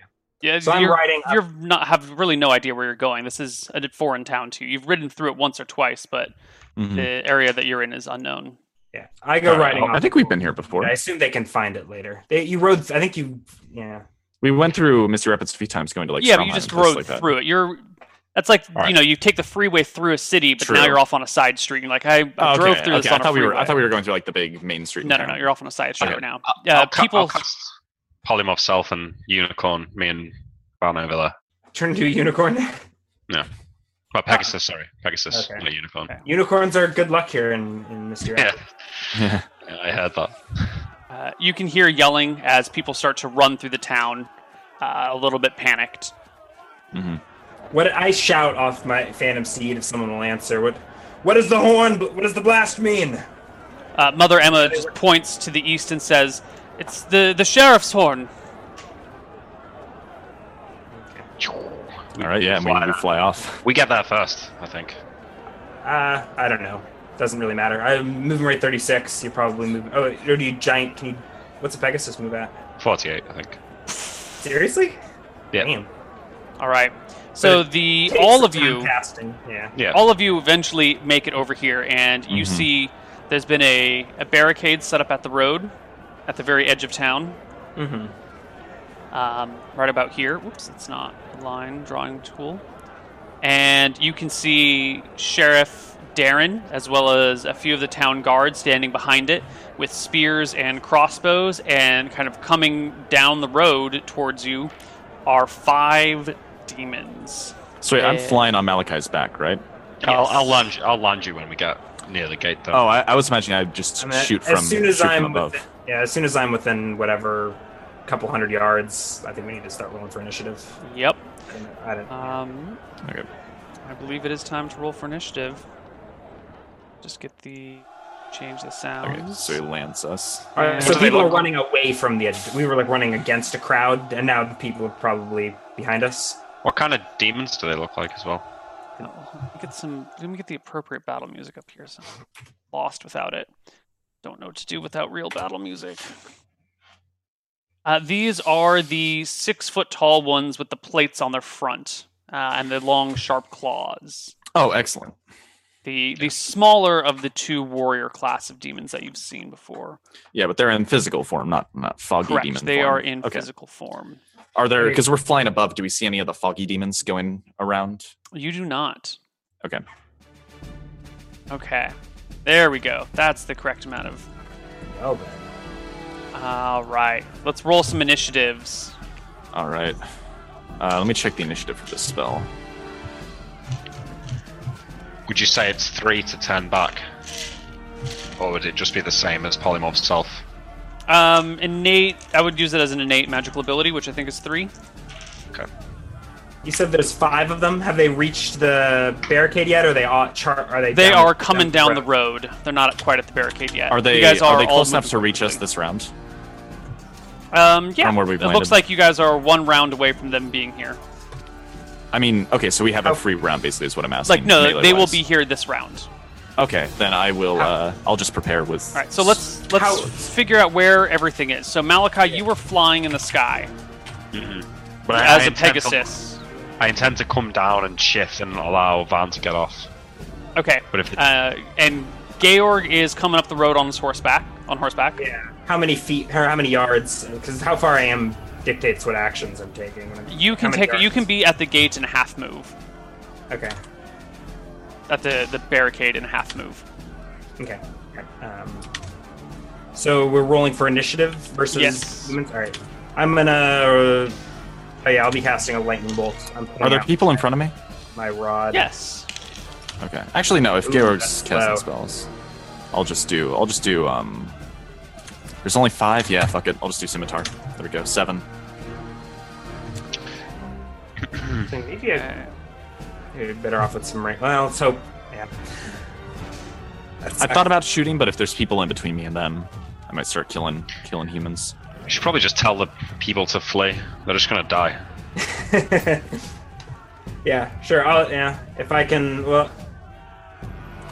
S1: Yeah,
S3: So I'm
S1: you're,
S3: riding. Up,
S1: you're not have really no idea where you're going. This is a foreign town to you. You've ridden through it once or twice, but
S2: Mhm.
S1: the area that you're in is unknown.
S3: yeah. I go
S2: All right,
S3: riding.
S2: I
S3: up.
S2: think we've been here before.
S3: Uh, I assume they can find it later. They, you rode. I think you. Yeah.
S2: We went through Mr. Epics a few times going to like
S1: yeah, but
S2: Stromheim
S1: you just
S2: and places
S1: rode
S2: like that.
S1: through it. You're that's like
S4: All right.
S1: you know you take the freeway through a city, but now
S2: True.
S1: you're off on a side street. And you're like I, I
S2: Oh,
S1: drove
S2: okay,
S1: through
S2: okay.
S1: this on
S2: I thought
S1: a freeway.
S2: we were I thought we were going through like the big main street. in
S1: no, no, no.
S2: town.
S1: You're off on a side street
S2: Okay.
S1: right now.
S4: I'll-
S1: Uh,
S4: I'll ca- I'll
S1: people,
S4: cast Polymorph Self and Unicorn, me and Brown over there.
S3: Turn to a unicorn.
S1: Ah.
S4: Well, Pegasus, sorry. Pegasus,
S3: Okay.
S4: not Unicorn.
S3: Unicorns are good luck here in in Mr.
S4: Yeah.
S3: Apple.
S2: Yeah.
S4: yeah, I heard that.
S1: uh, you can hear yelling as people start to run through the town, uh, a little bit panicked.
S2: Mhm.
S3: What I shout off my phantom seed if someone will answer. What what does the horn? What does the blast mean?
S1: Uh, Mother Emma just points to the east and says, "It's the the sheriff's horn."
S2: All right, yeah, and we,
S4: Fly
S2: we
S4: on.
S2: fly off.
S4: We get there first, I think.
S3: Uh, I don't know. Doesn't really matter. I'm moving rate 36. You're probably moving. Oh, or do you giant? Can you? What's a Pegasus move at?
S4: 48, I think.
S3: Seriously?
S4: Yeah.
S3: Damn.
S1: All right. So
S3: it
S1: the
S3: Takes
S1: all of
S3: some time
S1: you.
S3: Casting. Yeah.
S4: Yeah. Mm-hmm.
S1: all of you eventually make it over here and you
S2: Mhm.
S1: see there's been a, a barricade set up at the road at the very edge of town
S3: Mm-hmm.
S1: um, right about here whoops it's not a line drawing tool and you can see sheriff darren as well as a few of the town guards standing behind it with spears and crossbows and kind of coming down the road towards you are five demons
S2: So wait, I'm
S1: Yeah.
S2: flying on Malachi's back, right?
S4: I'll,
S1: Yes.
S4: I'll lunge. I'll lunge you when we get near the gate, though.
S2: Oh, I, I was imagining I'd just
S3: I mean,
S2: shoot
S3: as
S2: from
S3: soon as
S2: shoot from
S3: I'm
S2: above.
S3: within- yeah, as soon as I'm within whatever couple hundred yards, I think we need to start rolling for initiative.
S1: yep
S3: I don't. know- I don't
S1: um,
S2: Okay.
S1: I believe it is time to roll for initiative. Just get the change the
S2: Okay,
S1: sounds.
S2: so he lands us.
S3: All right, so
S4: What do they
S3: people are
S4: look-
S3: running away from the. edge. We were like running against a crowd, and now the people are probably behind us.
S4: What kind of demons do they look like as well?
S1: Oh, let me get some. Let me get the appropriate battle music up here. So I'm lost without it. Don't know what to do without real battle music. Uh, these are the six foot tall ones with the plates on their front uh, and the long sharp claws.
S2: Oh, excellent.
S1: The the smaller of the two warrior class of demons that you've seen before.
S2: Yeah, but they're in physical form, not not foggy
S1: Correct.
S2: demon.
S1: they
S2: form.
S1: are in
S2: okay.
S1: physical form.
S2: Are there because we're flying above? Do we see any of the foggy demons going around?
S1: You do not.
S2: Okay.
S1: Okay. There we go. That's the correct amount of.
S3: Oh, but
S1: All right. Let's roll some initiatives.
S2: All right. Uh, let me check the initiative for this spell.
S4: Would you say it's three to ten back, or would it just be the same as Polymorph Self?
S1: Um, innate. I would use it as an innate magical ability, which I think is three.
S4: Okay.
S3: You said there's five of them. Have they reached the barricade yet? Or are they all char- Are they?
S1: They
S3: down-
S1: are coming down the road. They're not quite at the barricade yet.
S2: Are they
S1: You guys
S2: are,
S1: are,
S2: they
S1: all
S2: close enough
S1: moving
S2: to reach us
S1: quickly.
S2: this round?
S1: Um, yeah.
S2: from where we've
S1: it
S2: landed?
S1: looks like you guys are one round away from them being here.
S2: I mean, okay, so we have
S3: How-
S2: a free round basically is what I'm asking.
S1: Oh. Like, no, they will
S2: melee-wise.
S1: be here this round.
S2: Okay, then I will. Uh, I'll just prepare with.
S1: All right, so let's let's
S3: How-
S1: figure out where everything is. So Malachi, you were flying in the sky
S4: But I- I
S1: as a
S4: intend to-
S1: Pegasus.
S4: I intend to come down and shift and allow Van to get off.
S1: Okay.
S4: But if it-
S1: uh, and Georg is coming up the road on his horseback. On horseback.
S3: Yeah. How many feet? Or how many yards? Because how far I am dictates what actions I'm taking. when I'm-
S1: You
S3: how
S1: can
S3: many
S1: take. You
S3: yards.
S1: can be at the gate in half move.
S3: Okay.
S1: At the the barricade in half move.
S3: Okay. okay. Um, so we're rolling for initiative versus
S1: Yes.
S3: humans. All right. I'm gonna. Oh yeah, I'll be casting a lightning bolt. I'm putting
S2: Are there
S3: out
S2: people in front of me?
S3: my rod.
S1: Yes.
S2: Okay. Actually, no. If
S3: Ooh,
S2: Georg's
S3: that's
S2: casting
S3: loud.
S2: spells, I'll just do. I'll just do. Um. There's only five. Yeah. Fuck it. I'll just do scimitar. There we go. Seven.
S3: So Maybe
S1: Uh,
S3: I you're better off with some rain. Well, let's hope. Yeah. That's
S2: I thought about shooting, but if there's people in between me and them, I might start killing killing humans.
S4: You should probably just tell the people to flee. They're just gonna die.
S3: yeah, sure. I'll, yeah, if I can. Well,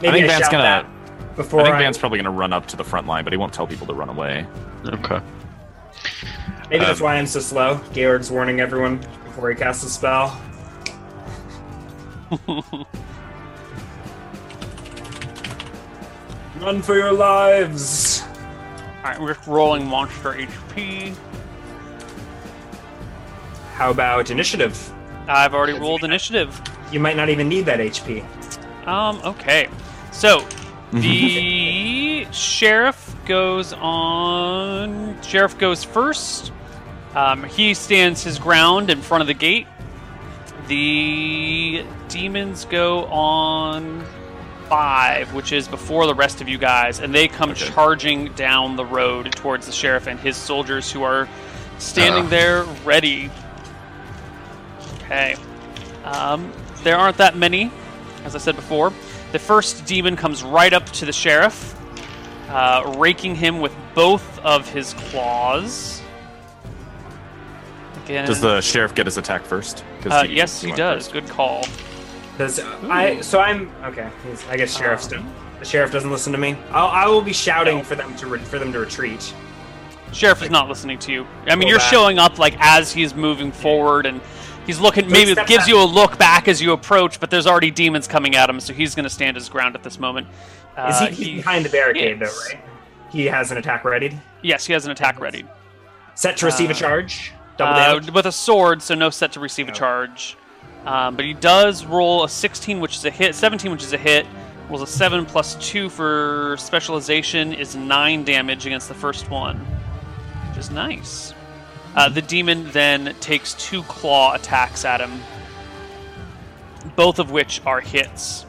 S3: maybe I
S2: think Van's
S3: shout
S2: gonna-
S3: that before
S2: I think
S3: I-
S2: Van's probably gonna run up to the front line, but he won't tell people to run away.
S4: Okay.
S3: Maybe that's
S4: um,
S3: why I'm so slow. Georg's warning everyone before he casts a spell. Run for your lives!
S1: All right, we're just rolling monster HP.
S3: How about initiative?
S1: I've already rolled initiative.
S3: You might not even need that HP.
S1: Um, okay. So the sheriff goes on. Sheriff goes first. Um, he stands his ground in front of the gate. The demons go on five, which is before the rest of you guys, and they come charging down the road towards the sheriff and his soldiers who are standing
S4: Ugh.
S1: there ready. Okay. Um, there aren't that many, as I said before. The first demon comes right up to the sheriff, uh, raking him with both of his claws. Again,
S2: Does the sheriff get his attack first? 'Cause
S1: uh, yes, he
S2: went
S1: does.
S2: first.
S1: Good call.
S3: Does I? So I'm okay. he's- I guess sheriff's done. The sheriff doesn't listen to me. I'll, I will be shouting for them to re- for them to retreat.
S1: Sheriff is not listening to you. I mean,
S3: Go
S1: you're
S3: back.
S1: showing up like as he's moving forward, and he's looking.
S3: So
S1: Maybe
S3: step
S1: gives
S3: back.
S1: you a look back as you approach, but there's already demons coming at him, so he's going to stand his ground at this moment.
S3: Is
S1: Uh,
S3: he, he's behind the barricade
S1: is.
S3: though, right? He has an attack ready.
S1: Yes, he has an attack ready.
S3: Set to receive
S1: Uh,
S3: a charge. Double
S1: Uh,
S3: damage.
S1: with a sword, so no set to receive a
S3: No.
S1: charge. Um, but he does roll a 16, which is a hit. 17, which is a hit. Rolls a 7 plus 2 for specialization is 9 damage against the first one, which is nice. Uh, the demon then takes two claw attacks at him, both of which are hits.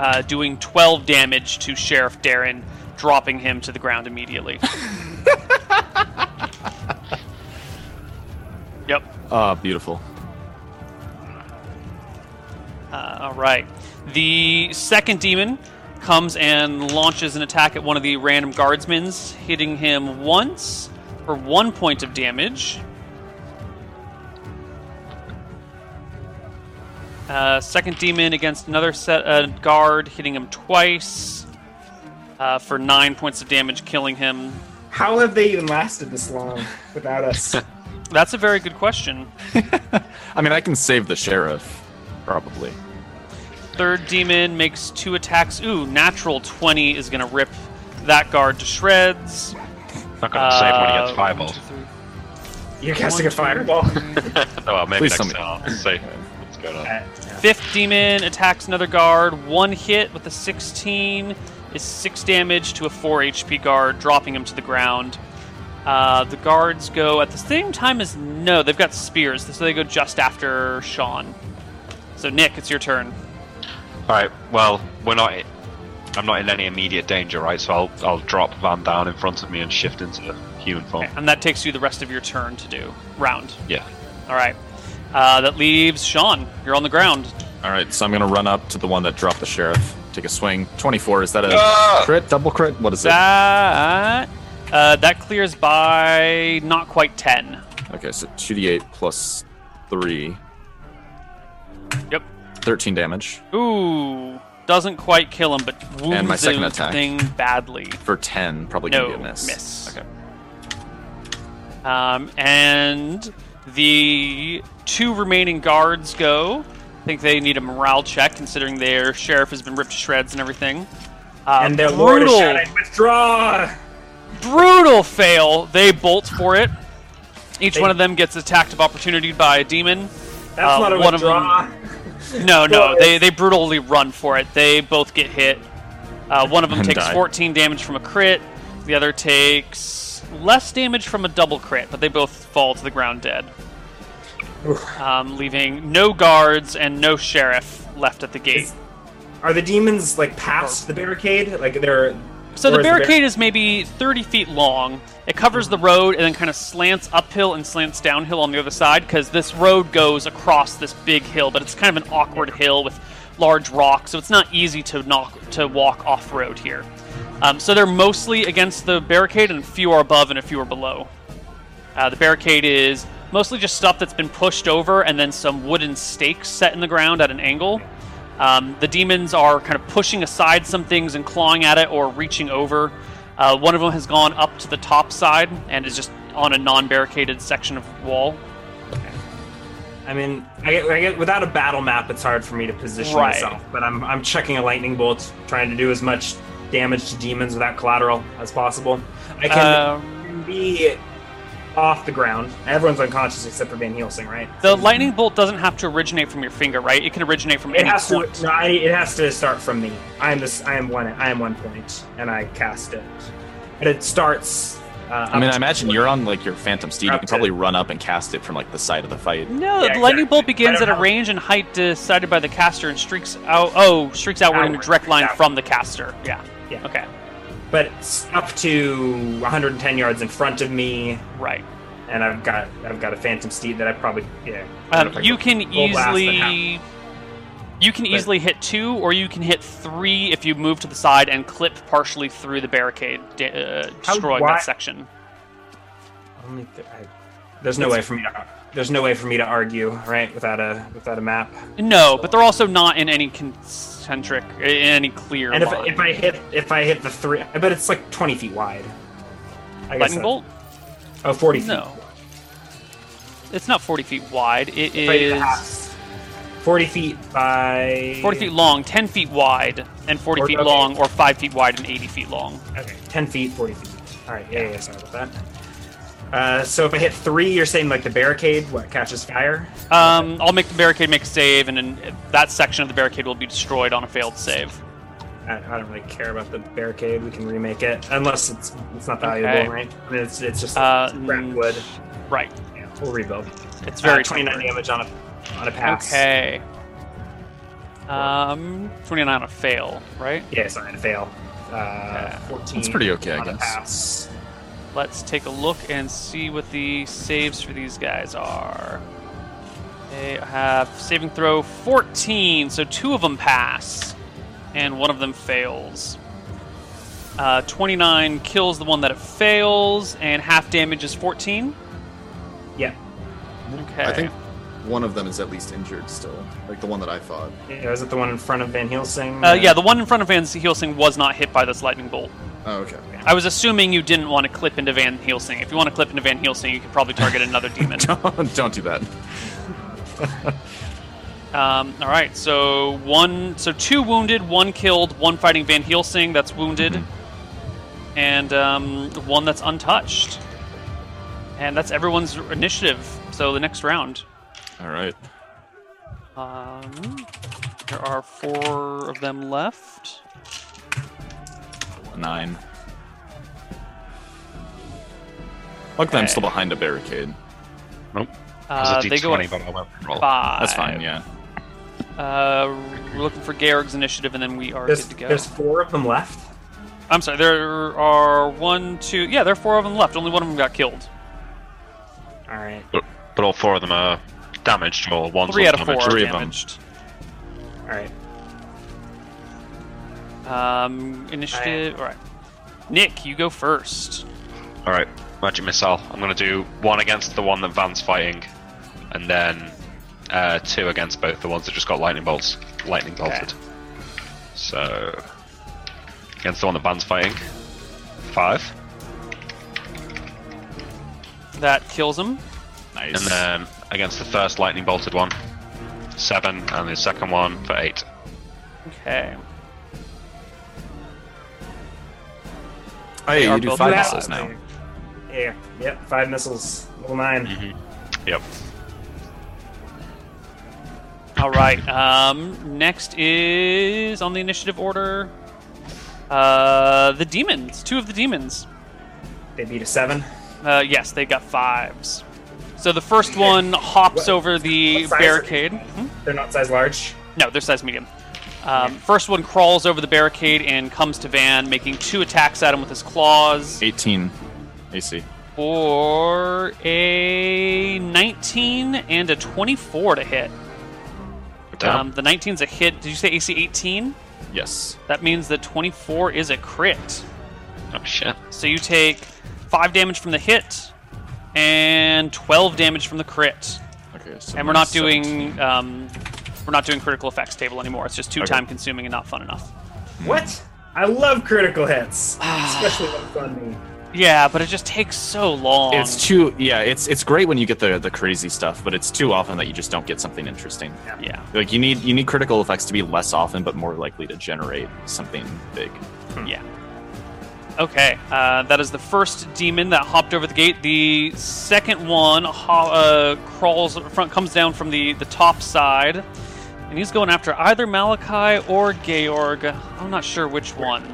S1: Uh, doing 12 damage to Sheriff Darren, dropping him to the ground immediately. yep.
S2: Ah, beautiful.
S1: Uh, all right. The second demon comes and launches an attack at one of the random guardsmen's, hitting him once for one point of damage. Uh, second demon against another set uh, guard, hitting him twice uh, for nine points of damage, killing him.
S3: How have they even lasted this long without us?
S1: That's a very good question.
S2: I mean, I can save the sheriff, probably.
S1: Third demon makes two attacks. Ooh, natural 20 is going to rip that guard to shreds.
S4: Not gonna save when he gets
S1: Uh,
S4: fireballed.
S3: You're casting
S1: One,
S3: a
S1: two,
S3: fireball.
S4: Oh, well, maybe
S2: Please
S4: next
S2: tell
S4: time. I'll see what's going on.
S1: Uh, Fifth demon attacks another guard. One hit with a 16 is 6 damage to a 4 HP guard, dropping him to the ground. Uh, the guards go at the same time as. No, they've got spears, so they go just after Sean. So, Nick, it's your turn.
S4: All right. Well, we're not. I'm not in any immediate danger, right? So I'll I'll drop Van down in front of me and shift into human form.
S1: And that takes you the rest of your turn to do. Round.
S4: Yeah.
S1: Alright. Uh, that leaves Sean. You're on the ground.
S2: All right, so I'm gonna run up to the one that dropped the sheriff. Take a swing. 24. Is that a
S4: Ah!
S2: crit? Double crit? What is that?
S1: That. Uh, that clears by not quite 10.
S2: Okay, so 2d8 plus three.
S1: Yep.
S2: 13 damage
S1: Ooh, doesn't quite kill him, but wounds
S2: And my second
S1: the
S2: attack.
S1: thing badly.
S2: for 10. Probably gonna
S1: No,
S2: be a miss.
S1: miss.
S2: Okay.
S1: Um, and the two remaining guards go. I think they need a morale check, considering their sheriff has been ripped to shreds and everything. Uh,
S3: and their
S1: brutal,
S3: lord is shouting, "Withdraw!"
S1: brutal fail. They bolt for it. Each
S3: They-
S1: one of them gets attacked of opportunity by a demon.
S3: That's
S1: Uh,
S3: not a
S1: one of
S3: withdraw.
S1: No, no,
S3: Nice.
S1: they they brutally run for it. They both get hit. Uh, one of them
S2: And
S1: takes
S2: die.
S1: 14 damage from a crit. The other takes less damage from a double crit, but they both fall to the ground dead, um, leaving no guards and no sheriff left at the gate.
S3: Is- Are the demons like past the barricade? Like they're
S1: So
S3: or
S1: the
S3: is bar-
S1: barricade is maybe 30 feet long. It covers the road and then kind of slants uphill and slants downhill on the other side because this road goes across this big hill, but it's kind of an awkward hill with large rocks, so it's not easy to knock to walk off road here. Um, so they're mostly against the barricade, and a few are above and a few are below. Uh, the barricade is mostly just stuff that's been pushed over and then some wooden stakes set in the ground at an angle. Um, the demons are kind of pushing aside some things and clawing at it or reaching over. Uh, one of them has gone up to the top side and is just on a non barricaded section of wall.
S3: I mean, I, get- I get, without a battle map, it's hard for me to position
S1: Right.
S3: myself. But I'm, I'm checking a lightning bolt, trying to do as much damage to demons without collateral as possible. I can
S1: Uh,
S3: be off the ground. Everyone's unconscious except for Van Helsing, right?
S1: the lightning bolt doesn't have to originate from your finger, right? It can originate from
S3: It
S1: any
S3: has to.
S1: point.
S3: No, I, it has to start from me. I am this. I am one. I am one point, and I cast it. And it starts. Uh,
S2: I mean,
S3: up-
S2: I imagine you're on like your phantom steed. You
S3: Up
S2: can
S3: to-
S2: probably run up and cast it from like the side of the fight.
S1: No,
S3: Yeah,
S1: the lightning bolt
S3: exactly. I
S1: begins
S3: don't
S1: at a
S3: know.
S1: range and height decided by the caster and streaks out. Oh, streaks outward in a
S3: Outward,
S1: direct line
S3: outward.
S1: from the caster. Yeah.
S3: Yeah.
S1: Okay.
S3: but it's up to 110 yards in front of me,
S1: Right.
S3: and I've got I've got a phantom steed that I probably yeah. I don't know
S1: Um,
S3: if I
S1: you
S3: go
S1: can
S3: full blast and half.
S1: easily you can easily hit two, or you can hit three if you move to the side and clip partially through the barricade, da- uh,
S3: How
S1: destroying
S3: wi-
S1: that section.
S3: Only th- I, there's no way for me to there's no way for me to argue right without a without a map.
S1: No, but they're also not in any concentric, in any clear
S3: And if,
S1: line.
S3: if I hit if I hit the three, I bet it's like 20 feet wide. I guess
S1: lightning
S3: that-
S1: bolt?
S3: Oh, 40 feet.
S1: No, it's not forty feet wide. It
S3: If I hit
S1: is
S3: half, 40 feet by
S1: forty feet long, ten feet wide, and forty
S3: Or-
S1: feet
S3: okay.
S1: long, or five feet wide and eighty feet long.
S3: Okay, 10 feet, 40 feet. All right, yeah, yeah, sorry about that. Uh, so if I hit three, you're saying like the barricade, what catches fire?
S1: Um, I'll make the barricade make a save, and then that section of the barricade will be destroyed on a failed save.
S3: I, I don't really care about the barricade. We can remake it unless it's it's not valuable,
S1: Okay.
S3: right? I mean, it's it's just
S1: Uh,
S3: it's scrap
S1: mm.
S3: wood.
S1: Right.
S3: Yeah, we'll rebuild.
S1: It's very
S3: uh, 29
S1: temporary.
S3: damage on a on a pass.
S1: Okay. Um, 29 on a fail, right?
S3: Yeah, sorry, on a fail. Uh, 14.
S2: That's pretty okay, I
S3: on a
S2: guess.
S3: pass.
S1: Let's take a look and see what the saves for these guys are. They have saving throw 14, so two of them pass, and one of them fails. Uh, 29 kills the one that it fails, and half damage is 14.
S3: Yeah,
S1: Okay.
S5: Mm-hmm.
S1: Uh,
S5: I think one of them is at least injured still, like the one that I fought.
S3: yeah, was it the one in front of Van Helsing?
S1: Uh, yeah, the one in front of Van Helsing was not hit by this lightning bolt.
S5: Oh, okay.
S1: I was assuming you didn't want to clip into Van Helsing. If you want to clip into Van Helsing, you could probably target another demon.
S2: don't, don't do that.
S1: Um, all right, so one, so two wounded, one killed, one fighting Van Helsing that's wounded, and um, one that's untouched. And that's everyone's initiative. So the next round,
S2: All right.
S1: um, there are four of them left.
S2: Nine. Luckily, I'm
S1: Okay.
S2: still behind a barricade.
S4: Nope.
S1: Uh,
S4: There's a
S1: they go
S4: D20,
S1: at
S4: but I won't roll.
S1: five.
S2: That's fine, yeah.
S1: Uh, we're looking for Garrick's initiative, and then we are
S3: There's,
S1: good to go.
S3: there's four of them left.
S1: I'm sorry, there are one, two. Yeah, there are four of them left. Only one of them got killed.
S3: All right.
S4: But, but all four of them are damaged, or one's
S1: Three out
S4: not
S1: of four
S4: damaged.
S1: are
S2: three of them.
S1: damaged.
S3: All right.
S1: Um, initiative. All right. Nick, you go first.
S4: All right, magic missile. I'm gonna do one against the one that Van's fighting, and then uh, two against both the ones that just got lightning bolts, lightning bolted. So against the one that Van's fighting, five,
S1: That kills him.
S2: Nice.
S4: and then against the first lightning bolted one, seven, and the second one for eight.
S1: Okay.
S2: oh, yeah,
S1: are
S2: you do
S1: both
S2: five
S1: bad.
S2: missiles now.
S3: Yeah. Yep. Five missiles. Level nine.
S2: Mm-hmm.
S4: Yep.
S1: All right. Um, next is on the initiative order. Uh, the demons. Two of the demons.
S3: They beat a seven.
S1: Uh, yes, they got fives. So the first one hops
S3: What-
S1: over the
S3: what size are
S1: barricade.
S3: these?
S1: Hmm?
S3: They're not size large.
S1: No, they're size medium. Um, first one crawls over the barricade and comes to Van, making two attacks at him with his claws.
S2: 18 AC.
S1: For a 19 and a 24 to hit.
S4: Damn.
S1: Um, the 19's a hit. Did you say AC 18?
S2: Yes.
S1: That means the 24 is a crit.
S4: oh shit.
S1: So you take 5 damage from the hit and 12 damage from the crit.
S2: Okay. So
S1: and we're not
S2: minus
S1: doing
S2: 17.
S1: um, we're not doing critical effects table anymore. It's just too
S2: Okay.
S1: time consuming and not fun enough.
S2: Mm-hmm.
S3: What? I love critical hits, especially when it's on me.
S1: Yeah, but it just takes so long.
S2: It's too yeah. It's it's great when you get the the crazy stuff, but it's too often that you just don't get something interesting.
S1: yeah.
S2: Like you need you need critical effects to be less often, but more likely to generate something big.
S3: Hmm.
S1: Yeah. Okay, uh, that is the first demon that hopped over the gate. The second one ho- uh, crawls front, comes down from the the top side, and he's going after either Malachi or Georg. I'm not sure which one.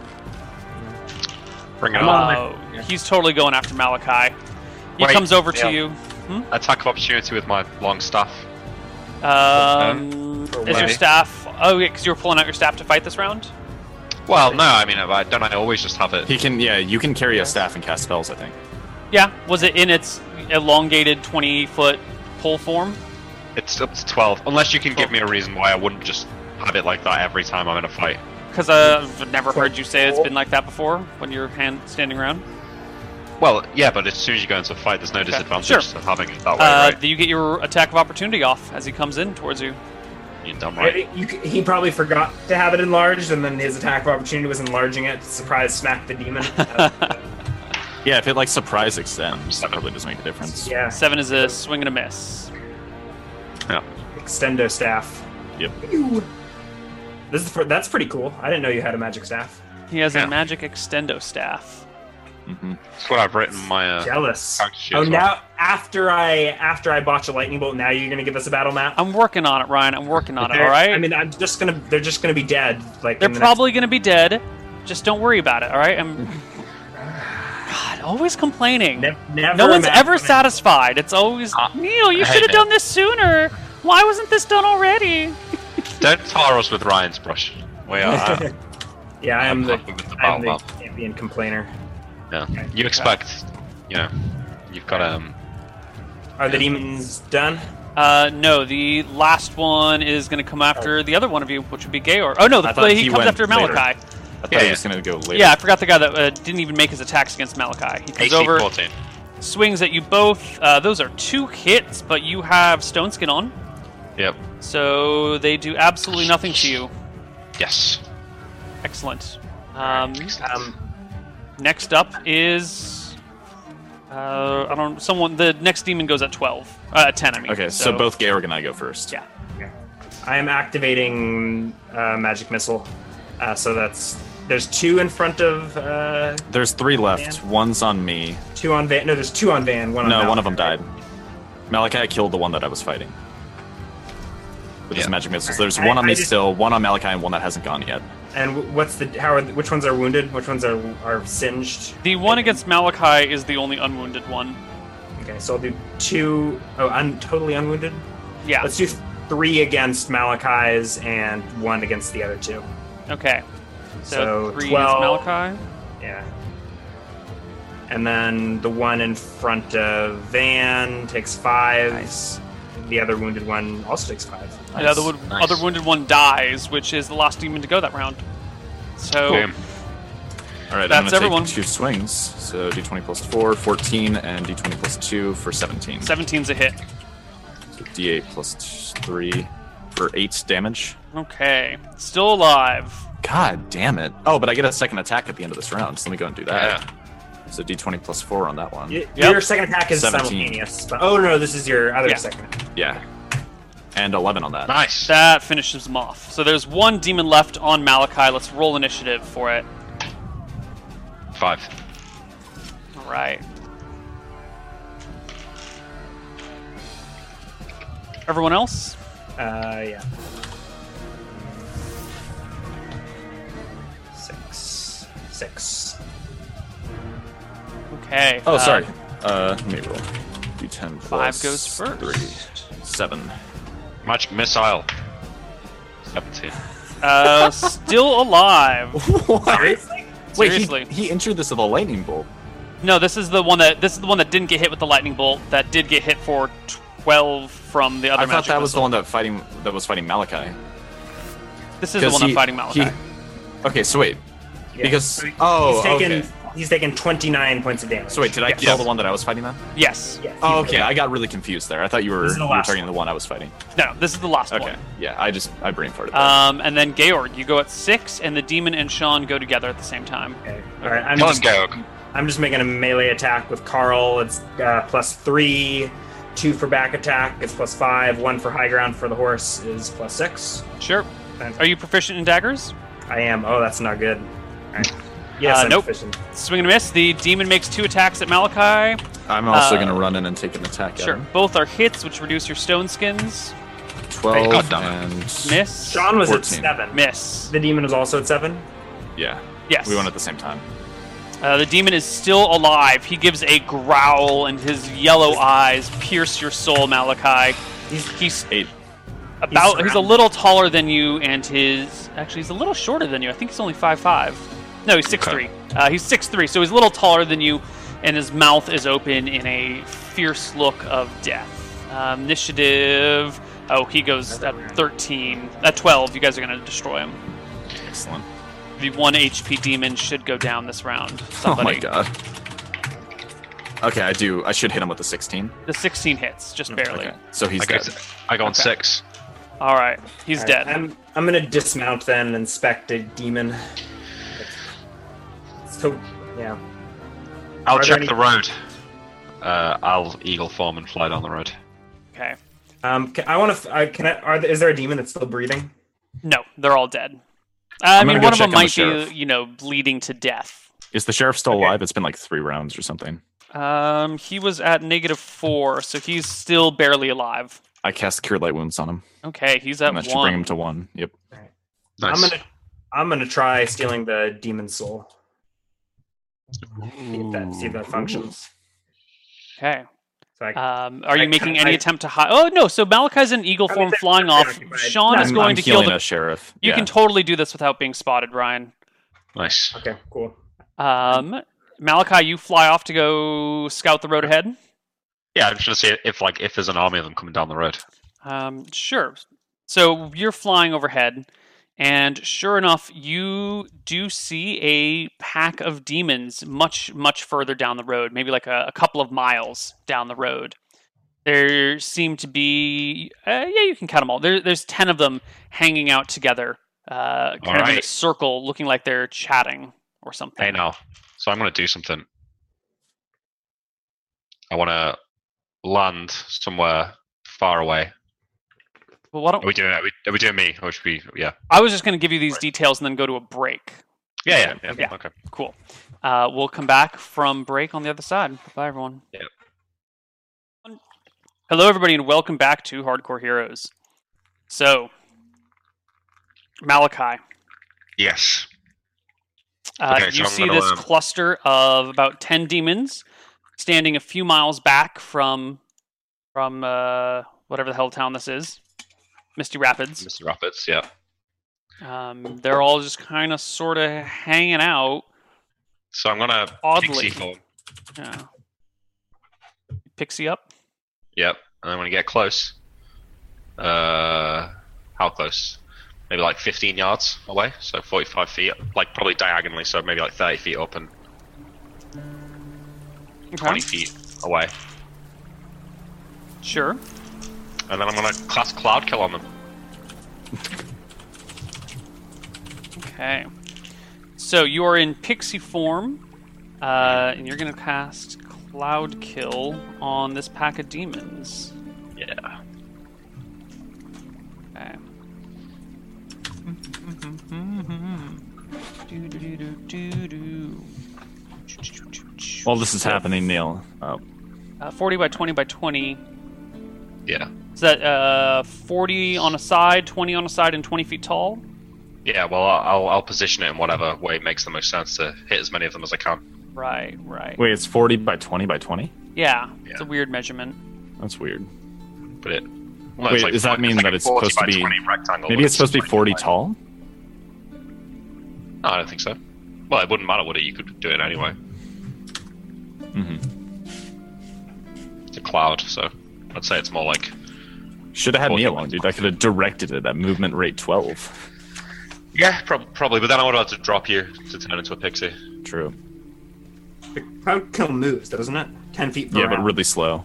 S4: Bring it
S3: I'm on
S4: on.
S3: my-
S1: Uh, he's totally going after Malachi. He
S4: Wait,
S1: comes over to
S4: yeah.
S1: you.
S4: Attack of opportunity with my long staff.
S1: Um,
S3: Or
S1: is your
S4: what?
S1: staff? Oh, yeah, because you were pulling out your staff to fight this round.
S4: Well, no, I mean, I don't. I always just have it.
S2: He can yeah. You can carry a staff and cast spells. I think.
S1: Yeah, was it in its elongated twenty foot pole form?
S4: It's up to twelve, unless you can give me a reason why I wouldn't just have it like that every time I'm in a fight.
S1: Because I've never heard you say it's been like that before when your hand standing around.
S4: Well, yeah, but as soon as you go into a fight, there's no disadvantage
S1: sure.
S4: to having it that way,
S1: Uh,
S4: right?
S1: do you get your attack of opportunity off as he comes in towards you.
S4: You're dumb right.
S3: Maybe you c- he probably forgot to have it enlarged, and then his attack of opportunity was enlarging it to surprise smack the demon. Uh,
S2: Yeah, if it like surprise extends, that probably does make a difference.
S3: yeah,
S1: Seven is a swing and a miss.
S3: extendo staff.
S2: Yep.
S3: Ew. This is pr- that's pretty cool. I didn't know you had a magic staff.
S1: He has
S4: Yeah.
S1: a magic extendo staff.
S2: hmm
S4: That's what I've written in my. Uh,
S3: Jealous.
S4: Talk to you
S3: Oh,
S4: as well.
S3: now after I after I botch a lightning bolt, now you're gonna give us a battle map.
S1: I'm working on it, Ryan. I'm working on it.
S3: Okay.
S1: All right.
S3: I mean, I'm just gonna. They're just gonna be dead. Like
S1: They're
S3: in the
S1: probably going to be dead. Just don't worry about it. All right. I'm. God, always complaining.
S3: Next, ne- never
S1: no one's
S3: imagine-
S1: ever satisfied. It's always
S4: Uh,
S1: Neil. You
S4: hey,
S1: should have
S4: man.
S1: done this sooner. Why wasn't this done already?
S4: don't tar us with Ryan's brush. We are. uh,
S3: Yeah, I am the.
S4: happy with the
S3: I'm
S4: battle
S3: the
S4: map.
S3: champion complainer.
S4: Yeah. You expect, you know, you've got um.
S3: Are the demons done?
S1: Uh, no, the last one is going to come after the other one of you, which would be Georg. Oh no, the,
S2: Oh. I thought
S1: he,
S2: he
S1: comes
S2: went
S1: after
S2: later.
S1: Malachi.
S2: I thought
S4: Yeah,
S2: he
S4: yeah.
S2: was gonna go later.
S1: Yeah, I forgot the guy that uh, didn't even make his attacks against Malachi. He comes
S4: AC
S1: over,
S4: 14.
S1: swings at you both. Uh, those are two hits, but you have stone skin on,
S4: Yep.
S1: so they do absolutely nothing to you.
S4: Yes.
S1: Excellent. Um,
S3: Um,
S1: next up is uh, I don't someone. The next demon goes at twelve, uh, at ten. I mean.
S2: Okay, so, both Georg and I go first.
S1: Yeah.
S3: I am activating uh, magic missile. Uh, so that's there's two in front of uh,
S2: There's three left. One's on me.
S3: two on van. No, there's two on van. One on
S2: No,
S3: Mal.
S2: one of them died. Malachi killed the one that I was fighting. With his
S4: Yeah.
S2: magic missiles. There's
S3: I-
S2: one on
S3: I
S2: me
S3: just-
S2: still, one on Malachi, and one that hasn't gone yet.
S3: And w- what's the how are the, which ones are wounded? Which ones are are singed?
S1: The one against Malachi is the only unwounded one.
S3: Okay, so I'll do two. Oh, un, totally unwounded.
S1: Yeah.
S3: Let's do three against Malachi's and one against the other two.
S1: Okay. So,
S3: So,
S1: three
S3: 12.
S1: is Malachi.
S3: Yeah. And then the one in front of Van takes five. The other wounded one also takes five.
S1: The other, wound-
S4: Nice.
S1: other wounded one dies, which is the last demon to go that round.
S3: Oh,
S1: So
S4: Boom.
S2: All right,
S1: That's
S2: I'm gonna take
S1: everyone.
S2: two swings. So d20 plus 4, 14, and d20 plus 2 for 17.
S1: 17's a hit.
S2: So d8 plus 3 for 8 damage.
S1: Okay. Still alive.
S2: God damn it. Oh, but I get a second attack at the end of this round, so let me go and do
S3: uh,
S2: that.
S4: Yeah.
S2: So d20 plus 4 on that one.
S3: Y-
S1: Yep.
S3: Your second attack is
S2: 17.
S3: simultaneous. But, oh no, this is your other
S1: Yeah.
S3: second.
S2: Yeah. And 11 on that.
S4: Nice.
S1: That finishes him off. So there's one demon left on Malachi. Let's roll initiative for it.
S4: Five.
S1: All right. Everyone else?
S3: Uh, yeah. Six, six.
S1: Okay.
S2: Oh,
S1: uh,
S2: sorry. Uh, let me roll. D10
S1: Five
S2: plus
S1: goes first.
S2: Three, seven.
S4: Magic missile. 17.
S1: Uh, still alive.
S2: What? Wait,
S1: Seriously.
S2: he, he injured this with a lightning bolt.
S1: No, this is the one that this is the one that didn't get hit with the lightning bolt. That did get hit for twelve from the other.
S2: I thought
S1: magic
S2: that was the
S1: missile.
S2: one that fighting that was fighting Malachi.
S1: This is the one
S2: Because
S1: I'm fighting Malachi.
S2: he- okay, so wait.
S3: Yeah.
S2: Because
S3: So he-
S2: oh,
S3: he's taken
S2: okay.
S3: he's taken 29 points of damage.
S2: So wait, did I
S3: Yes.
S2: kill the one that I was fighting then?
S1: yes.
S3: Yes,
S2: Oh,
S3: he-
S2: okay. I got really confused there. I thought you were,
S3: This is the
S2: you were
S3: last
S2: targeting
S3: one.
S2: the one I was fighting.
S1: No, this is the last
S2: Okay.
S1: one.
S2: Yeah, I just I brain farted. there.
S1: Um, and then Georg, you go at six, and the demon and Sean go together at the same time.
S3: Okay. All right. I'm
S4: Come on,
S3: just,
S4: Georg.
S3: I'm just making a melee attack with Carl. It's uh, plus three, two for back attack. It's plus five. One for high ground for the horse is plus six.
S1: Sure.
S3: And
S1: Are you proficient in daggers?
S3: I am. Oh, that's not good. All right. Yes,
S1: Uh,
S3: I'm
S1: nope.
S3: proficient.
S1: Swing and a miss. The demon makes two attacks at Malachi.
S2: I'm
S1: also uh,
S2: gonna run in and take an attack.
S1: Sure. Both are hits, which reduce your stone skins.
S2: Twelve
S4: God damn it.
S2: and
S1: Miss.
S3: Sean was
S2: 14.
S3: at seven.
S1: Miss.
S3: The demon is also at seven.
S2: yeah.
S1: Yes.
S2: We went at the same time.
S1: Uh, the demon is still alive. He gives a growl, and his yellow eyes pierce your soul, Malachi.
S3: He's-
S1: He's
S2: Eight.
S1: about. He's, a
S3: surrounded.
S1: little taller than you, and his actually he's a little shorter than you. I think he's only five five. No, he's six
S4: Okay.
S1: three. Uh, he's six three, so he's a little taller than you, and his mouth is open in a fierce look of death. Um, initiative. Oh, he goes at thirteen. At twelve, you guys are gonna destroy him.
S2: Excellent.
S1: The one HP demon should go down this round.
S2: Oh my
S1: Somebody.
S2: god. Okay, I do. I should hit him with the 16.
S1: The sixteen hits, just barely.
S2: Mm, Okay. So he's
S4: I go,
S2: dead.
S4: I go on
S1: Okay.
S4: six.
S1: All right, he's
S3: All right,
S1: dead.
S3: I'm I'm gonna dismount then and inspect a demon. So yeah.
S4: I'll
S3: Are there
S4: check
S3: any-
S4: the road. Uh, I'll eagle form and fly down the road.
S1: Okay.
S3: Um, can, I want to. Uh, can I? Are there, is there a demon that's still breathing?
S1: No, they're all dead. Uh, I
S2: I'm
S1: mean,
S2: gonna go
S1: one of
S2: check
S1: them
S2: on the
S1: might be,
S2: sheriff.
S1: you know, bleeding to death.
S2: Is the sheriff still
S3: Okay.
S2: alive? It's been like three rounds or something.
S1: Um, he was at negative four, so he's still barely alive.
S2: I cast cure light wounds on him.
S1: Okay, he's at
S2: And that should
S1: one.
S2: bring him to one. Yep.
S4: Nice.
S3: I'm gonna. I'm gonna try stealing the demon soul. See if that, see if that functions.
S1: Okay.
S3: So I,
S1: Um, are
S3: I
S1: you making
S3: can't-
S1: any
S3: I-
S1: attempt to hide? Oh no! So Malachi's in eagle
S3: I
S1: form,
S3: mean, they're
S1: flying off.
S3: preoccupied.
S1: Sean
S3: I'm-
S1: is going
S2: I'm
S1: to kill
S2: healing
S1: the.
S2: a sheriff.
S1: You
S2: yeah.
S1: can totally do this without being spotted, Ryan.
S4: nice.
S3: okay, cool.
S1: Um, Malachi, you fly off to go scout the road ahead.
S4: Yeah, I'm just gonna see if like if there's an army of them coming down the road.
S1: Um, sure. So you're flying overhead, and sure enough, you do see a pack of demons much, much further down the road, maybe like a, a couple of miles down the road. There seem to be, uh, yeah, you can count them all. There, there's 10 of them hanging out together, uh, kind of in a
S4: right.
S1: circle, looking like they're chatting or something.
S4: Hey now, so I'm gonna do something. I want to land somewhere far away.
S1: Well, why don't,
S4: Are we doing? Are we, are we doing me? Or should we? Yeah.
S1: I was just going to give you these details and then go to a break.
S4: Yeah. Yeah. Yeah.
S1: Yeah.
S4: Okay.
S1: Cool. Uh, we'll come back from break on the other side. Bye, everyone.
S4: Yep.
S1: Hello, everybody, and welcome back to Hardcore Heroes. So, Malachi,
S4: Yes.
S1: uh,
S4: Okay, so
S1: you
S4: I'm
S1: see
S4: gonna,
S1: this
S4: um,
S1: cluster of about ten demons standing a few miles back from from uh, whatever the hell town this is, Misty Rapids.
S4: Mr. Rapids. Yeah.
S1: Um, they're all just kind of sort of hanging out.
S4: So I'm gonna
S1: Oddly.
S4: pixie form.
S1: Yeah. Uh, Pixie up.
S4: Yep. And I'm gonna get close. Uh, how close? Maybe like 15 yards away. So 45 feet, like probably diagonally. So maybe like 30 feet up and
S1: Okay.
S4: 20 feet away.
S1: Sure.
S4: And then I'm gonna class cloud kill on them.
S1: Okay. So you are in pixie form, uh, and you're going to cast Cloud Kill on this pack of demons.
S4: Yeah.
S1: Okay.
S2: While this is happening, Neil. Oh,
S1: Uh, 40 by 20 by 20.
S4: Yeah.
S1: Is that uh, 40 on a side, 20 on a side, and 20 feet tall?
S4: Yeah, well, I'll, I'll position it in whatever way makes the most sense to hit as many of them as I can.
S1: Right, right.
S2: Wait, it's 40 by 20 by 20?
S1: Yeah, it's a weird measurement.
S2: That's weird.
S1: Oh,
S4: But it.
S2: Wait, does that mean that it's supposed to be- Maybe it's supposed to be 40 tall?
S4: No, I don't think so. Well, it wouldn't matter, would it? You could do it anyway.
S2: hmm
S4: It's a cloud, so I'd say it's more like
S2: Should have had me
S4: 40
S2: along, dude. I could have directed it at movement rate 12.
S4: yeah, prob- probably. But then I would have to drop you to turn into a pixie.
S2: True.
S3: The cloud kill moves, doesn't it? Ten feet. Per
S2: Yeah, but
S3: round.
S2: really slow.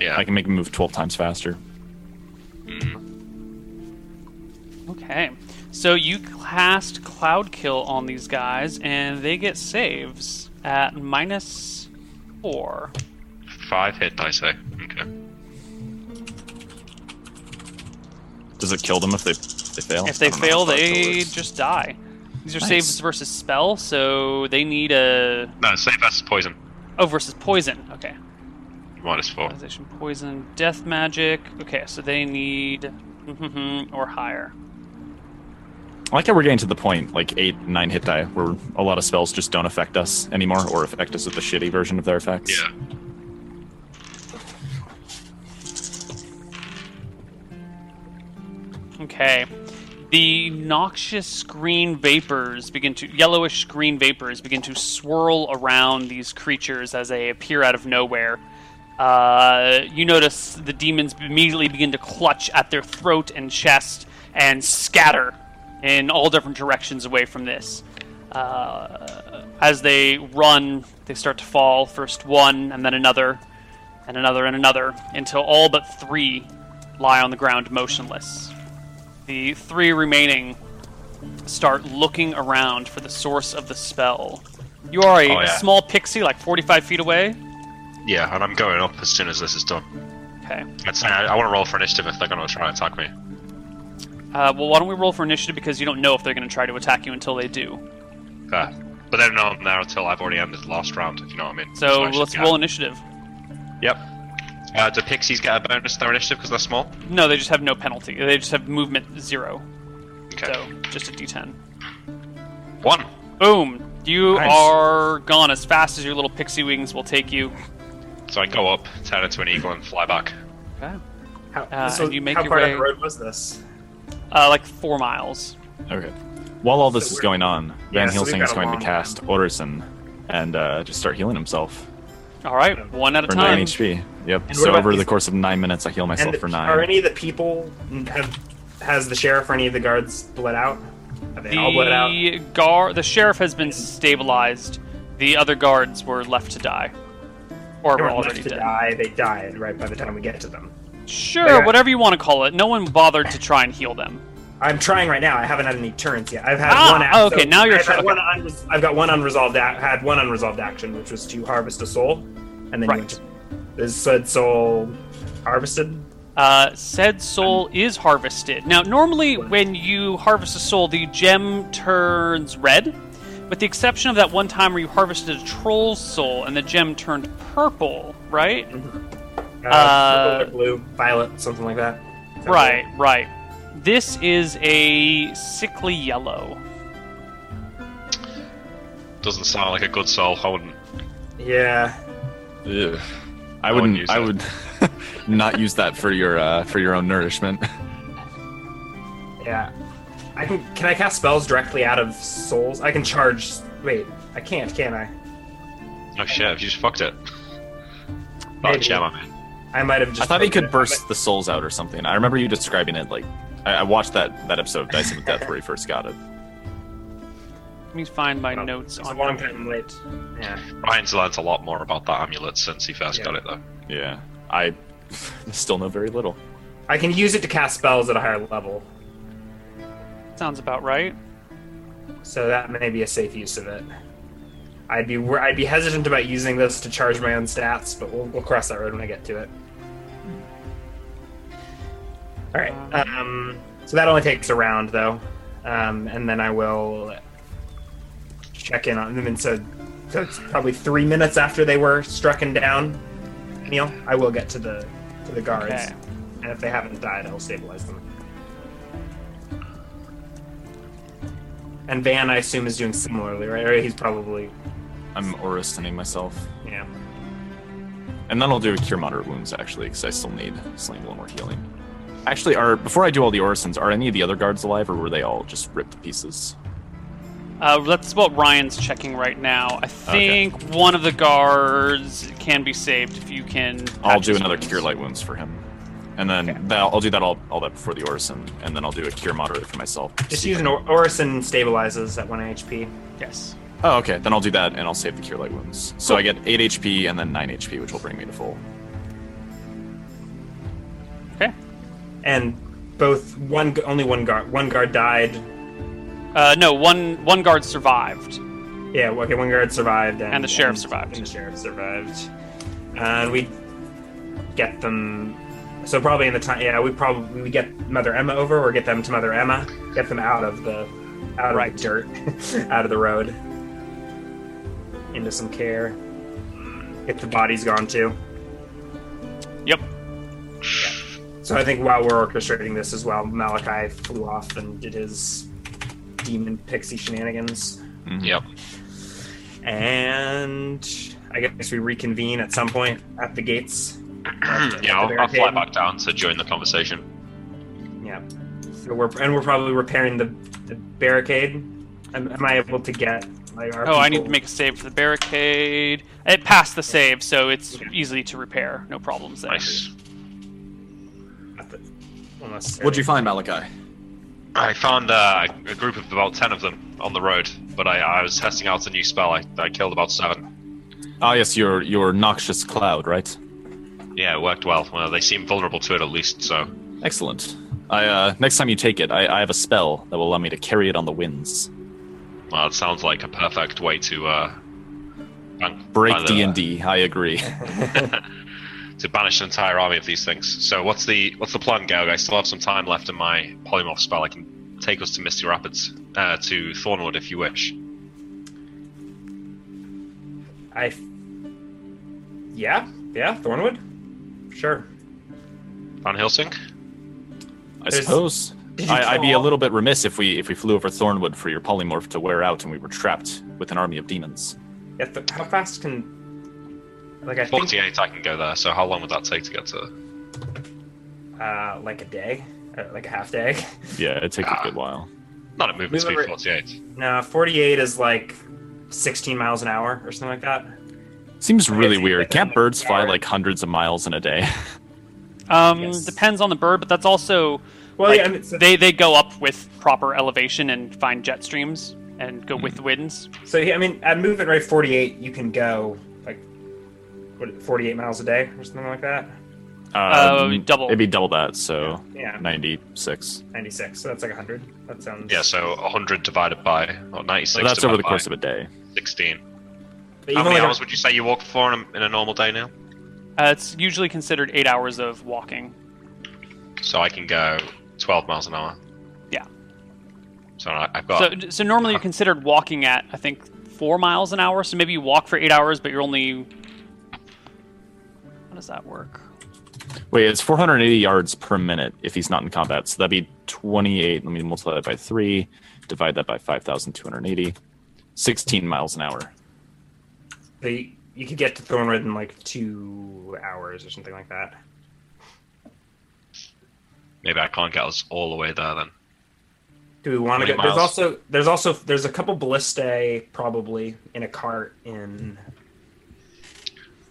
S4: Yeah,
S2: I can make him move 12 times faster.
S1: Okay. So you cast Cloud Kill on these guys, and they get saves at minus four.
S4: five hit. I say. Okay.
S2: Does it kill them if they, they fail?
S1: If they
S2: I don't know
S1: fail,
S2: how that
S1: they
S2: works.
S1: just die. These are
S2: Nice.
S1: saves versus spell, so they need a.
S4: No, save versus poison.
S1: Oh, versus poison. Okay.
S4: Minus four.
S1: Poison, poison, death magic. Okay, so they need. or higher.
S2: I like how we're getting to the point, like eight, nine hit die, where a lot of spells just don't affect us anymore, or affect us with the shitty version of their effects.
S4: Yeah.
S1: Okay. The noxious green vapors begin to yellowish green vapors begin to swirl around these creatures as they appear out of nowhere. Uh, you notice the demons immediately begin to clutch at their throat and chest and scatter in all different directions away from this. Uh, as they run, they start to fall, first one and then another, and another and another, until all but three lie on the ground motionless. The three remaining start looking around for the source of the spell. You are a
S4: Oh, yeah.
S1: small pixie, like 45 feet away.
S4: Yeah, and I'm going up as soon as this is done.
S1: Okay.
S4: I'd say I, I want to roll for initiative if they're going to try and attack me.
S1: Uh, well, why don't we roll for initiative because you don't know if they're going to try to attack you until they do.
S4: Fair. Uh, But they don't know I'm there until I've already ended the last round, if you know what I mean.
S1: So
S4: I should
S1: let's
S4: get-
S1: roll initiative.
S4: Yep. Uh, do pixies get a bonus to their initiative because they're small?
S1: No, they just have no penalty. They just have movement zero.
S4: Okay.
S1: So just a d10.
S4: One.
S1: Boom! You
S2: Nice.
S1: are gone as fast as your little pixie wings will take you.
S4: So I go up, turn into an eagle, and fly back.
S1: Okay.
S3: How,
S1: Uh,
S3: so
S1: and you make
S3: how
S1: your
S3: far
S1: way-
S3: down the road was this?
S1: Uh, like four miles.
S2: Okay. While all this
S3: So
S2: is
S3: we're-
S2: going on,
S3: Yeah,
S2: Van
S3: so we've
S2: Helsing
S3: got
S2: is
S3: a
S2: going to
S3: long-
S2: cast Orison and uh, just start healing himself
S1: All right, one at a
S2: for
S1: time.
S2: nine HP. Yep.
S3: And
S2: So
S3: what
S2: over
S3: about
S2: the
S3: these-
S2: course of nine minutes, I heal myself
S3: And
S2: for
S3: Are
S2: nine.
S3: any of the people have has the sheriff or any of the guards bled out? Have they all bled out?
S1: The guard, the sheriff has been stabilized. The other guards were left to die, or
S3: They
S1: were
S3: weren't
S1: already
S3: left to
S1: dead.
S3: die. They died right by the time we get to them.
S1: Sure,
S3: Okay.
S1: whatever you want to call it. No one bothered to try and heal them.
S3: I'm trying right now. I haven't had any turns yet. I've had
S1: Ah,
S3: one.
S1: oh, okay, now you're
S3: I've, had
S1: trying-
S3: one unres- I've got one unresolved. A- had one unresolved action, which was to harvest a soul, and then
S1: Right.
S3: you went to, is said soul harvested?
S1: Uh, said soul is harvested. Now, normally when you harvest a soul, the gem turns red, with the exception of that one time where you harvested a troll's soul and the gem turned purple, right?
S3: Uh,
S1: Uh,
S3: purple or blue, violet, something like that. Is that
S1: Right, right. This is a sickly yellow.
S4: Doesn't sound like a good soul. I wouldn't.
S3: right? Yeah.
S2: Ugh. I
S4: I wouldn't
S2: wouldn't.
S4: use
S2: I
S4: that.
S2: would not use that for your uh, for your own nourishment.
S3: Yeah. I can can I cast spells directly out of souls? I can charge wait, I can't, can I?
S4: Oh shit, have you just fucked it? Not a
S3: Maybe.
S4: gem, I mean.
S3: I might have just
S2: I thought he
S3: broken
S2: could
S3: it.
S2: burst the souls out or something. I remember you describing it like I, I watched that that episode of Dice of Death where he first got it.
S1: Let me find my
S3: Well,
S1: notes
S3: Oh, it's a
S1: on
S3: long
S1: that.
S3: time late. Yeah.
S4: Ryan's learnt a lot more about that amulet since he first
S3: Yeah.
S4: got it, though.
S2: Yeah, I still know very little.
S3: I can use it to cast spells at a higher level.
S1: Sounds about right.
S3: So that may be a safe use of it. I'd be wor- I'd be hesitant about using this to charge my own stats, but we'll, we'll cross that road when I get to it. All right. Um, so that only takes a round though, um, and then I will check in on them. And so, so it's probably three minutes after they were struck and down. Neil, I will get to the to the guards,
S1: Okay.
S3: and if they haven't died, I will stabilize them. And Van, I assume, is doing similarly, right? Or he's probably
S2: I'm aura stunning myself.
S3: Yeah.
S2: And then I'll do a cure moderate wounds actually, because I still need sling one more healing. Actually, are before I do all the orisons, are any of the other guards alive, or were they all just ripped to pieces?
S1: Uh, that's what Ryan's checking right now. I think one of the guards can be saved if you can.
S2: I'll
S1: patch
S2: do
S1: his
S2: another
S1: wounds.
S2: cure light wounds for him, and then that, I'll do that all, all that before the orison, and then I'll do a cure moderate for myself.
S3: Just use an or- Orison stabilizes at 1 HP.
S1: Yes.
S2: Oh, okay. Then I'll do that, and I'll save the cure light wounds. So I get eight HP and then nine HP, which will bring me to full.
S1: Okay.
S3: And both one gu- only one guard one guard died.
S1: Uh, no, one one guard survived.
S3: Yeah, okay, one guard survived and,
S1: And the sheriff survived.
S3: And the sheriff survived. And we get them so probably in the time yeah, we probably we get Mother Emma over or get them to Mother Emma, get them out of the out
S1: Right.
S3: of the dirt, out of the road. Into some care. Get the bodies gone too.
S1: Yep.
S3: So I think while we're orchestrating this as well, Malachi flew off and did his demon pixie shenanigans.
S4: Yep.
S3: And I guess we reconvene at some point at the gates.
S4: yeah, I'll, I'll fly back down to join the conversation.
S3: Yeah. So we're and we're probably repairing the, the barricade. Am, am I able to get like our
S1: Oh, I need
S3: people-
S1: to make a save for the barricade. It passed the save, so it's easily to repair. No problems there.
S4: Nice.
S3: not that- well, necessarily.
S5: What'd you find, Malachi?
S4: I found uh, a group of about ten of them on the road, but I, I was testing out a new spell. I, I killed about seven.
S2: Ah, yes, your your noxious cloud, right?
S4: Yeah, it worked well. Well, they seem vulnerable to it at least, so
S2: Excellent. I uh, next time you take it, I, I have a spell that will allow me to carry it on the winds.
S4: well, it sounds like a perfect way to uh, ban-
S2: Break
S4: ban the-
S2: D and D. I agree.
S4: to banish an entire army of these things. So what's the what's the plan, Georg? I still have some time left in my polymorph spell. I can take us to Misty Rapids, uh, to Thornwood if you wish.
S3: I. Yeah, yeah, Thornwood. Sure.
S4: Van Helsing?
S2: I
S3: There's-
S2: suppose.
S3: Did you
S2: I, I'd be a
S3: kill all-
S2: little bit remiss if we if we flew over Thornwood for your polymorph to wear out and we were trapped with an army of demons.
S3: Yeah, th- how fast can? Like I think
S4: 48, I can go there. So how long would that take to get to?
S3: uh, like a day, uh, like a half day.
S2: Yeah, it'd take
S4: Ah.
S2: a good while.
S4: Not at movement
S3: Move
S4: speed,
S3: over-
S4: 48.
S3: No, 48 is like 16 miles an hour or something like that.
S2: Seems really
S3: it's-
S2: weird. Can't birds fly
S3: Yeah.
S2: like hundreds of miles in a day?
S1: Um,
S3: Yes.
S1: depends on the bird, but that's also
S3: Well,
S1: like,
S3: yeah, I mean, so,
S1: they they go up with proper elevation and find jet streams and go with the
S3: Mm-hmm.
S1: winds.
S3: so yeah, I mean, at movement rate 48, you can go like what, 48 miles a day or something like that.
S1: Uh, double.
S2: It'd be double that, so
S3: Yeah,
S2: ninety-six.
S3: 96. So that's like 100. That sounds.
S4: Yeah, so 100 divided by or 96.
S2: So that's
S4: divided
S2: over the
S4: by
S2: course of a day.
S4: 16.
S3: But
S4: How
S3: you've
S4: many
S3: only got-
S4: hours would you say you walk for in a, in a normal day now?
S1: Uh, it's usually considered eight hours of walking.
S4: So I can go 12 miles an hour.
S1: Yeah.
S4: So I, I've got.
S1: So, so normally you're considered walking at I think four miles an hour. So maybe you walk for eight hours, but you're only. How does that work?
S2: Wait, it's 480 yards per minute if he's not in combat. So that'd be 28. Let me multiply that by 3, divide that by 5,280. 16 miles an hour.
S3: but you, you could get to Thornwood in like two hours or something like that.
S4: maybe I can't get us all the way there then.
S3: Do we want to
S4: Twenty
S3: go? There's
S4: miles.
S3: also there's also there's a couple ballistae probably in a cart in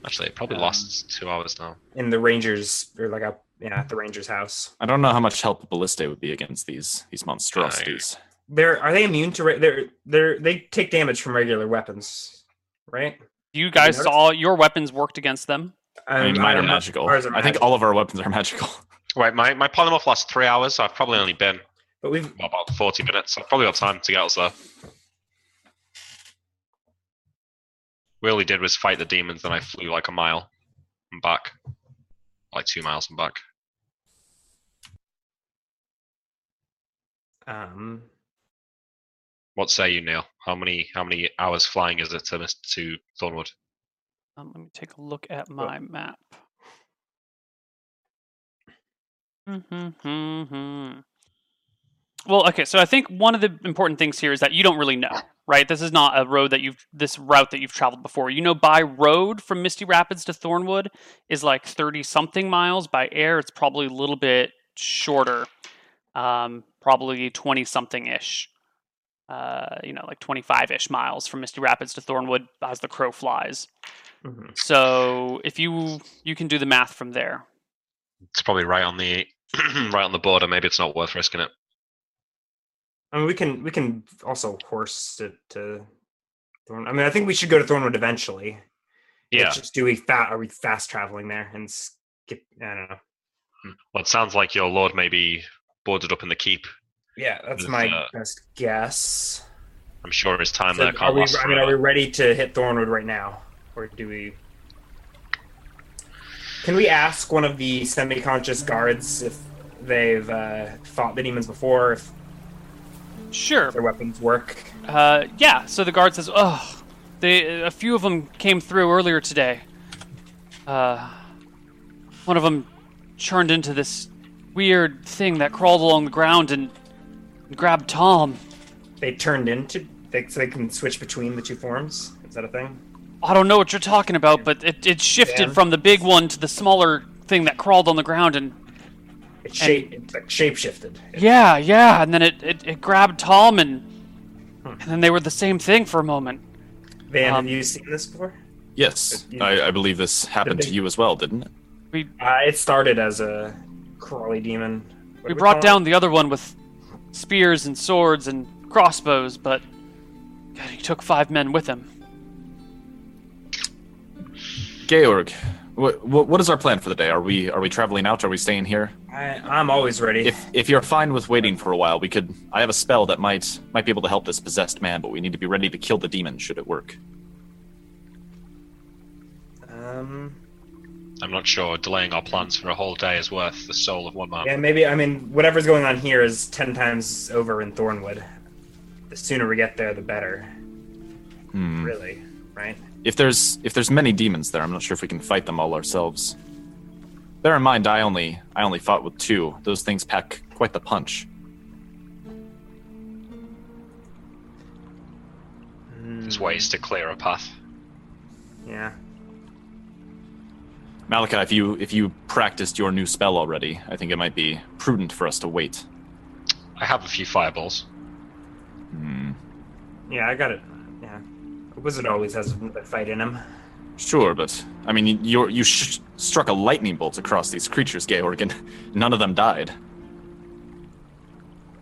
S4: Actually, it probably
S3: Um,
S4: lasts two hours now.
S3: in the rangers or like a yeah at the ranger's house.
S2: I don't know how much help Ballista would be against these these monstrosities.
S3: They're are they immune to ra- they're they're they take damage from regular weapons, right?
S1: You guys
S3: noticed?
S1: saw your weapons worked against them.
S2: I mean,
S3: Um,
S2: mine are
S3: don't know.
S2: magical.
S3: Ours are
S2: I think
S3: magical.
S2: all of our weapons are magical.
S4: Right, my, my polymorph lasts three hours. So I've probably only been
S3: But we've
S4: well, about 40 minutes. I've probably got time to get us there. We all we did was fight the demons, then I flew like a mile and back. Like two miles and back.
S3: um
S4: What say you, Neil? How many how many hours flying is it to Mis- to Thornwood?
S1: Um, let me take a look at my map. Mm-hmm, Well, okay, so I think one of the important things here is that you don't really know. right? This is not a road that you've this route that you've traveled before. You know, by road from Misty Rapids to Thornwood is like thirty something miles. By air, it's probably a little bit shorter, um, probably twenty something ish. Uh, you know, like twenty five ish miles from Misty Rapids to Thornwood as the crow flies.
S3: Mhm.
S1: So if you you can do the math from there.
S4: It's probably right on the right on the border. Maybe it's not worth risking it.
S3: I mean, we can we can also horse it to. Thorn- I mean, I think we should go to Thornwood eventually. It's
S4: Yeah.
S3: Just do we fat? Are we fast traveling there and skip? I don't know.
S4: Well, it sounds like your lord may be boarded up in the keep.
S3: Yeah, that's
S4: Is,
S3: my
S4: uh,
S3: best guess.
S4: I'm sure his time
S3: So
S4: there
S3: are
S4: can't
S3: we,
S4: last.
S3: I mean, are we
S4: forever.
S3: ready to hit Thornwood right now, or do we? Can we ask one of the semi-conscious guards if they've uh, fought the demons before, if
S1: Sure.
S3: their weapons work?
S1: Uh, yeah. So the guard says, "Oh, they a few of them came through earlier today. Uh, one of them churned into this weird thing that crawled along the ground and grabbed Tom.
S3: They turned into. They, so they can switch between the two forms. Is that a thing?
S1: I don't know what you're talking about, but it, it shifted
S3: Yeah.
S1: from the big one to the smaller thing that crawled on the ground and
S3: It's shape. It's like shape-shifted.
S1: yeah, yeah, and then it, it, it grabbed Tom and and then they were the same thing for a moment.
S3: Van,
S1: Um,
S3: have you seen this before?
S2: Yes, I, I believe this happened to you as well, didn't it?
S1: We
S3: Uh, it started as a crawly demon. What
S1: We
S3: do call
S1: brought
S3: it?
S1: down the other one with spears and swords and crossbows, but God, he took five men with him.
S2: Georg, what, what what is our plan for the day? Are we are we traveling out? Are we staying here?
S3: I, I'm always ready.
S2: If if you're fine with waiting for a while, we could. I have a spell that might might be able to help this possessed man, but we need to be ready to kill the demon should it work.
S3: Um,
S4: I'm not sure. Delaying our plans for a whole day is worth the soul of one man.
S3: yeah, maybe. I mean, whatever's going on here is ten times over in Thornwood. The sooner we get there, the better.
S2: Hmm.
S3: Really, right?
S2: If there's if there's many demons there, I'm not sure if we can fight them all ourselves. Bear in mind, I only I only fought with two. Those things pack quite the punch.
S4: There's ways to clear a path.
S3: Yeah.
S2: Malachi, if you if you practiced your new spell already, I think it might be prudent for us to wait.
S4: I have a few fireballs.
S2: Hmm.
S3: Yeah, I got it. Yeah. A wizard always has another fight in him.
S2: Sure, but I mean, you you sh- struck a lightning bolt across these creatures, Georg, and none of them died.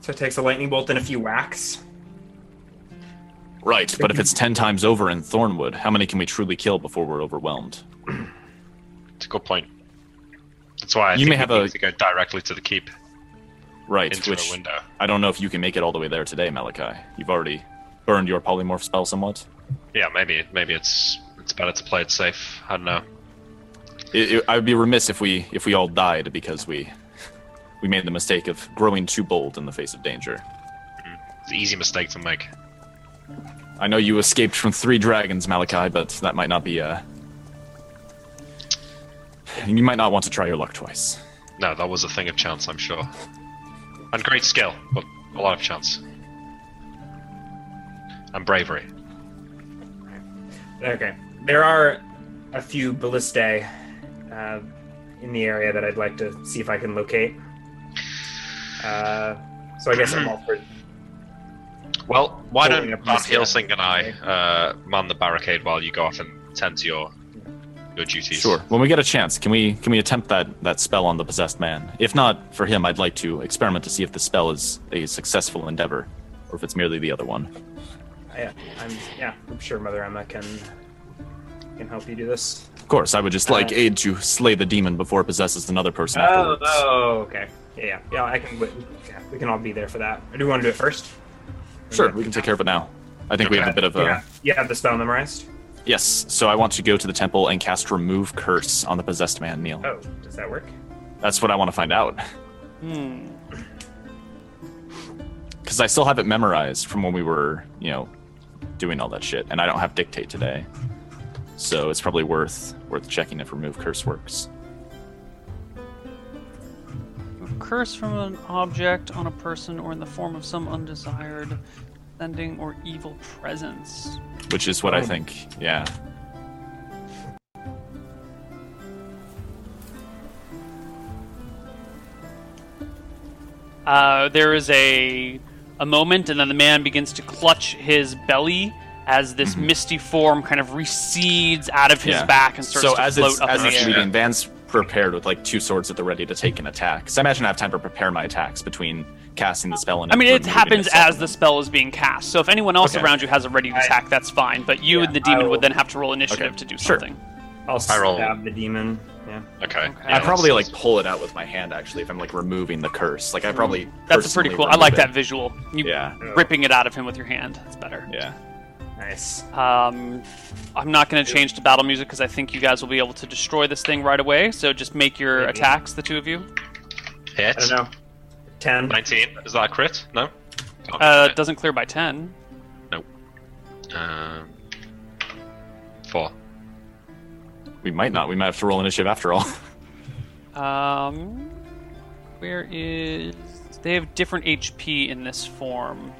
S3: So it takes a lightning bolt and a few whacks.
S2: Right, but if it's ten times over in Thornwood, how many can we truly kill before we're overwhelmed?
S4: It's a good point. That's why I
S2: You
S4: think
S2: may
S4: we
S2: have
S4: need
S2: a-
S4: to go directly to the keep
S2: Right,
S4: into a
S2: which
S4: window.
S2: I don't know if you can make it all the way there today, Malachi. You've already burned your polymorph spell somewhat.
S4: Yeah, maybe maybe it's it's better to play it safe. I don't know.
S2: It, it, I would be remiss if we if we all died because we we made the mistake of growing too bold in the face of danger.
S4: It's an easy mistake to make.
S2: I know you escaped from three dragons, Malachi, but that might not be. Uh, you might not want to try your luck twice.
S4: No, that was a thing of chance, I'm sure. And great skill, but a lot of chance. And bravery.
S3: Okay. There are a few ballistae uh, in the area that I'd like to see if I can locate. Uh, so I guess I'm all for
S4: Well, why
S3: Pulling
S4: don't
S3: up
S4: Van
S3: this guy.
S4: Helsing and I uh, man the barricade while you go off and tend to your your duties?
S2: Sure. When we get a chance, can we can we attempt that that spell on the possessed man? If not for him, I'd like to experiment to see if the spell is a successful endeavor, or if it's merely the other one.
S3: I, I'm yeah, I'm sure Mother Emma can can help you do this.
S2: Of course, I would just like
S3: Uh,
S2: aid to slay the demon before it possesses another person. afterwards.
S3: oh, okay. Yeah, yeah, yeah. I can. wait- Yeah, we can all be there for that. Or do we want to do it first?
S2: Sure, we can take care of it now. I think we have a bit of a
S3: yeah. You have the spell memorized.
S2: yes. So I want to go to the temple and cast remove curse on the possessed man, Neil.
S3: Oh, does that work?
S2: That's what I want to find out.
S1: Hmm.
S2: because I still have it memorized from when we were, you know, doing all that shit, and I don't have dictate today, so it's probably worth worth checking if remove curse works.
S1: Remove curse from an object on a person or in the form of some undesired sending or evil presence.
S2: which is what
S1: Oh.
S2: I think. Yeah.
S1: Uh, there is a a moment, and then the man begins to clutch his belly as this misty form kind of recedes out of his
S2: Mm-hmm. Yeah.
S1: back and starts
S2: So
S1: to
S2: as
S1: float
S2: it's
S1: up
S2: as
S1: in the
S2: it's
S1: air.
S2: leaving, Van's prepared with like two swords at the ready to take an attack. Because I imagine I have time to prepare my attacks between casting the spell and.
S1: I mean, it
S2: removing
S1: happens
S2: itself.
S1: as the spell is being cast. So if anyone else
S2: Okay.
S1: around you has a ready to
S3: I-
S1: attack, that's fine. But you
S3: Yeah,
S1: and the
S3: I
S1: demon
S3: will-
S1: would then have to roll initiative
S2: Okay.
S1: to do
S2: Sure.
S1: something.
S3: I'll
S4: I roll.
S3: stab the demon. Yeah.
S4: Okay.
S1: Okay.
S2: I
S1: Yeah,
S2: probably like
S4: let's-
S2: pull it out with my hand actually if I'm like removing the curse. Like I probably.
S1: Hmm. That's a pretty
S2: personally
S1: cool. I
S2: remove
S1: like
S2: it.
S1: that visual. You
S2: Yeah.
S1: ripping it out of him with your hand. That's better.
S2: Yeah.
S3: Nice.
S1: Um, I'm not going to change to battle music because I think you guys will be able to destroy this thing right away. So just make your
S3: Maybe.
S1: attacks, the two of you.
S4: Hit.
S3: I don't know. Ten.
S4: 19. Is that a crit? No?
S1: Uh, it doesn't clear by ten.
S4: um, four.
S2: We might not. We might have to roll initiative after all.
S1: Um, where is they have different HP in this form?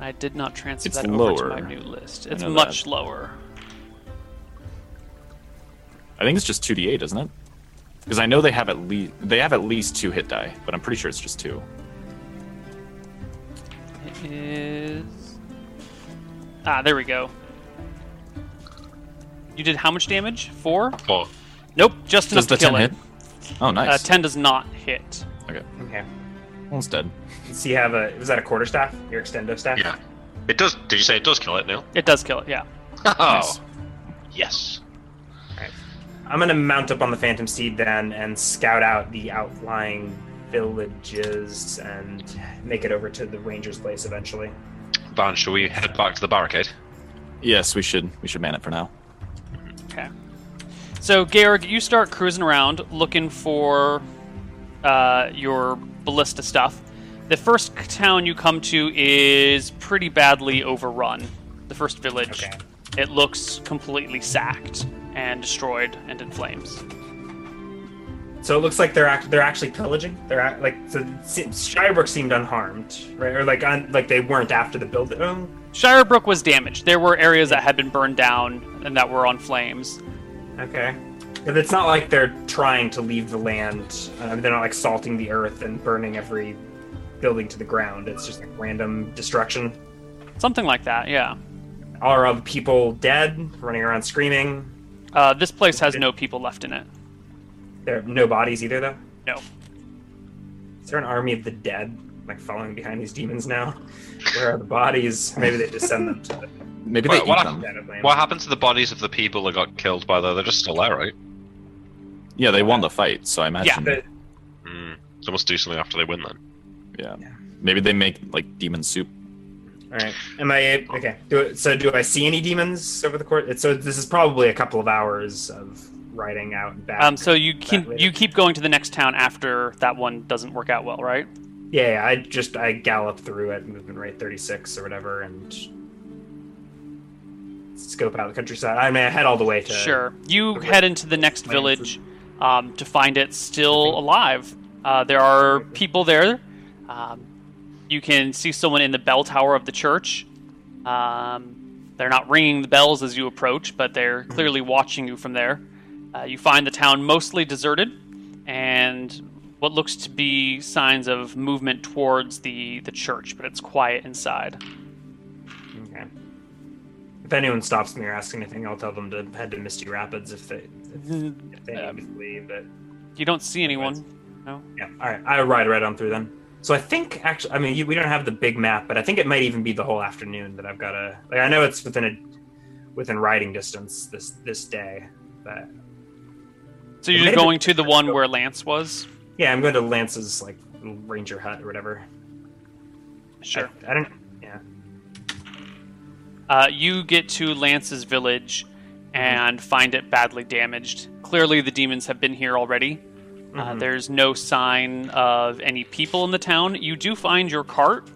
S1: I did not transfer
S2: It's
S1: that over
S2: lower.
S1: to my new list. It's
S2: know
S1: much
S2: that.
S1: lower.
S2: I think it's just two d8, isn't it? Because I know they have at least they have at least two hit die, but I'm pretty sure it's just two.
S1: It is ah, there we go. You did how much damage? Four?
S4: Four.
S1: Nope, just enough
S2: Does the
S1: to kill
S2: ten
S1: it.
S2: hit? Oh,
S1: Uh,
S2: nice.
S1: ten does not hit.
S2: Okay,
S3: Okay.
S2: well, it's dead.
S3: Does he have a? Was that a quarter staff? Your extendo staff?
S4: Yeah. It does. Did you say it does kill it, Neil?
S1: It does kill it. Yeah.
S4: Oh.
S2: Nice.
S4: Yes.
S3: I'm gonna mount up on the Phantom Steed then and scout out the outlying villages and make it over to the Ranger's place eventually.
S4: Van, shall we head back to the barricade?
S2: Yes, we should we should man it for now.
S1: Okay. So, Georg, you start cruising around looking for uh, your ballista stuff. The first town you come to is pretty badly overrun. The first village.
S3: Okay.
S1: It looks completely sacked and destroyed and in flames.
S3: So it looks like they're act- they're actually pillaging. They're act- like so it seems- Shirebrook seemed unharmed, right? Or like un- like they weren't after the building. Oh,
S1: Shirebrook was damaged. There were areas that had been burned down and that were on flames.
S3: okay. But it's not like they're trying to leave the land. Um, they're not like salting the earth and burning every building to the ground. It's just like random destruction.
S1: Something like that, yeah.
S3: Are of people dead, running around screaming?
S1: Uh, this place has no people left in it.
S3: There are no bodies either, though.
S1: No.
S3: Is there an army of the dead like following behind these demons now? Where are the bodies? Maybe they just send them to the
S2: Maybe
S4: Well,
S2: they
S4: what
S2: eat
S4: I-
S2: them.
S3: dead of land.
S4: What happened to the bodies of the people that got killed by the? They're just still there, right?
S2: Yeah, they won the fight, so I imagine.
S3: But- Hmm.
S4: Mm. They must do something after they win then.
S2: Yeah.
S3: Yeah.
S2: Maybe they make like demon soup.
S3: All right. Am I okay? Do so? Do I see any demons over the course? it's- So this is probably a couple of hours of riding out and back.
S1: Um, so you keep
S3: later.
S1: you keep going to the next town after that one doesn't work out well, right?
S3: yeah, yeah, I just I gallop through at movement rate thirty six or whatever and scope out the countryside. I mean, I head all the way to
S1: Sure. You
S3: Okay.
S1: head into the next
S3: Plans
S1: village um, to find it still alive. Uh, there are people there. Um, you can see someone in the bell tower of the church. Um, they're not ringing the bells as you approach, but they're clearly watching you from there. Uh, you find the town mostly deserted, and what looks to be signs of movement towards the, the church, but it's quiet inside.
S3: Okay. If anyone stops me or asks anything, I'll tell them to head to Misty Rapids if they if, if they
S1: Um,
S3: need to leave. But
S1: You don't see anyone. No.
S3: Yeah. All right. I ride right on through then. So I think actually, I mean, you, we don't have the big map, but I think it might even be the whole afternoon that I've got to. Like, I know it's within a within riding distance this this day, but
S1: So
S3: It may
S1: you're
S3: have been
S1: going to the one where Lance was.
S3: yeah, I'm going to Lance's like little ranger hut or whatever.
S1: Sure.
S3: I, I don't. Yeah.
S1: Uh, you get to Lance's village and find it badly damaged. Clearly, the demons have been here already. Uh,
S3: Mhm.
S1: there's no sign of any people in the town. You do find your cart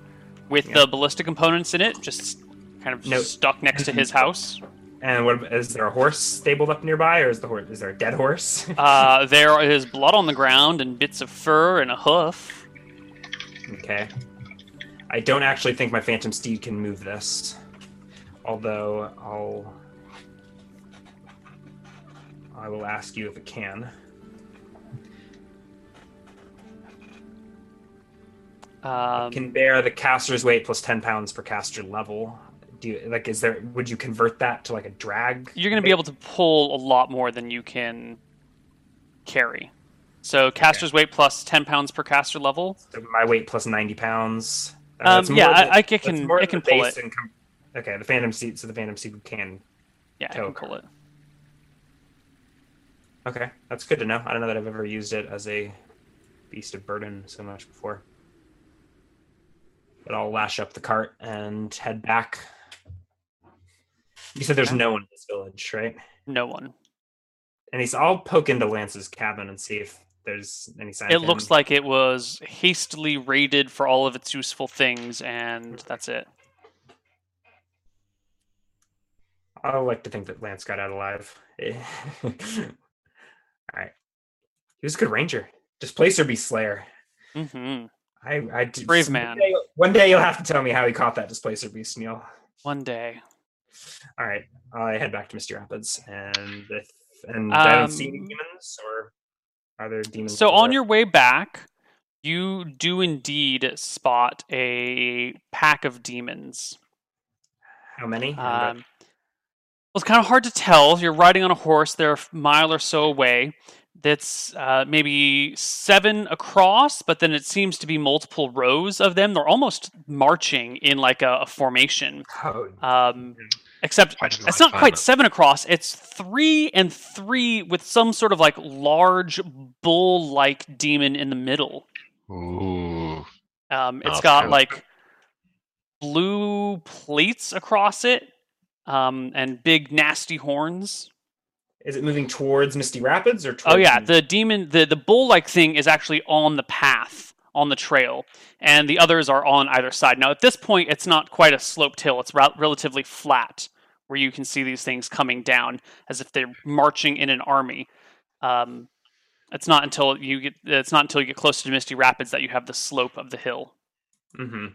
S1: with the ballista components in it, just kind of
S3: Nope.
S1: stuck next to his house.
S3: And what ab- is there a horse stabled up nearby, or is the horse is there a dead horse?
S1: Uh, there is blood on the ground and bits of fur and a hoof.
S3: okay. I don't actually think my Phantom Steed can move this. Although I'll I will ask you if it can.
S1: Um,
S3: can bear the caster's weight plus ten pounds per caster level. Do you, like is there would you convert that to like a drag?
S1: you're going to be able to pull a lot more than you can carry. So caster's weight plus 10 pounds per caster level.
S3: So my weight plus ninety pounds. Uh,
S1: Um,
S3: that's more
S1: yeah, I-
S3: than-
S1: I c-
S3: that's
S1: can-
S3: more
S1: I
S3: than
S1: can
S3: the
S1: pull
S3: base
S1: it.
S3: income- Okay, the Phantom Seed. So the Phantom Seed can.
S1: Yeah, I can
S3: Okay.
S1: pull it.
S3: Okay, that's good to know. I don't know that I've ever used it as a beast of burden so much before. But I'll lash up the cart and head back. You said there's no one in this village, right?
S1: No one.
S3: And he's. I'll poke into Lance's cabin and see if there's any sign.
S1: It
S3: of him.
S1: looks like it was hastily raided for all of its useful things, and that's it.
S3: I like to think that Lance got out alive. All right. He was a good ranger. Displacer be Slayer.
S1: hmm
S3: I, I d-
S1: Brave
S3: one
S1: man.
S3: day- one day you'll have to tell me how he caught that displacer beast, Neil.
S1: One day.
S3: All right, I head back to Misty Rapids, and if, and I don't see any
S1: Um,
S3: demons or are there demons?
S1: So on
S3: there?
S1: your way back, you do indeed spot a pack of demons.
S3: how many? uh,
S1: Um, well, it's kind of hard to tell. You're riding on a horse. They're a mile or so away. That's uh, maybe seven across, but then it seems to be multiple rows of them. They're almost marching in like a, a formation.
S3: oh,
S1: Um, except
S4: Why didn't
S1: it's
S4: I
S1: not
S4: find
S1: quite
S4: them?
S1: seven across. It's three and three with some sort of like large bull-like demon in the middle.
S4: Ooh.
S1: Um, it's
S4: Oh,
S1: got
S4: cool.
S1: like blue plates across it, um, and big nasty horns.
S3: is it moving towards Misty Rapids or?
S1: Oh
S3: Towards
S1: yeah,
S3: you?
S1: the demon, the the bull-like thing is actually on the path, on the trail, and the others are on either side. Now at this point, it's not quite a sloped hill; it's rel- relatively flat, where you can see these things coming down as if they're marching in an army. Um, it's not until you get it's not until you get close to Misty Rapids that you have the slope of the hill.
S3: Mhm.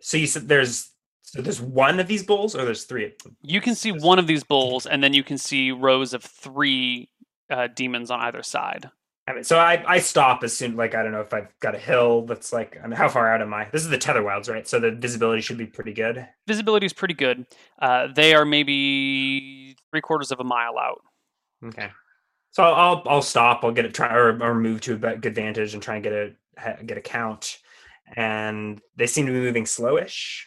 S3: So you said there's so there's one of these bulls, or there's three.
S1: You can see
S3: Just-
S1: one of these bulls, and then you can see rows of three uh, demons on either side.
S3: I mean, so I I stop as soon like I don't know if I've got a hill that's like I mean, how far out am I? This is the Tetherwilds, right? So the visibility should be pretty good.
S1: Visibility is pretty good. Uh, they are maybe three quarters of a mile out.
S3: Okay. So I'll I'll stop. I'll get it try or, or move to a bet- good vantage and try and get a ha- get a count. And they seem to be moving slowish.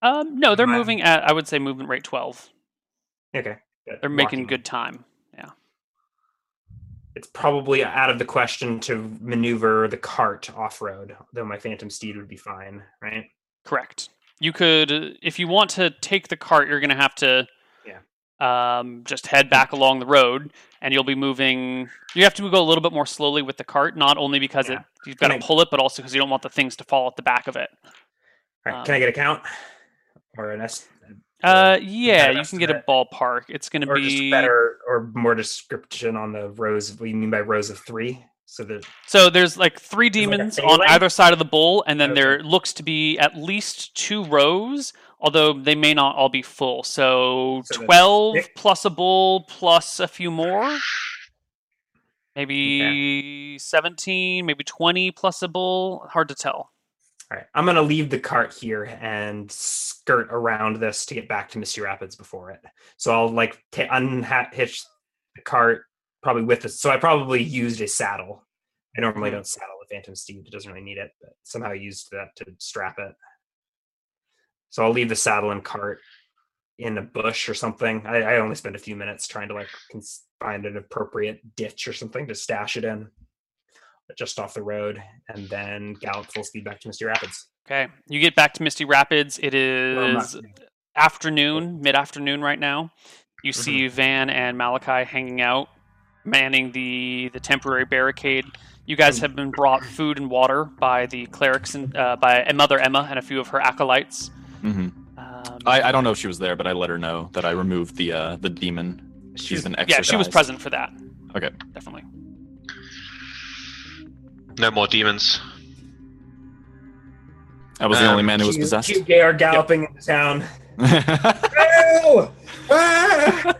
S1: Um, no, they're
S3: Wow.
S1: moving at I would say movement rate twelve.
S3: Okay. but
S1: They're making
S3: walking.
S1: good time.
S3: It's probably out of the question to maneuver the cart off road, though my Phantom Steed would be fine, right?
S1: Correct. You could, uh, if you want to take the cart, you're going to have to,
S3: Yeah. Hmm.
S1: um, just head back along the road, and you'll be moving. You have to go a little bit more slowly with the cart, not only because
S3: Yeah.
S1: it you've got to
S3: Can I-
S1: pull it, but also because you don't want the things to fall at the back of it.
S3: All right. can
S1: Um,
S3: I get a count or an est-
S1: Uh,
S3: kind
S1: yeah,
S3: of
S1: you can get a
S3: estimate?
S1: ballpark. It's going to
S3: or just
S1: be
S3: better or more description on the rows? What do you mean by rows of three? So that
S1: so there's like three
S3: like a
S1: demons on
S3: phalanx?
S1: either side of the bull, and then
S3: Okay.
S1: there looks to be at least two rows, although they may not all be full. So,
S3: So that's
S1: twelve
S3: six?
S1: plus a bull plus a few more, maybe seventeen, maybe twenty plus a bull. Hard to tell.
S3: All right, I'm gonna leave the cart here and skirt around this to get back to Misty Rapids before it. So I'll like t- unhitch the cart probably with this. So I probably used a saddle. I normally
S1: Mhm.
S3: don't saddle a Phantom Steed; it doesn't really need it, but somehow used that to strap it. So I'll leave the saddle and cart in a bush or something. I, I only spend a few minutes trying to like cons- find an appropriate ditch or something to stash it in, just off the road, and then gallop full speed back to Misty Rapids.
S1: Okay, you get back to Misty Rapids. It
S3: Well, not-
S1: is afternoon, mid afternoon right now. You see
S2: Mm-hmm.
S1: Van and Malachi hanging out, manning the the temporary barricade. You guys
S2: Mm.
S1: have been brought food and water by the clerics and uh, by Mother Emma and a few of her acolytes.
S2: hmm
S1: Um,
S2: I, I don't know if she was there, but I let her know that I removed the uh, the demon.
S1: she
S2: She's
S1: was-
S2: been
S1: yeah, she was
S2: exorcised.
S1: present for that.
S2: Okay.
S1: definitely.
S4: No more demons.
S2: I was the
S4: Um,
S2: only man who was
S3: Cute-
S2: possessed.
S3: Cute gay are galloping into town.
S2: I
S3: Ew! Ah!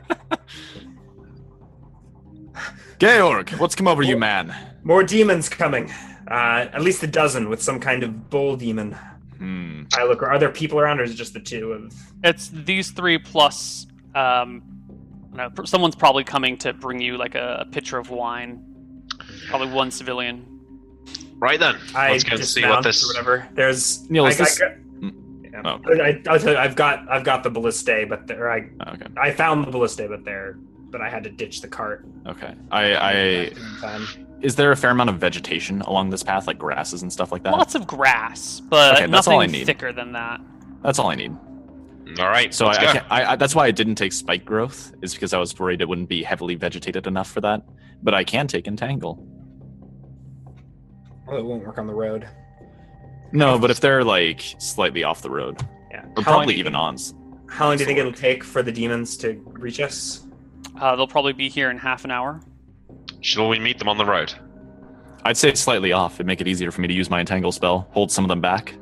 S2: Georg, what's come over you, man?
S3: More demons coming. Uh, at least a dozen with some kind of bull demon.
S2: Hmm.
S3: I look. Are there people around, or is it just the two? Of
S1: It's these three plus. Um, I don't know, someone's probably coming to bring you like a, a pitcher of wine. Probably one civilian.
S4: Right then,
S3: I
S4: let's go and
S3: dismount
S4: see what
S3: or
S4: this.
S3: whatever. There's.
S2: Neil,
S3: I,
S2: is this-
S3: I, got- yeah.
S2: Oh.
S3: I, I, will tell you, I've got I've got the ballista, but there I
S2: Okay.
S3: I found the ballista, but there but I had to ditch the cart.
S2: Okay. I, I.
S3: in time.
S2: Is there a fair amount of vegetation along this path, like grasses and stuff like that?
S1: Lots of grass, but
S2: Okay, that's
S1: nothing
S2: all I need.
S1: thicker than that.
S2: That's all I need.
S4: All right,
S2: So I,
S4: let's go.
S2: I, can't, I, I that's why I didn't take spike growth is because I was worried it wouldn't be heavily vegetated enough for that. But I can take entangle.
S3: Well, it won't work on the road.
S2: No, but if they're like slightly off the road,
S3: Yeah.
S2: or
S3: How long-
S2: probably even on. s-
S3: How long do you think it'll take for the demons to reach us?
S1: Uh, they'll probably be here in half an hour.
S4: Shall we meet them on the road?
S2: I'd say slightly off. It'd make it easier for me to use my entangle spell, hold some of them back.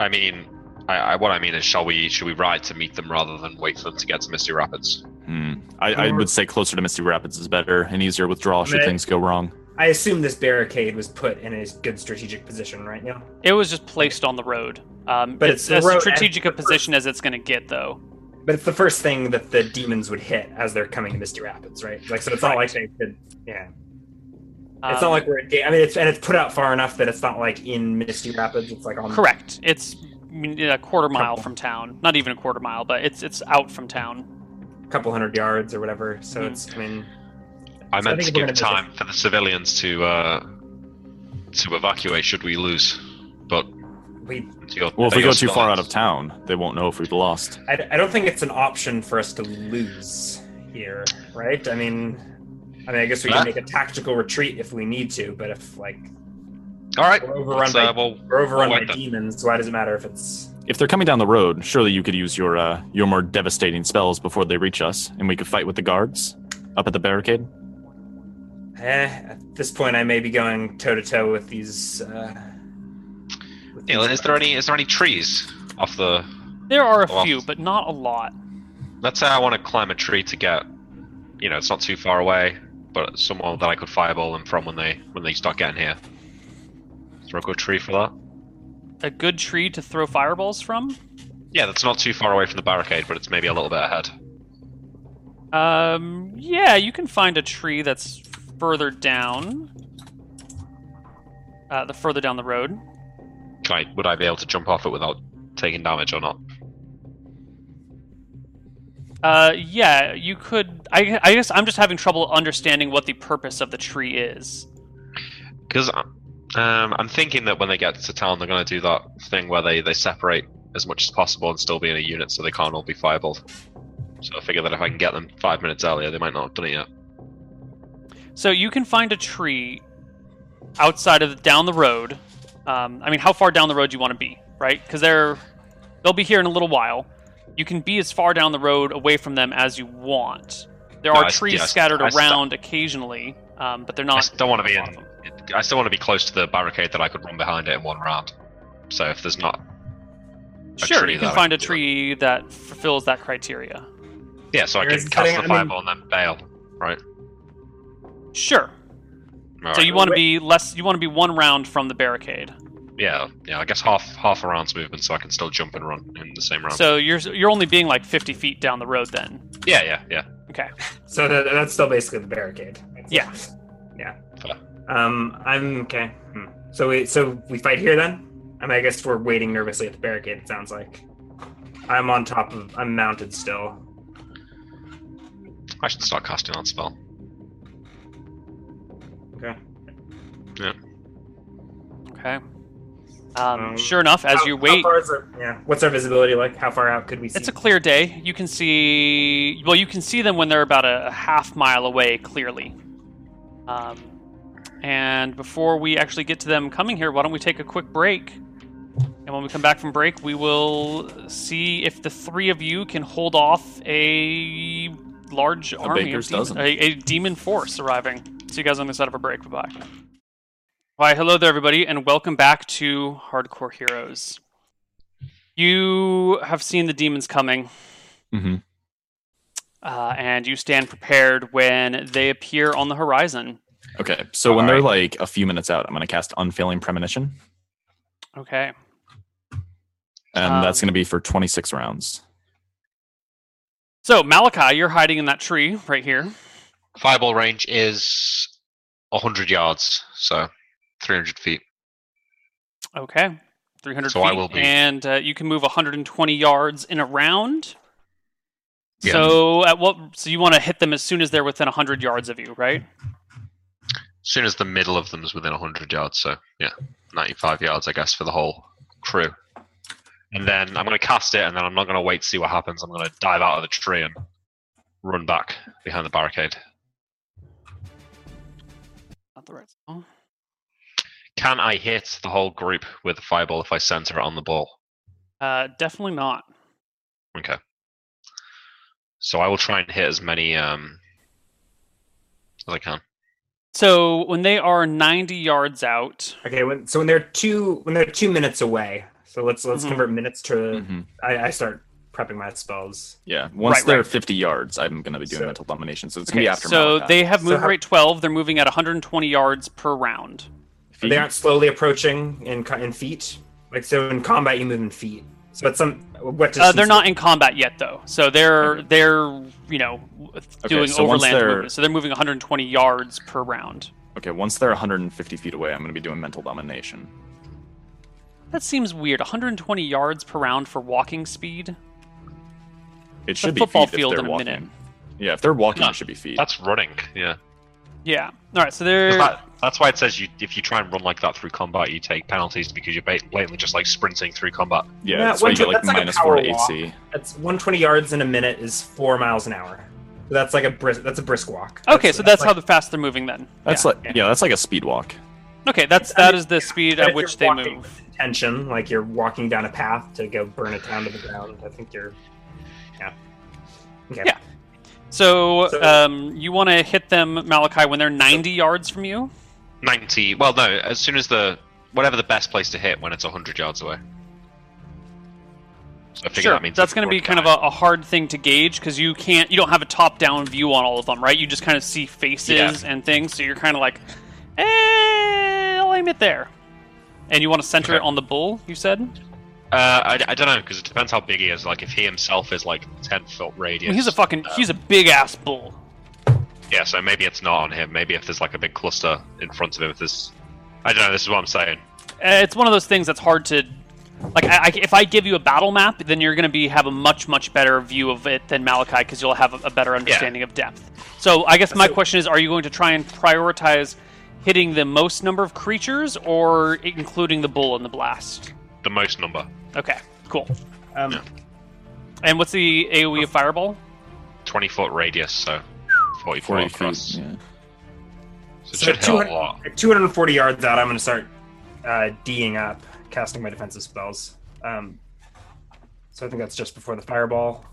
S4: I mean, I, I, what I mean is, shall we? Should we ride to meet them rather than wait for them to get to Misty Rapids?
S2: Hmm. I, I
S3: Or-
S2: would say closer to Misty Rapids is better and easier withdrawal should
S3: May-
S2: things go wrong.
S3: I assume this barricade was put in a good strategic position right now.
S1: It was just placed on the road. Um,
S3: But
S1: it's,
S3: it's the
S1: as
S3: road and
S1: strategic a
S3: the
S1: position as it's going to get, though.
S3: But it's the first thing that the demons would hit as they're coming to Misty Rapids, right? Like, so it's not like they could. Yeah, it's
S1: Um,
S3: not like we're. at ga- I mean, it's and it's put out far enough that it's not like in Misty Rapids. It's like on.
S1: correct. It's mm, a quarter mile
S3: Couple.
S1: from town. Not even a quarter mile, but it's it's out from town.
S3: a couple hundred yards or whatever. So
S1: Mm-hmm.
S3: it's. I mean,
S4: I
S3: So I
S4: meant
S3: think
S4: to
S3: we're
S4: give
S3: gonna
S4: time for the civilians to uh, to evacuate should we lose. But
S3: we.
S4: to your,
S2: Well, if
S4: they
S2: we go
S4: are
S2: too
S4: still
S2: far
S4: out.
S2: out of town, they won't know if we've lost.
S3: I, I don't think it's an option for us to lose here, right? I mean, I mean, I guess we
S4: Huh?
S3: can make a tactical retreat if we need to, but if like
S4: all right,
S3: we're overrun
S4: let's, uh,
S3: by
S4: we'll-
S3: we're overrun by
S4: I'll wait then.
S3: demons, why does it matter if it's?
S2: If they're coming down the road, surely you could use your uh, your more devastating spells before they reach us, and we could fight with the guards up at the barricade.
S3: Eh, at this point, I may be going toe to toe with these. Uh, with
S4: Neil,
S3: these-
S4: is there any is there any trees off the?
S1: There are a
S4: Well-
S1: few, but not a lot.
S4: Let's say I want to climb a tree to get, you know, it's not too far away, but somewhere that I could fireball them from when they when they start getting here. Is there a good tree for that?
S1: A good tree to throw fireballs from.
S4: Yeah, that's not too far away from the barricade, but it's maybe a little bit ahead.
S1: Um, yeah, you can find a tree that's further down. Uh, the further down the road.
S4: Can I, would I be able to jump off it without taking damage or not?
S1: Uh, yeah, you could. I, I guess I'm just having trouble understanding what the purpose of the tree is.
S4: Because um, I'm thinking that when they get to town, they're going to do that thing where they, they separate as much as possible and still be in a unit so they can't all be fireballed. So I figure that if I can get them five minutes earlier, they might not have done it yet.
S1: So you can find a tree outside of down the road. Um, I mean, how far down the road do you want to be, right? Because they're they'll be here in a little while. You can be as far down the road away from them as you want. There
S4: No,
S1: are
S4: I s-
S1: trees
S4: yeah, I s-
S1: scattered
S4: I sta-
S1: around occasionally, um, but they're
S4: I
S1: not.
S4: still want to be
S1: a lot of
S4: in. I still want to be close to the barricade that I could run behind it in one round. So if there's not, a
S1: Sure,
S4: tree
S1: you
S4: that
S1: can
S4: I
S1: find a
S4: can do it.
S1: tree that fulfills that criteria.
S4: yeah, so I
S3: There
S4: can
S3: is
S4: cast
S3: setting-
S4: the
S3: I mean-
S4: fireball and then bail. Right.
S1: Sure. So
S4: Alright.
S1: you want to be less. You want to be one round from the barricade.
S4: Yeah, yeah. I guess half half a round's movement, so I can still jump and run in the same round.
S1: So you're you're only being like 50 feet down the road then.
S4: yeah, yeah, yeah.
S1: Okay.
S3: So that, that's still basically the barricade.
S1: Yeah.
S3: Yeah.
S4: Fair.
S3: Um, I'm okay. Hmm. So we so we fight here then. I mean, I guess we're waiting nervously at the barricade. It sounds like. I'm on top of. I'm mounted still.
S4: I should start casting that spell.
S3: Okay.
S1: Okay. Um,
S3: Um,
S1: sure enough, as
S3: How-
S1: you
S3: how
S1: wait,
S3: far is our- yeah. What's our visibility like? How far out could we see?
S1: it's a clear day. You can see well, you can see them when they're about a, a half mile away clearly. Um, and before we actually get to them coming here, why don't we take a quick break? And when we come back from break, we will see if the three of you can hold off a large army,
S2: baker's
S1: of demon-
S2: dozen.
S1: a, a demon force arriving. See you guys on the other side of a break. Bye bye. Why, hello there, everybody, and welcome back to Hardcore Heroes. You have seen the demons coming,
S2: Mm-hmm.
S1: uh, and you stand prepared when they appear on the horizon.
S2: Okay, so when they're like a few minutes out, I'm going to cast Unfailing Premonition,
S1: Okay.
S2: and that's
S1: Um,
S2: going to be for 26 rounds.
S1: So Malachi, you're hiding in that tree right here.
S4: Fireball range is 100 yards, so 300 feet.
S1: Okay. 300
S4: So
S1: feet.
S4: I will be-
S1: And uh, you can move 120 yards in a round.
S4: Yeah.
S1: So at what? So you want to hit them as soon as they're within 100 yards of you, right?
S4: As soon as the middle of them is within 100 yards, so yeah, 95 yards, I guess, for the whole crew. And then I'm going to cast it, and then I'm not going to wait to see what happens. I'm going to dive out of the tree and run back behind the barricade.
S1: Not the right. spell.
S4: Can I hit the whole group with the fireball if I center it on the ball?
S1: Uh, definitely not.
S4: Okay. So I will try and hit as many um, as I can.
S1: So when they are 90 yards out,
S3: Okay, when, so when they're two when they're two minutes away, so let's let's
S1: Mhm.
S3: convert minutes to.
S2: Mhm.
S3: I, I start prepping my spells.
S2: Yeah, once
S1: Right,
S2: they're
S1: right.
S2: 50 yards, I'm going to be doing
S3: So-
S2: mental domination, so it's going
S1: okay,
S2: to be after.
S1: so
S2: Malachi.
S1: they have
S3: So
S1: movement
S3: how-
S1: rate 12. They're moving at 120 yards per round.
S2: If you
S1: Mm-hmm.
S3: They
S2: can-
S3: aren't slowly approaching in co- in feet. Like so, in combat you move in feet. So it's some what
S1: Uh,
S3: distance?
S1: they're not in combat yet, though. So they're they're you know doing
S2: so once
S1: overland
S2: they're-
S1: movement. So they're moving 120 yards per round.
S2: Okay, once they're 150 feet away, I'm going to be doing mental domination.
S1: That seems weird. 120 yards per round for walking speed.
S2: It should be
S1: football
S2: feet
S1: field
S2: if
S1: in
S2: they're
S1: a
S2: walking.
S1: minute.
S2: Yeah, if they're walking,
S4: No,
S2: it should be feet.
S4: That's running, yeah.
S1: Yeah. All right. So they're
S4: That- that's why it says you if you try and run like that through combat, you take penalties because you're ba- blatantly just like sprinting through combat.
S2: yeah,
S3: Yeah,
S2: that's why you
S3: once-
S2: get like
S3: that's like a
S2: minus four to
S3: power walk.
S2: AC.
S3: That's 120 yards in a minute is four miles an hour. So that's like a brisk. That's a brisk walk.
S1: okay. So that's
S3: like-
S1: how the fast they're moving then.
S2: That's
S1: yeah.
S2: like yeah. that's like a speed walk.
S1: okay. That's
S3: I
S1: that
S3: mean,
S1: is the speed
S3: but
S1: at
S3: if
S1: which they
S3: you're walking
S1: move.
S3: with Intention, like you're walking down a path to go burn it down to the ground. I think you're. Yeah. Okay.
S1: Yeah. So,
S3: So-
S1: um, you want to hit them, Malachi, when they're 90 yards from you.
S4: Ninety. Well, no. As soon as the whatever the best place to hit when it's hundred yards away. So I figure
S1: Sure,
S4: that means
S1: that's going to be kind of a, a hard thing to gauge because you can't, you don't have a top-down view on all of them, right? You just kind of see faces and things, so you're kind of like, eh, I'll aim it there. And you want to center
S4: Okay.
S1: it on the bull, you said? Well,
S4: Uh, I, I don't know because it depends how big he is. Like if he himself is like ten foot radius.
S1: he's a fucking, he's a big-ass bull.
S4: Yeah, so maybe it's not on him. Maybe if there's like a big cluster in front of him, if there's, I don't know. This is what I'm saying.
S1: Uh, it's one of those things that's hard to like I, I- if i give you a battle map then you're going to be have a much much better view of it than malachi because you'll have a, a better understanding of depth so i guess my
S3: So-
S1: question is are you going to try and prioritize hitting the most number of creatures or including the bull in the blast
S4: The most number,
S1: okay cool
S3: Um,
S1: and what's the aoe of fireball
S4: twenty foot radius, so forty, 40
S2: Forty
S4: across.
S2: feet. Yeah.
S4: So it
S3: So
S4: should hit a
S3: 200
S4: lot.
S3: At 240 yards out, I'm going to start uh, D'ing up, casting my defensive spells. Um, so I think that's just before the fireball.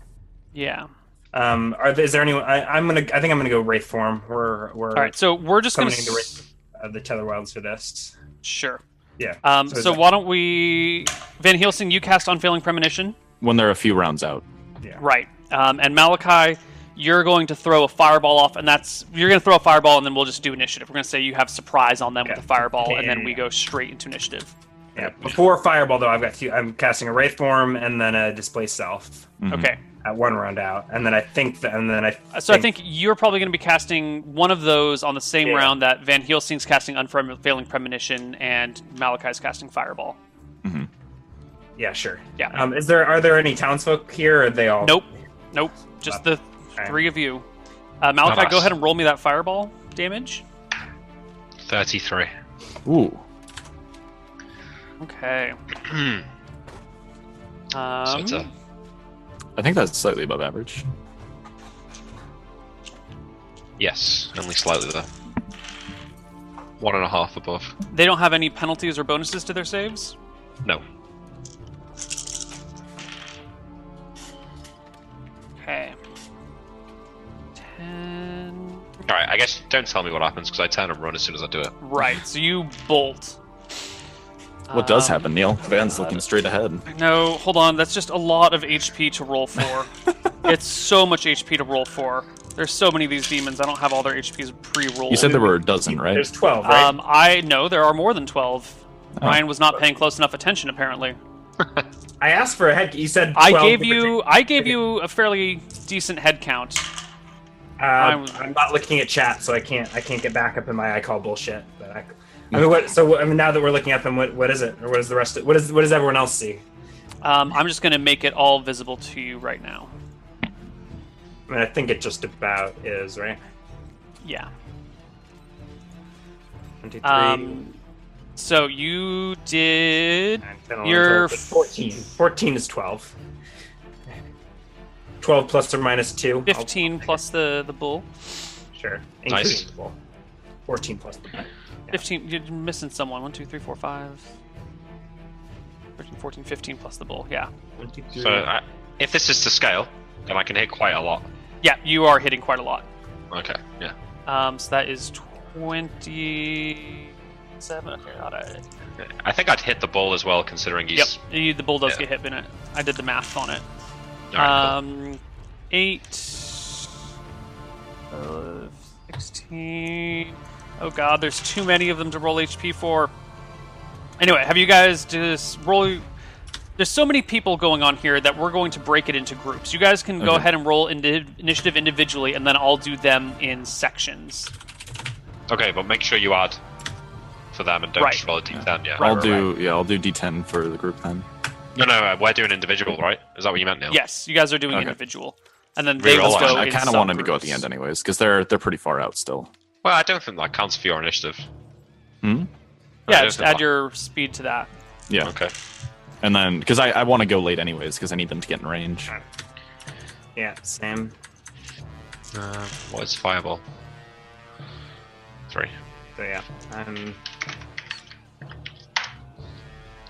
S1: yeah
S3: Um, are there, is there anyone? I, I'm gonna. I think I'm gonna go wraith form. We're we're
S1: all right so we're just going
S3: summoning the
S1: to
S3: wraith of the Tetherwilds for this.
S1: sure
S3: Yeah.
S1: um,
S3: So is
S1: so
S3: that-
S1: why don't we van helsing you cast unfailing premonition
S2: When they're a few rounds out.
S3: Yeah.
S1: Right. Um, and Malachi, you're going to throw a fireball off, and that's you're going to throw a fireball, and then we'll just do initiative. We're going to say you have surprise on them with
S3: Yeah.
S1: a fireball,
S3: Yeah,
S1: and
S3: yeah,
S1: then we
S3: yeah.
S1: go straight into initiative.
S3: Yeah. Before fireball, though, I've got two. I'm casting a wraith form and then a display self
S2: Mhm.
S1: Okay.
S3: at one round out, and then I think that, and then I.
S1: Uh, So I think you're probably going to be casting one of those on the same
S3: Yeah.
S1: round that Van Helsing's casting unfailing premonition and Malachi's casting fireball.
S3: Yeah. Sure.
S1: Yeah.
S3: Um, is there are there any townsfolk here? Or are they all?
S1: Nope. Nope. Just the
S3: Okay.
S1: three of you. Uh, Malachi,
S4: Nice.
S1: go ahead and roll me that fireball damage.
S4: Thirty-three.
S2: Ooh.
S1: Okay.
S4: Hmm.
S1: Um,
S4: so it's a
S2: I think that's slightly above average.
S4: yes, only slightly though. One and a half above.
S1: They don't have any penalties or bonuses to their saves.
S4: No.
S1: Okay. Ten.
S4: All right. I guess don't tell me what happens because I turn and run as soon as I do it.
S1: Right. So you bolt.
S2: What does
S1: Um,
S2: happen, Neil? Van's looking straight ahead.
S1: No, hold on. That's just a lot of HP to roll for. it's so much HP to roll for. There's so many of these demons. I don't have all their HPs pre-rolled.
S2: You said there were a dozen, right?
S3: There's 12, right?
S1: Um, I know there are more than twelve.
S2: Oh.
S1: Ryan was not paying close enough attention. Apparently,
S3: I asked for a head. You said
S1: I
S3: 12
S1: gave
S3: in particular.
S1: you I gave you a fairly decent head count.
S3: Um,
S1: was-
S3: I'm not looking at chat, so I can't. I can't get back up in my I call bullshit. But I,
S4: Mm.
S3: I mean, what? So what- I mean, now that we're looking at them, what what is it, or what is the rest? Of, what is what does everyone else see?
S1: Um, I'm just going to make it all visible to you right now.
S3: I mean, I think it just about is right.
S1: Yeah.
S3: One, two, three,
S1: Um, so you did.
S3: nine, 10, 11,
S1: you're
S3: 12, 14. 14 is 12. 12 plus or minus 2. I'll-
S1: 15 plus the, the bull.
S3: Sure. Including
S4: Nice.
S3: the bull. 14 plus the bull.
S1: 15, you're missing someone. 1, 2, 3, 4, 5. 13, 14, 15 plus the bull. Yeah.
S3: One, two, three.
S4: So uh, I, if this is to scale, then I can hit quite a lot.
S1: Yeah, you are hitting quite a lot.
S4: Okay, yeah.
S1: Um, so that is 27. Okay, got it.
S4: I think I'd hit the ball as well, considering
S1: Yep.
S4: he's.
S1: You, the bull does
S4: yeah.
S1: get hit in it. I did the math on it.
S4: Alright,
S1: Um, 8. Uh, 16. Oh god, there's too many of them to roll HP for. Anyway, have you guys just roll. There's so many people going on here that we're going to break it into groups. You guys can go
S2: Okay.
S1: ahead and roll indi- initiative individually, and then I'll do them in sections.
S4: cool. Okay, but make sure you add for them and don't
S1: Right.
S4: just roll a d10, yeah.
S2: I'll do yeah, I'll do D10 for the group then.
S4: No, no, uh, we're doing individual, right? Is that what you meant, Neil?
S1: Yes, you guys are doing
S2: Okay.
S1: individual, and then they
S4: Reroll
S1: will
S4: it.
S1: go.
S2: I
S1: in
S2: kind of want him to go at
S1: subgroups.
S2: the end anyways because they're they're pretty far out still.
S4: Well, I don't think that counts for your initiative.
S2: Hmm?
S4: I
S1: Yeah,
S4: don't
S1: just
S4: think
S1: add
S4: that-
S1: your speed to that.
S2: Yeah,
S4: Okay.
S2: and then because I, I want to go late anyways because I need them to get in range.
S3: Yeah, same.
S4: Uh, what is fireball? Three.
S3: So yeah, I'm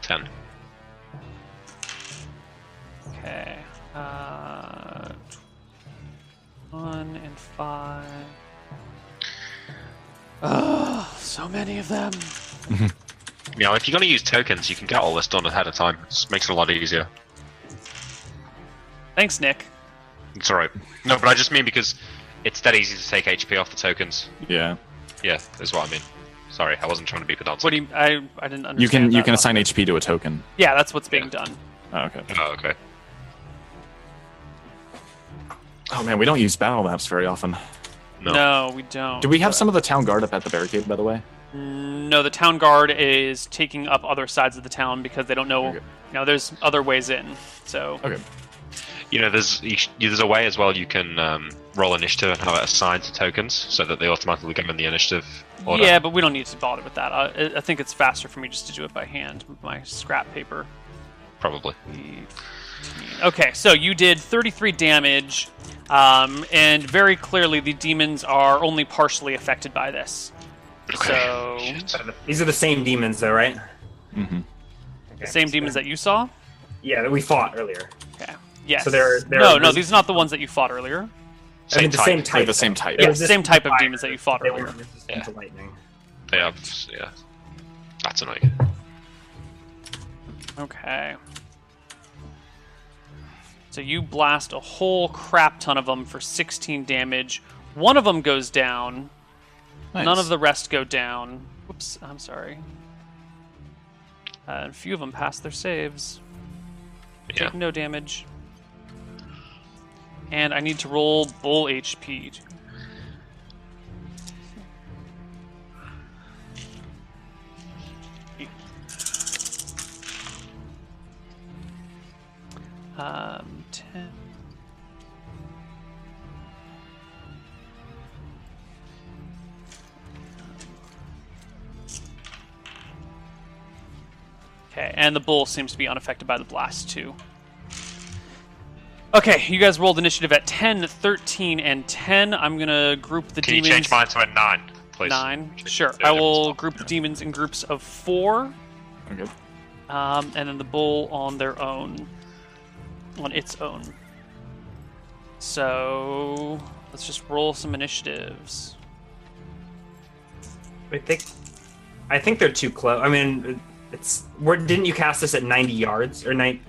S4: Ten.
S1: Okay. Uh, tw- one and five. Ugh, Ah, so many of them.
S4: You know, if you're going to use tokens, you can get all this done ahead of time. It just makes it a lot easier.
S1: Thanks, Nick.
S4: It's alright. No, but I just mean because it's that easy to take HP off the tokens.
S2: Yeah,
S4: Yeah, is what I mean. Sorry, I wasn't trying to be pedantic.
S1: What do you? I I didn't understand.
S2: you can you
S1: that
S2: can
S1: last-
S2: assign HP to a token.
S1: Yeah, that's what's being
S4: Yeah.
S1: done.
S2: Oh, okay.
S4: Oh, okay.
S2: Oh man, we don't use battle maps very often.
S4: No.
S1: we don't.
S2: Do we have some of the town guard up at the barricade by the way?
S1: No, the town guard is taking up other sides of the town because they don't know.
S2: Okay.
S1: You know, there's other ways in. So
S2: Okay.
S4: You know, there's you, sh- there's a way as well you can um, roll initiative and have it assigned to tokens so that they automatically come in the initiative order.
S1: yeah, but we don't need to bother with that. Uh, I, I think it's faster for me just to do it by hand with my scrap paper.
S4: Probably.
S1: 15. Okay, so you did 33 damage, um, and very clearly the demons are only partially affected by this. So,
S4: Shit.
S3: These are the same demons, though, right?
S2: Mm-hmm.
S3: Okay.
S1: the same demons that you saw?
S3: Yeah, that we fought earlier.
S1: Okay. Yes.
S3: So they're- they're-
S1: no, no, these are not the ones that you fought earlier.
S3: I mean, the same
S2: They're
S3: type.
S2: the same type.
S1: Yeah,
S3: They're resistant
S1: same type of
S3: to fire.
S1: demons that you fought
S3: They were
S1: earlier.
S3: resistant
S4: Yeah.
S3: to lightning.
S4: They have, yeah. That's annoying.
S1: Okay. So you blast a whole crap ton of them for 16 damage. One of them goes down. None
S2: Nice.
S1: of the rest go down. Whoops, I'm sorry. Uh, a few of them pass their saves.
S4: Yeah.
S1: Take no damage. And I need to roll bull HP. Um, 10. Okay, and the bull seems to be unaffected by the blast too. Okay, you guys rolled initiative at 10, 13, and 10. I'm gonna group the
S4: Can
S1: demons.
S4: you change mine to a nine, please?
S1: Nine.
S4: Change
S1: Sure.
S4: it to a
S1: I
S4: different
S1: will
S4: spot.
S1: group the demons in groups of four,
S2: Okay.
S1: um, and then the bull on their own, on its own. So let's just roll some initiatives.
S3: Wait, they, I think they're too close. I mean, It's where didn't you cast this at 90 yards or 9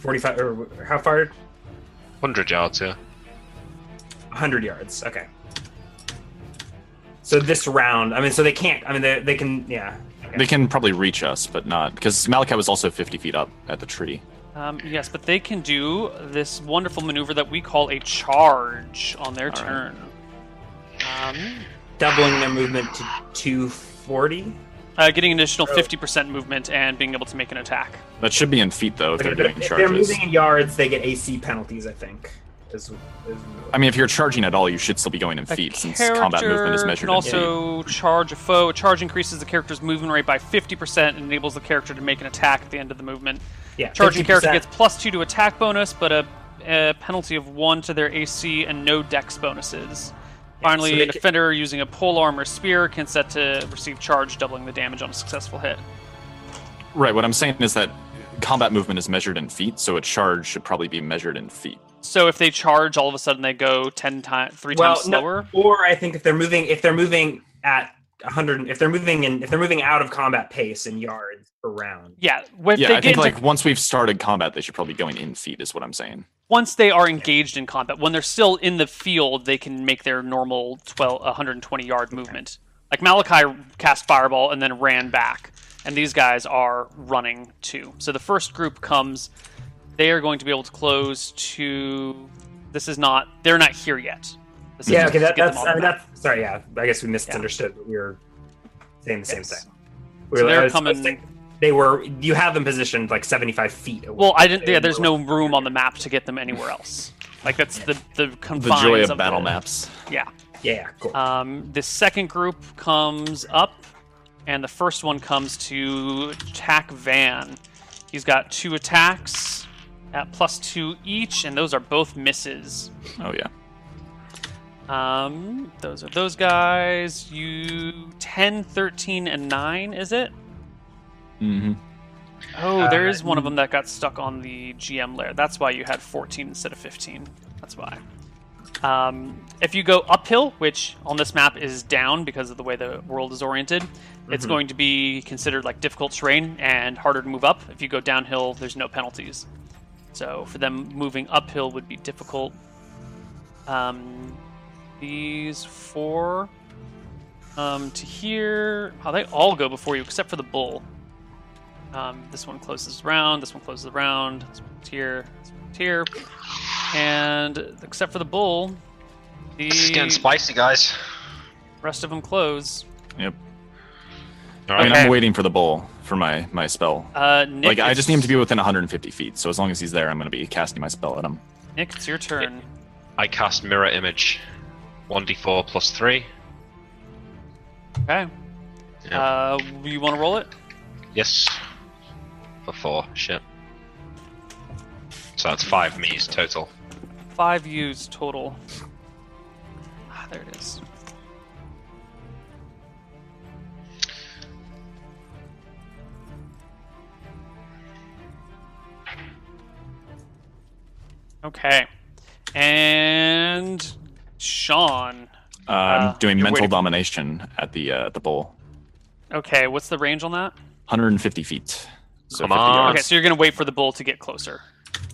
S3: 45 or how far?
S4: 100 yards, yeah.
S3: 100 yards. Okay. So this round, I mean, so they can't. I mean, they, they can. Yeah. Okay.
S2: They can probably reach us, but not because Malachi was also 50 feet up at the tree.
S1: Um, yes, but they can do this wonderful maneuver that we call a charge on their
S2: All right.
S1: turn. Um,
S3: Doubling their movement to 240.
S1: uh, getting an additional 50% movement and being able to make an attack.
S2: That should be in feet though if
S3: Like,
S2: they're
S3: if
S2: doing
S3: if they're
S2: charges.
S3: moving in yards, they get AC penalties. I think. Is, is,
S2: I mean, if you're charging at all, you should still be going in
S1: A
S2: feet since
S1: character
S2: combat movement is measured
S1: can
S2: in feet.
S1: also charge a foe. A charge increases the character's movement rate by 50% and enables the character to make an attack at the end of the movement.
S3: yeah.
S1: Charging character
S3: 50%.
S1: gets plus 2 to attack bonus, but a, a penalty of 1 to their AC and no dex bonuses. Finally,
S3: so they
S1: an
S3: ca-
S1: offender using a pole arm or spear can set to receive charge, doubling the damage on a successful hit.
S2: Right. What I'm saying is that combat movement is measured in feet, so a charge should probably be measured in feet.
S1: So if they charge, all of a sudden they go 10 times, 3 times
S3: no,
S1: slower.
S3: or I think if they're moving, if they're moving at 100, if they're moving in, if they're moving out of combat pace in yards per round.
S1: Yeah, if
S2: yeah,
S1: they
S2: I
S1: get
S2: think
S1: into
S2: like once we've started combat, they should probably be going in feet. Is what I'm saying.
S1: once they are engaged in combat, when they're still in the field, they can make their normal 12, 120 yard movement. Like Malachi cast Fireball and then ran back, and these guys are running too. So the first group comes. They are going to be able to close to. This is not. They're not here yet. This is
S3: Yeah,
S1: just
S3: okay,
S1: to
S3: that,
S1: get them
S3: that's
S1: on
S3: I mean,
S1: the map.
S3: that's sorry. Yeah, I guess we misunderstood. But we were saying the same
S1: Yes.
S3: thing. We were,
S1: they're
S3: I was- I was
S1: coming-
S3: thinking They were. You have them positioned like seventy-five feet away.
S1: Well, I didn't.
S3: They
S1: Yeah, there's
S3: were-
S1: no room on the map to get them anywhere else. Like that's the the
S2: The
S1: confines
S2: joy of,
S1: of
S2: battle
S1: the-
S2: maps.
S1: Yeah.
S3: Yeah, yeah, cool.
S1: Um, the second group comes up, and the first one comes to attack Van. He's got two attacks at plus two each, and those are both misses.
S2: Oh yeah.
S1: Um, those are those guys. You 10, 13, and 9, is it?
S2: Mm-hmm.
S1: Oh, there is one of them that got stuck on the GM layer. That's why you had 14 instead of 15. That's why. Um, if you go uphill, which on this map is down because of the way the world is oriented, it's going to be considered like difficult terrain and harder to move up. If you go downhill, there's no penalties. So for them moving uphill would be difficult. Um, these four um, to here. Oh, they all go before you except for the bull. Um, this one closes round. This one closes round. This one's here. This one's here. And except for the bull,
S4: This is getting
S1: the
S4: spicy, guys.
S1: rest of them close.
S2: Yep.
S4: All
S2: I mean,
S4: right.
S2: I'm waiting for the bull for my my spell.
S1: Uh, Nick,
S2: like I
S1: it's-
S2: just need him to be within 150 feet. So as long as he's there, I'm going to be casting my spell at him.
S1: Nick, it's your turn.
S4: I cast Mirror Image. 1d4 plus 3.
S1: Okay.
S4: Yeah.
S1: Uh, you want to roll it?
S4: Yes. For 4. Shit. So that's 5 me's total.
S1: Five U's total. Ah, there it is. Okay. And Sean.
S2: Uh, I'm doing
S1: you're
S2: mental
S1: waiting-
S2: domination at the uh, the bull.
S1: Okay, what's the range on that?
S2: 150 feet. So
S4: Come on.
S1: Okay, so you're going to wait for the bull to get closer.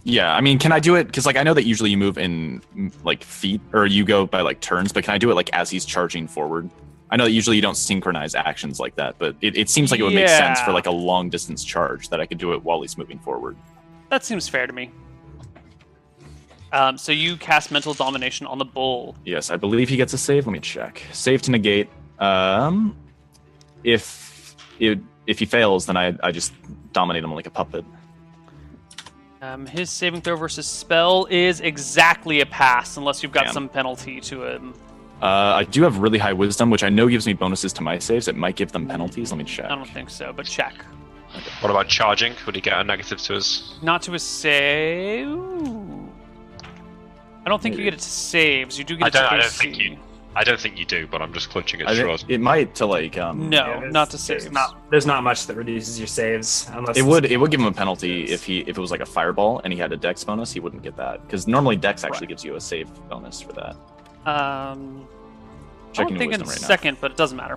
S2: Yeah, I mean, can I do it? Because like I know that usually you move in m- like feet or you go by like turns, but can I do it like as he's charging forward? I know that usually you don't synchronize actions like that, but it, it seems like it would make sense
S1: Yeah.
S2: for like a long distance charge that I could do it while he's moving forward.
S1: That seems fair to me. Um, so you cast mental domination on the bull.
S2: Yes, I believe he gets a save. Let me check. Save to negate. Um, if it if he fails, then I I just dominate him like a puppet.
S1: Um, his saving throw versus spell is exactly a pass, unless you've got
S2: Damn.
S1: some penalty to him.
S2: Uh, I do have really high wisdom, which I know gives me bonuses to my saves. It might give them penalties. Let me check.
S1: I don't think so, but check.
S4: What about charging? Would he get a negative to his.
S1: Not to a save. I don't think you
S2: Maybe.
S1: get it to saves. You do get
S4: I
S1: it to
S4: don't- I don't
S1: AC.
S4: think you- I don't think you do, but I'm just clutching at
S2: I thi-
S4: straws.
S2: it might to like um
S1: No,
S3: Yeah, there's-
S1: not to
S3: there's
S1: saves.
S3: Not, there's not much that reduces your saves unless
S2: it would it would give him a penalty if he if it was like a fireball and he had a dex bonus he wouldn't get that because normally dex actually
S1: Right.
S2: gives you a save bonus for that
S1: Um, I would
S2: Checking your
S1: think in
S2: wisdom right
S1: second, but it doesn't matter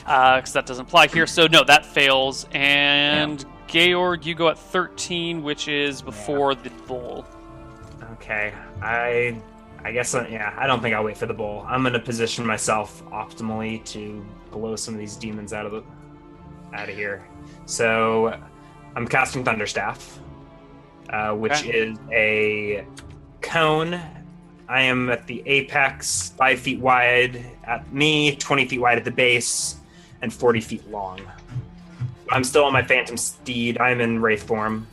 S1: because that doesn't apply here. So no, that fails. And Georg, you go at thirteen, which is before the bowl.
S3: Okay, I, I guess uh, yeah. I don't think I'll wait for the bowl. I'm gonna position myself optimally to blow some of these demons out of the, out of here. So, I'm casting Thunderstaff, uh, which
S1: Okay.
S3: is a cone. I am at the apex, five feet wide at me, twenty feet wide at the base, and forty feet long. I'm still on my Phantom Steed. I'm in wraith form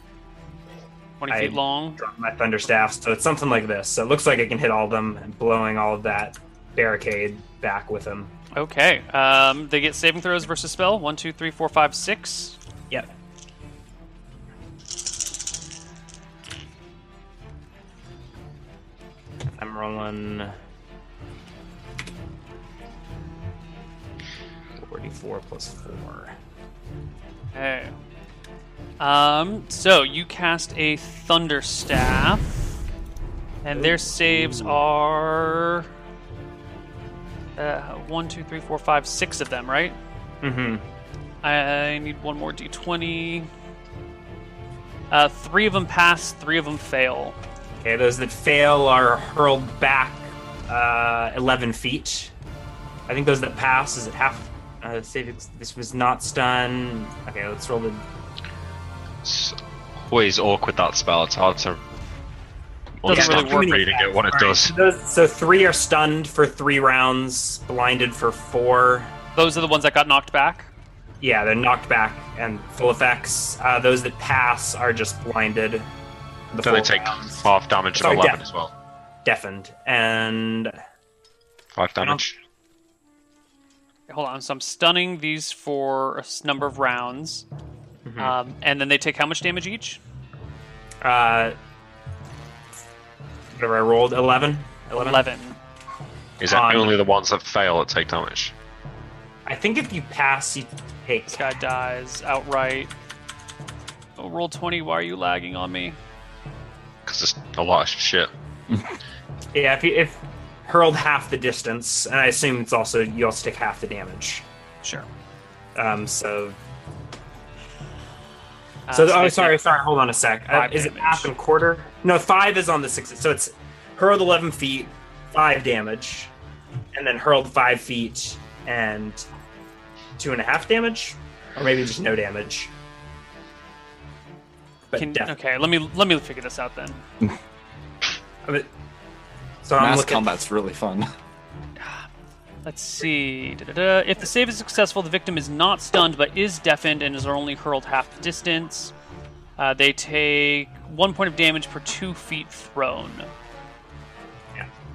S1: Twenty
S3: I-
S1: feet long.
S3: drop my thunder staff so it's something like this so it looks like i can hit all of them and blowing all of that barricade back with them
S1: Okay. Um, they get saving throws versus spell. One, two, three, four, five, six.
S3: yep i'm rolling 44 plus 4
S1: Okay. Um, so you cast a thunder staff, and their saves are uh, one, two, three, four, five, six of them, right?
S3: mm-hmm
S1: I need one more d20. Uh, three of them pass, three of them fail.
S3: Okay, those that fail are hurled back uh, 11 feet. I think those that pass is at half. Uh, save ex- this was not stun. Okay, let's roll the.
S4: It's always awkward that spell. It's hard to
S1: Doesn't really
S4: understand from
S1: work.
S4: reading it what it
S3: All right,
S4: does.
S3: so those- so three are stunned for three rounds, blinded for four.
S1: Those are the ones that got knocked back.
S3: Yeah, they're knocked back and full effects. Uh, those that pass are just blinded. The
S4: So they
S3: full
S4: take
S3: rounds.
S4: half damage of
S3: Sorry,
S4: 11
S3: death.
S4: as well.
S3: deafened and
S4: 5 damage.
S1: Hold on, so I'm stunning these for a s- number of rounds.
S3: Mhm.
S1: Um, and then they take how much damage each?
S3: uh, whatever I rolled 11? 11.
S1: 11.
S4: Is that
S3: Um,
S4: only the ones that fail that take damage?
S3: I think if you pass, you take
S1: This guy dies outright. Oh, roll 20, why are you lagging on me?
S4: Because it's a lot of shit.
S3: Yeah, if, you, if hurled half the distance, and I assume it's also you also take half the damage.
S1: Sure.
S3: Um, so,
S1: Uh,
S3: so
S1: they
S3: oh,
S1: take
S3: sorry, sorry. Hold on a sec. Uh,
S1: five
S3: is it
S1: damage.
S3: half and quarter? No, five is on the sixes. So it's hurled eleven feet, five damage, and then hurled five feet and two and a half damage, or maybe just no damage. But
S1: Can,
S3: death.
S1: okay, let me let me figure this out then.
S3: I mean- So I'm
S5: Mass
S3: looking.
S5: combat's really fun.
S1: Let's see. Da-da-da. If the save is successful, the victim is not stunned but is deafened and is only hurled half the distance. Uh, they take one point of damage per two feet thrown.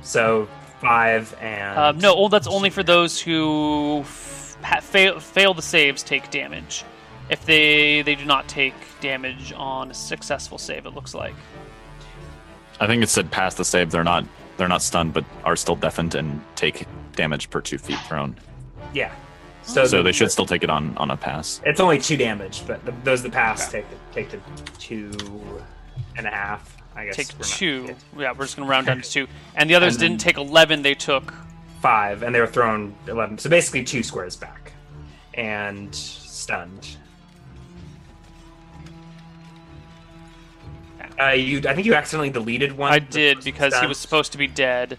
S3: So five and
S1: Um, no, oh, that's only for those who f- ha- fail, fail the saves take damage. If they they do not take damage on a successful save, it looks like.
S2: I think it said past the save. They're not they're not stunned, but are still deafened and take damage per two feet thrown.
S3: Yeah.
S2: So
S3: the-
S2: they should still take it on on a pass.
S3: It's only two damage, but the, those that pass take the, take the two and a half. I guess
S1: Take
S3: we're not-
S1: two. Yeah, we're just gonna round down to two. And the others didn't take eleven. They took
S3: five, and they were thrown eleven. So basically, two squares back, and stunned. Uh, you, I think you accidentally deleted one.
S1: I
S3: that
S1: did
S3: was
S1: because he
S3: stunned.
S1: was supposed to be dead,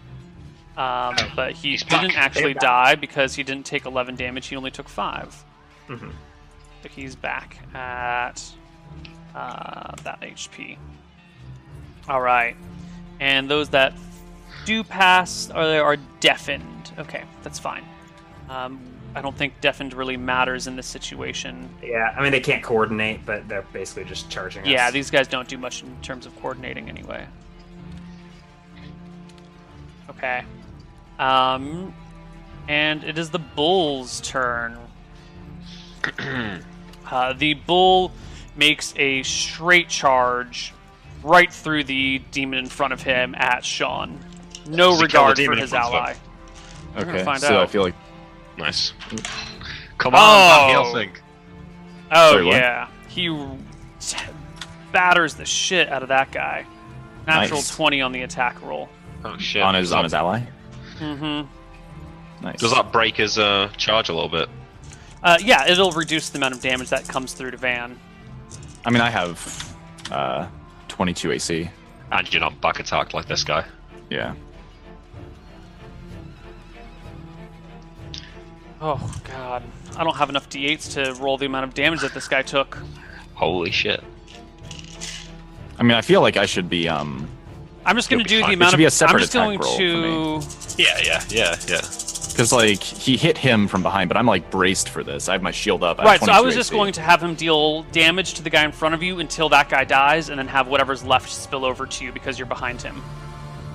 S1: um, but he
S4: He's
S1: didn't
S4: back.
S1: actually
S3: back.
S1: die because he didn't take 11 damage. He only took 5
S3: Mhm.
S1: But he's back at uh, that HP. All right, and those that do pass are are deafened. Okay, that's fine. Um, I don't think deafened really matters in this situation.
S3: Yeah, I mean they can't coordinate, but they're basically just charging.
S1: Yeah,
S3: us.
S1: these guys don't do much in terms of coordinating anyway. Okay. Um, and it is the bull's turn. uh, the bull makes a straight charge right through the demon in front of him at Sean. No
S4: Does he kill the
S1: regard for
S4: demon in
S1: his
S4: front of him?
S1: ally. gonna
S2: Okay,
S1: find
S2: so I
S1: out.
S2: feel like
S4: Nice. Come on, that
S1: Oh.
S4: heal thing.
S1: Oh
S2: Sorry, what?
S1: yeah, he t- batters the shit out of that guy. Natural
S2: Nice.
S1: twenty on the attack roll.
S4: Oh shit.
S2: on his on his ally.
S1: Mm-hmm.
S2: Nice.
S4: Does that break his uh, charge a little bit?
S1: Uh, yeah, it'll reduce the amount of damage that comes through to Van.
S2: I mean, I have uh, 22 AC.
S4: And you're not back attacked like this guy.
S2: Yeah.
S1: Oh god, I don't have enough d8s to roll the amount of damage that this guy took.
S4: Holy shit.
S2: I mean, I feel like I should be. Um,
S1: I'm just going to
S4: You'll
S1: do
S4: be fine.
S1: the
S4: It
S1: amount
S2: should
S1: of.
S2: be a separate
S1: I'm just
S2: attack
S1: going
S2: roll for
S1: to.
S2: me.
S4: Yeah, yeah, yeah, yeah.
S2: because like he hit him from behind, but I'm like braced for this. I have my shield up.
S1: Right, so I was just going to have him deal damage to the guy in front of you until that guy dies, and then have whatever's left spill over to you because you're behind him.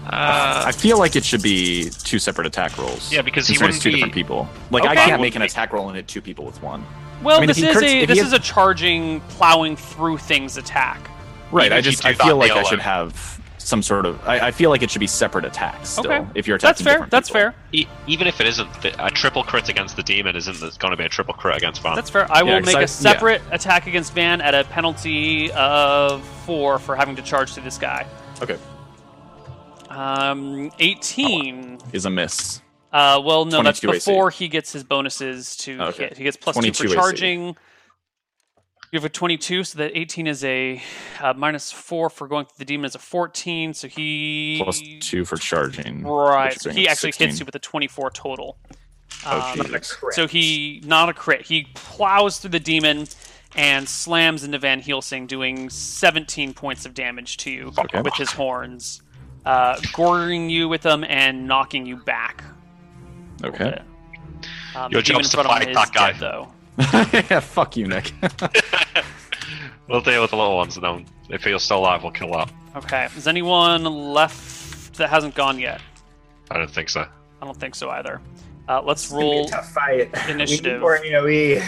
S4: Uh,
S2: I feel like it should be two separate attack rolls.
S4: Yeah, because he
S2: considering it's
S4: wouldn't
S2: two
S4: be-
S2: different people. Like I
S1: Okay.
S2: can't make an attack roll and hit two people with one.
S1: Well,
S2: I mean, if
S1: this
S2: he
S1: is
S2: crits-
S1: a
S2: if he
S1: this
S2: had-
S1: is a charging, plowing through things attack.
S2: Right.
S4: Even
S2: I
S4: if you
S2: just
S4: do
S2: I
S4: that
S2: feel like I
S4: yellow.
S2: should have some sort of. I, I feel like it should be separate attacks. Still,
S1: okay,
S2: If you're
S1: that's
S2: attacking
S1: fair.
S2: different
S1: That's
S2: people.
S1: fair.
S4: e- even if it isn't th- a triple crit against the demon, isn't there's going to be a triple crit against Van?
S1: That's fair. I will
S2: 'cause
S1: make
S2: I-
S1: a
S2: yeah.
S1: separate attack against Van at a penalty of four for having to charge through this guy.
S2: Okay.
S1: Um, 18.
S2: Is a miss.
S1: Uh, well, no, that's
S2: 22 AC.
S1: before he gets his bonuses to
S2: Oh, Okay.
S1: hit. He gets plus two
S2: 22
S1: for
S2: AC.
S1: charging. You have a 22, so that 18 is a uh, minus four for going through the demon is a 14. So he
S2: Plus two for charging.
S1: Right.
S2: which
S1: So
S2: brings
S1: he
S2: it to
S1: actually
S2: 16.
S1: hits you with a 24 total.
S2: Oh,
S1: Um,
S2: Jesus.
S1: so he not a crit. He plows through the demon and slams into Van Helsing, doing 17 points of damage to you
S2: Okay.
S1: with his horns, uh, goring you with them and knocking you back.
S2: Okay.
S1: Um,
S4: Your
S1: the demon
S4: job's
S1: in front
S4: to
S1: of him
S4: fight
S1: is
S4: that guy.
S1: dead, though.
S2: yeah, fuck you, Nick.
S4: We'll deal with the little ones, and then if he's still alive, we'll kill that.
S1: Okay. Is anyone left that hasn't gone yet?
S4: I don't think so.
S1: I don't think so either. Uh, let's
S3: It's gonna be
S1: roll.
S3: a tough fight. We need
S1: initiative.
S3: more AoE. E.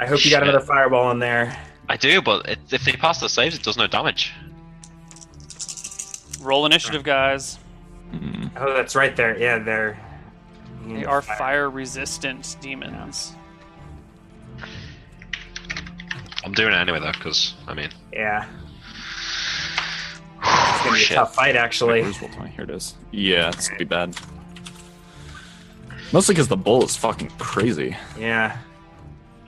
S3: I hope you got
S4: Shit.
S3: another fireball in there.
S4: I do, but it, if they pass the saves, it does no damage.
S1: Roll initiative, guys.
S2: Hmm.
S3: Oh, that's right there. Yeah, there. You
S1: They
S3: need
S1: are
S3: fire.
S1: fire resistant demons.
S4: I'm doing it anyway, though, because I mean,
S3: Yeah. It's gonna be
S4: shit.
S3: a tough fight, actually.
S2: Where's Wolf Tony? Here it is. Yeah, it's gonna be bad. Mostly because the bull is fucking crazy.
S3: Yeah.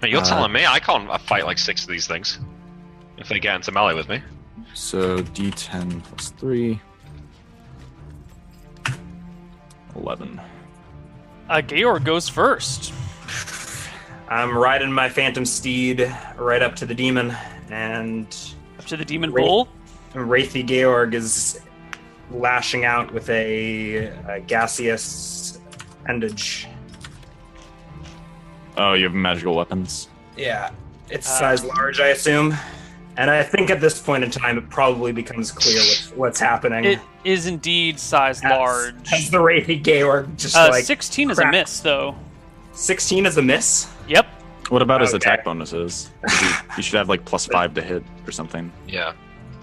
S4: Mate, you're
S2: Uh,
S4: telling me I can't uh, fight like six of these things if they get into melee with me.
S2: So D10 plus three. Eleven.
S1: Uh, Georg goes first.
S3: I'm riding my phantom steed right up to the demon, and
S1: Up to the demon
S3: Great.
S1: bull.
S3: Wraithy Georg is lashing out with a, a gaseous endage.
S2: Oh, you have magical weapons.
S3: Yeah. It's
S1: Uh,
S3: size large, I assume. And I think at this point in time, it probably becomes clear what's, what's happening.
S1: It is indeed size
S3: As-
S1: large.
S3: As the Wraithy Georg just
S1: Uh,
S3: like
S1: 16 is a
S3: crack.
S1: miss, though.
S3: 16 is a miss.
S1: Yep.
S2: What about his
S3: Okay.
S2: attack bonuses? You, you should have like plus five to hit or something.
S4: Yeah.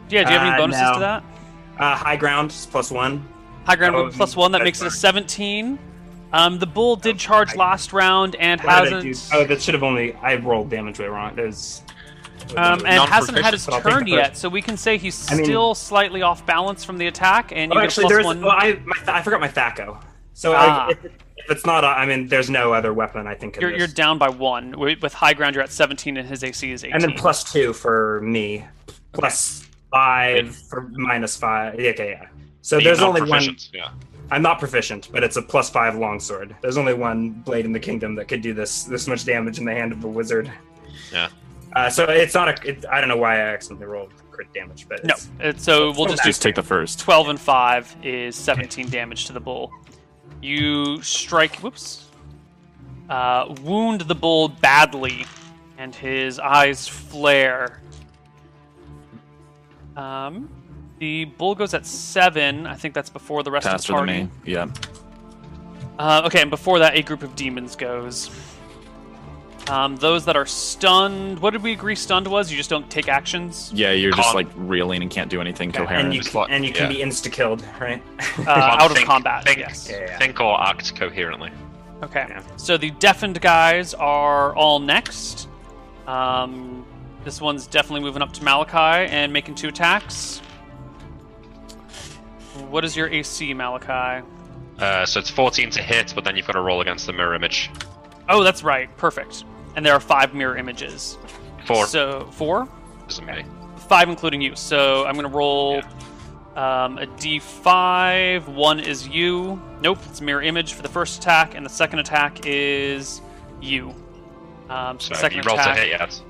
S1: Yeah, do you have any
S3: Uh,
S1: bonuses
S3: no.
S1: to that?
S3: Uh, high ground is plus one.
S1: High ground
S3: Oh,
S1: with plus one, that
S3: that's
S1: makes it a
S3: fine.
S1: 17. Um, the bull did charge
S3: Oh, I-
S1: last round and
S3: Why did I do-
S1: hasn't.
S3: Oh, that should have only. I rolled damage way wrong. There's.
S1: Um, and hasn't had his
S3: so I'll take
S1: turn
S3: the first-
S1: yet, so we can say he's
S3: I mean-
S1: still slightly off balance from the attack, and you
S3: Oh,
S1: get
S3: actually,
S1: plus
S3: there's.
S1: one.
S3: Well, I, my, I forgot my Thaco. So
S1: Ah.
S3: like, if, if it's not, a, I mean, there's no other weapon. I think. in
S1: you're,
S3: this.
S1: you're down by one. Wi- With high ground, you're at 17, and his AC is 18.
S3: and then plus two for me, plus five for minus five. Yeah, Okay, yeah. So
S4: You're
S3: there's
S4: not
S3: only one.
S4: proficient, Yeah.
S3: I'm not proficient, but it's a plus five longsword. There's only one blade in the kingdom that could do this this much damage in the hand of a wizard.
S4: Yeah.
S3: Uh, so it's not a. It, I don't know why I accidentally rolled crit damage, but
S1: no,
S3: it's,
S1: Uh, so we'll
S3: Go
S1: just
S3: back.
S1: do
S2: Just take the first.
S1: 12 and 5 is 17 damage to the bull. You strike, whoops, uh, wound the bull badly, and his eyes flare. Um, the bull goes at 7. I think that's before the rest of the
S2: Faster than
S1: party.
S2: me. Yeah.
S1: Uh, okay, and before that, a group of demons goes. Um, those that are stunned. What did we agree stunned was? You just don't take actions?
S2: Yeah, you're just
S4: Con-
S2: like reeling and can't do anything
S3: and
S2: coherent.
S3: you
S4: It's
S3: can,
S4: like-
S3: and you can be
S4: yeah.
S3: insta killed, right?
S1: Uh, out of
S4: Think-
S1: combat,
S4: Think,
S1: yes.
S3: Yeah, yeah.
S4: think or act coherently.
S1: Okay.
S3: Yeah.
S1: So the deafened guys are all next. Um, this one's definitely moving up to Malachi and making two attacks. What is your AC, Malachi?
S4: Uh, so it's 14 to hit, but then you've got to roll against the mirror image.
S1: Oh, that's right. Perfect. And there are five mirror images.
S4: Four.
S1: So four,
S4: isn't me.
S1: five including you. So I'm gonna roll um, a d5. One is you. Nope, it's mirror image for the first attack, and the second attack is you. Um, so
S4: So
S1: the
S4: if you
S1: second
S4: roll to
S1: attack.
S4: hit, yeah. it's-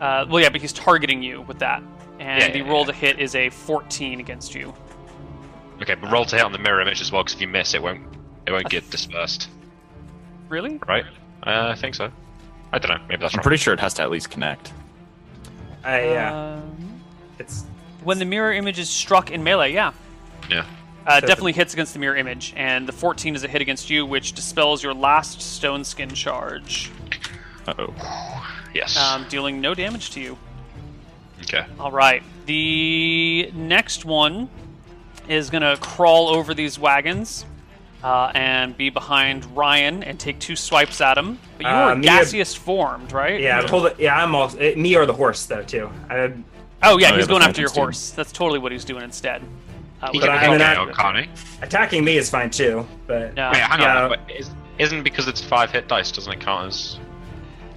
S1: Uh, well, yeah, but he's targeting you with that, and
S4: Yeah,
S1: the
S4: yeah,
S1: roll
S4: yeah.
S1: to hit is a 14 against you.
S4: Okay, but roll to hit on the mirror image as well, because if you miss, it won't it won't get dispersed,
S1: Really?
S4: right? Uh, I think so. I don't know. Maybe that's
S2: I'm
S4: wrong.
S2: pretty sure it has to at least connect.
S3: I, yeah,
S1: Um,
S3: it's
S1: when the mirror image is struck in melee, yeah.
S4: Yeah.
S1: Uh,
S3: So-
S1: definitely hits against the mirror image, and the 14 is a hit against you, which dispels your last stone skin charge,
S2: Uh oh.
S4: Yes.
S1: um, dealing no damage to you.
S4: okay.
S1: All right, the next one is gonna crawl over these wagons uh, and be behind Ryan and take two swipes at him. But you
S3: Uh,
S1: are
S3: me-
S1: gaseous formed, right?
S3: yeah. Hold it. Yeah, I'm all it, me or the horse though too. I,
S1: Oh yeah,
S2: Oh,
S1: he's
S2: yeah, the
S1: going after your
S2: Phantom's doing-
S1: horse. That's totally what he's doing instead. Uh,
S4: He
S1: with-
S3: but
S4: can
S3: I'm
S4: help
S3: an
S4: out,
S3: actor.
S4: can't he?
S3: attacking me is fine too, but
S1: no,
S4: Oh, Wait, hang
S3: yeah.
S4: on. Wait, is, isn't because it's five hit dice, doesn't it count as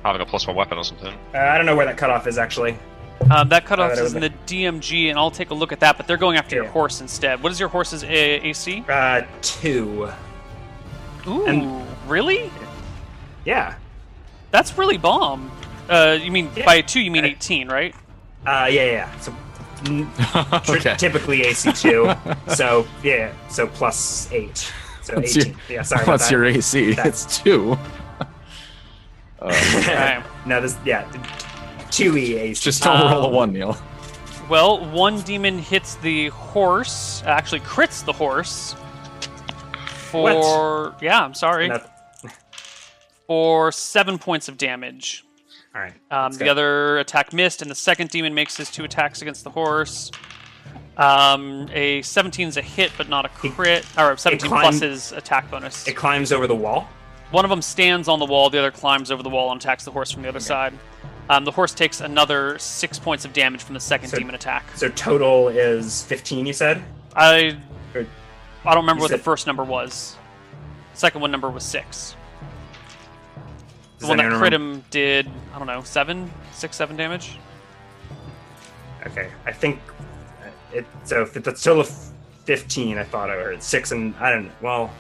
S4: having a plus one weapon or something?
S3: uh, I don't know where that cutoff is actually.
S1: Um, that cutoff
S3: Uh, that
S1: is in the
S3: would
S1: DMG, and I'll take a look at that. But they're going after your
S3: Yeah.
S1: horse instead. What is your horse's a- AC?
S3: Uh, two.
S1: Ooh,
S3: And-
S1: really?
S3: Yeah.
S1: That's really bomb. Uh, you mean by two? You mean
S3: Yeah.
S1: eighteen, right?
S3: Uh, yeah, yeah, yeah. So mm, tr-
S2: okay.
S3: typically AC two. so yeah, so plus eight. So
S2: What's your-
S3: eighteen. yeah, sorry. about
S2: What's
S3: that.
S2: your AC?
S3: That-
S2: It's two.
S1: Alright.
S3: No, this yeah, two E AC.
S2: Just don't
S1: Um,
S2: roll a one, Neil.
S1: Well, one demon hits the horse. Actually, crits the horse. For yeah, I'm sorry.
S3: No,
S1: For seven points of damage.
S3: all right.
S1: Um,
S3: Let's
S1: the
S3: go.
S1: other attack missed, and the second demon makes his two attacks against the horse. Um, a 17 is a hit, but not a crit. Or 17
S3: climbed-
S1: plus his attack bonus.
S3: It climbs over the wall.
S1: One of them stands on the wall, the other climbs over the wall and attacks the horse from the other side. Um, the horse takes another six points of damage from the second
S3: So-
S1: demon attack.
S3: So total is fifteen. You said.
S1: I
S3: Or-
S1: I don't remember
S3: You
S1: what the
S3: said-
S1: first number was. Second one number was six. The
S3: Does
S1: one that
S3: anyone
S1: crit
S3: remember-
S1: him did I don't know seven, six, seven damage.
S3: Okay, I think uh, it. So if it's a total of fifteen, I thought I heard six, and I don't. Well,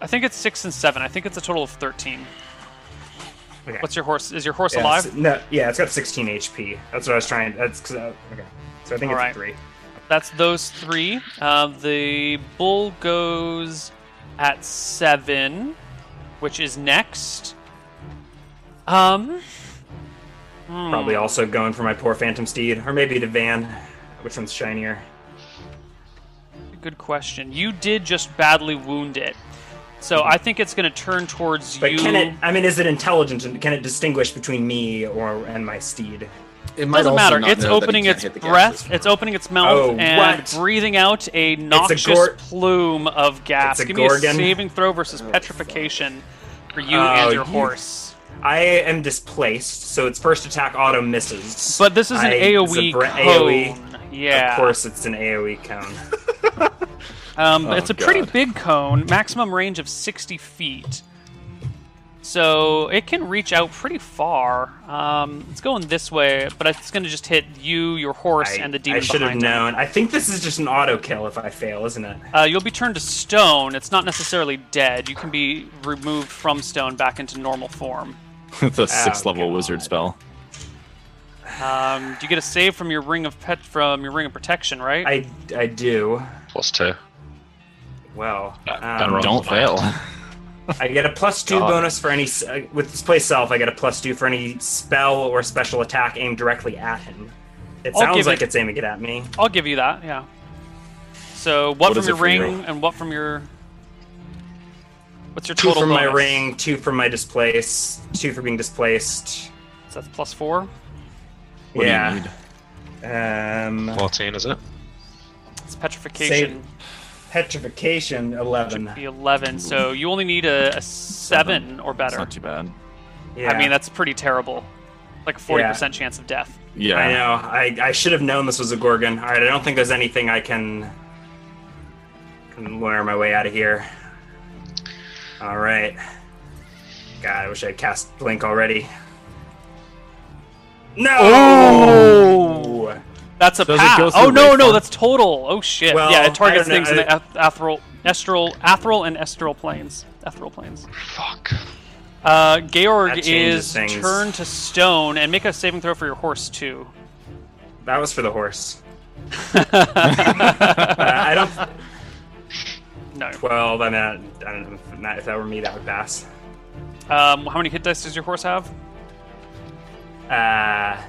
S1: I think it's six and seven. I think it's a total of thirteen.
S3: okay.
S1: What's your horse? Is your horse
S3: yeah,
S1: alive?
S3: s- No, yeah, it's got sixteen HP. That's what I was trying. That's 'cause I, okay. So I think it's
S1: Alright.
S3: three.
S1: That's those three. Uh, the bull goes at seven, which is next. Um, hmm.
S3: Probably also going for my poor phantom steed, or maybe the van. Which one's shinier?
S1: Good question. You did just badly wound it, so I think it's going to turn towards
S3: But
S1: you.
S3: can it? I mean, is it intelligent, and can it distinguish between me or and my steed?
S5: It might
S1: doesn't
S5: also
S1: matter.
S5: not
S1: It's
S5: know that he
S1: opening
S5: can't
S1: its
S5: hit the gas
S1: breath.
S5: system.
S1: It's opening its mouth
S3: Oh,
S1: and
S3: what?
S1: breathing out a noxious
S3: gor-
S1: plume of gas.
S3: It's a
S1: Give me a
S3: gorgon?
S1: saving throw versus petrification for you
S3: Oh,
S1: and your
S3: you-
S1: horse.
S3: I am displaced, so its first attack auto misses.
S1: But this is an
S3: I-
S1: AOE
S3: it's a E bra-
S1: cone.
S3: AOE.
S1: Yeah.
S3: Of course, it's an AOE cone.
S1: Um, it's a
S2: Oh,
S1: pretty
S2: God.
S1: big cone, maximum range of 60 feet. So it can reach out pretty far. Um, it's going this way, but it's going to just hit you, your horse,
S3: I,
S1: and the demon
S3: I should have
S1: behind it.
S3: known. I think this is just an auto kill if I fail, isn't it?
S1: Uh, you'll be turned to stone. It's not necessarily dead. You can be removed from stone back into normal form.
S2: the sixth level
S3: Oh, God.
S2: wizard spell.
S1: Um, you get a save from your ring of pet from your ring of protection, right?
S3: I, I do.
S4: Plus two.
S3: Well,
S4: That- that
S3: um,
S4: rolls.
S2: Don't fail.
S3: I get a plus two
S2: God.
S3: bonus for any s- uh, with display self. I get a plus two for any spell or special attack aimed directly at him. It
S1: I'll give
S3: sounds like
S1: it-
S3: it's aiming it at me.
S1: I'll give you that. Yeah. So what,
S2: What
S1: from
S2: is
S1: your
S2: it for you?
S1: ring and what from your? What's your
S3: Two
S1: total?
S3: from my
S1: bonus?
S3: ring, two from my displace, two for being displaced.
S1: So that's plus four.
S2: What do you
S3: yeah.
S2: need?
S3: Um,
S4: Fourteen, is it?
S1: It's petrification.
S3: petrification eleven.
S1: The eleven. So you only need a, a seven, or
S2: It's
S1: better.
S2: not too bad.
S3: Yeah.
S1: I mean, that's pretty terrible. Like a forty percent chance of death.
S2: Yeah.
S3: I know. I, I should have known this was a gorgon. All right, I don't think there's anything I can can lure my way out of here. All right. God, I wish I had cast Blink already. No!
S1: Oh! That's a
S2: Does it
S1: pass.
S2: go through
S1: Oh no,
S2: wave
S1: no,
S2: form?
S1: that's total. Oh shit.
S3: Well,
S1: yeah,
S3: I
S1: it targets
S3: don't know,
S1: things in the
S3: I-
S1: eth- ethereal, estral, ethereal, and esteral planes. Ethereal planes.
S4: Fuck.
S1: Uh, Georg
S3: That changes
S1: is
S3: things.
S1: turned to stone and make a saving throw for your horse too.
S3: That was for the horse. Uh,
S1: no.
S3: I don't. 12, I mean, I, I don't know. If, not, if that were me, that would pass.
S1: Um, how many hit dice does your horse have?
S3: Uh,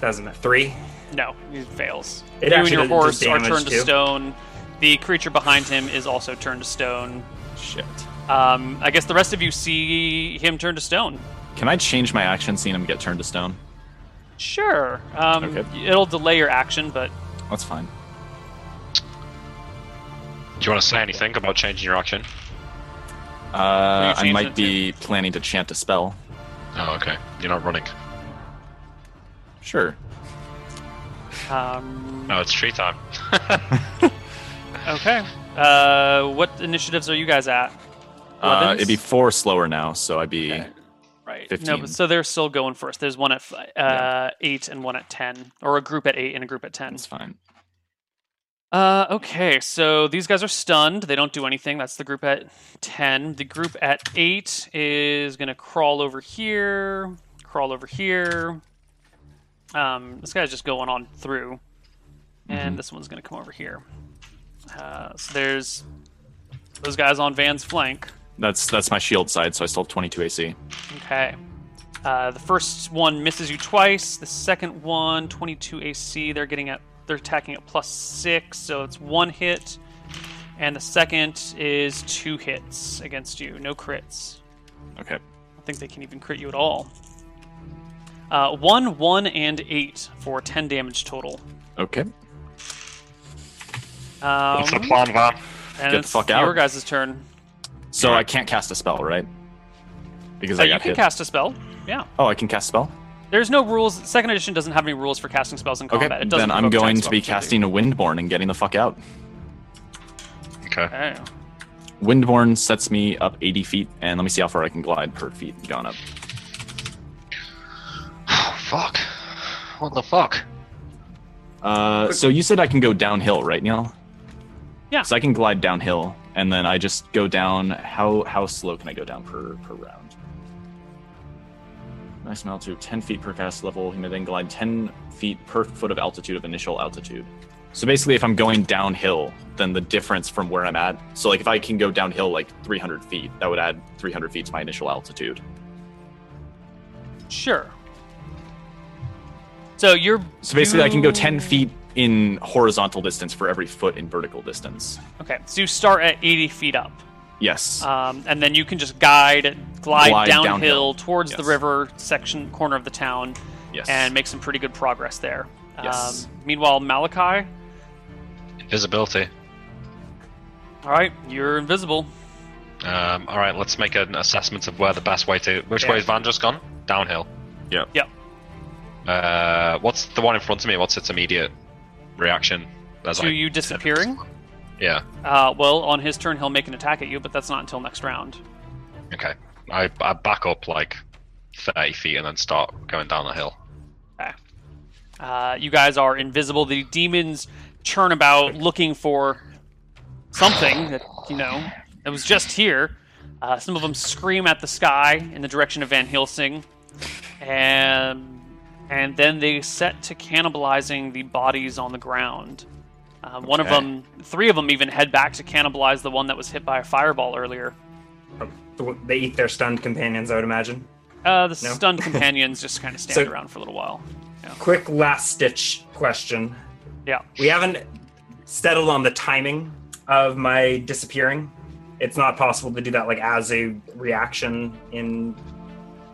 S3: doesn't matter. Three?
S1: No, he fails.
S3: It
S1: you and
S3: actually
S1: your
S3: did- did
S1: horse are
S3: damage,
S1: turned to
S3: too.
S1: stone. The creature behind him is also turned to stone.
S2: Shit.
S1: Um, I guess the rest of you see him turn to stone.
S2: Can I change my action seeing him get turned to stone?
S1: Sure. Um,
S2: Okay.
S1: It'll delay your action, but
S2: That's fine.
S4: Do you want to say anything about changing your action?
S2: Uh, I
S1: change
S2: might
S1: it
S2: be planning to chant a spell.
S4: Oh, okay. You're not running.
S2: Sure.
S1: um,
S4: No, it's tree time.
S1: okay. Uh, what initiatives are you guys at?
S2: Uh,
S1: Weapons?
S2: it'd be four slower now, so I'd be.
S1: Right. No,
S2: 15.
S1: but so they're still going first. There's one at f- uh,
S2: Yeah.
S1: eight and one at ten, or a group at eight and a group at ten.
S2: That's fine.
S1: Uh, okay, so these guys are stunned. They don't do anything. That's the group at 10. The group at 8 is going to crawl over here, crawl over here. Um, this guy's just going on through.
S2: Mm-hmm.
S1: And this one's going to come over here. Uh, so there's those guys on Van's flank.
S2: That's that's my shield side, so I still have 22 AC.
S1: Okay. Uh, the first one misses you twice. The second one, 22 AC. They're getting at they're attacking at plus six, so it's one hit. And the second is two hits against you. No crits.
S2: Okay.
S1: I don't think they can even crit you at all. Uh, one, one, and eight for 10 damage total.
S2: Okay.
S1: Um,
S4: What's the plan, Van?
S1: and
S2: the
S1: it's
S2: fuck
S1: Your
S2: out.
S1: guys' turn.
S2: So I can't cast a spell, right? Because
S1: So
S2: I
S1: Oh, you
S2: got
S1: can
S2: hit.
S1: cast a spell. Yeah.
S2: oh, I can cast spell.
S1: There's no rules. Second edition doesn't have any rules for casting spells in combat.
S2: Okay.
S1: Oh, It doesn't
S2: Then I'm
S1: provoke
S2: going
S1: attacks
S2: to
S1: of
S2: be
S1: opportunity.
S2: casting a windborn and getting the fuck out.
S4: Okay.
S1: Okay.
S2: Windborn sets me up 80 feet, and let me see how far I can glide per feet gone up.
S1: uh,
S4: fuck. What the fuck?
S2: Uh, so you said I can go downhill, right, Neil?
S1: Yeah.
S2: So I can glide downhill, and then I just go down. How how slow can I go down per per round? Maximum altitude 10 feet per cast level. He may then glide 10 feet per foot of altitude of initial altitude. So basically, if I'm going downhill, then the difference from where I'm at. So like if I can go downhill like 300 feet, that would add 300 feet to my initial altitude.
S1: Sure. So you're
S2: So basically, I can go 10
S1: you-
S2: feet in horizontal distance for every foot in vertical distance.
S1: Okay, so you start at 80 feet up,
S2: Yes.
S1: um, and then you can just guide, glide,
S2: Glide
S1: downhill,
S2: downhill.
S1: towards the
S2: Yes.
S1: river section corner of the town,
S2: yes.
S1: and make some pretty good progress there.
S2: Yes.
S1: Um, meanwhile, Malachi,
S4: Invisibility.
S1: all right, you're invisible.
S4: Um, all right, let's make an assessment of where the best way to. Which
S3: Yeah.
S4: way is Van just gone? Downhill.
S2: Yep.
S1: Yep.
S4: Uh, what's the one in front of me? What's its immediate reaction? As
S1: To you disappearing.
S4: Yeah.
S1: Uh, well, on his turn, he'll make an attack at you, but that's not until next round.
S4: Okay. I, I back up like 30 feet and then start going down the hill.
S1: Uh, you guys are invisible. The demons churn about looking for something that, you know, that was just here. Uh, some of them scream at the sky in the direction of Van Helsing. And, and then they set to cannibalizing the bodies on the ground. Uh, One of
S2: Okay.
S1: them, three of them even head back to cannibalize the one that was hit by a fireball earlier.
S3: They eat their stunned companions, I would imagine.
S1: Uh, the
S3: No.
S1: stunned companions just kind of stand
S3: So-
S1: around for a little while.
S3: Quick last stitch question.
S1: Yeah.
S3: We haven't settled on the timing of my disappearing. It's not possible to do that like as a reaction in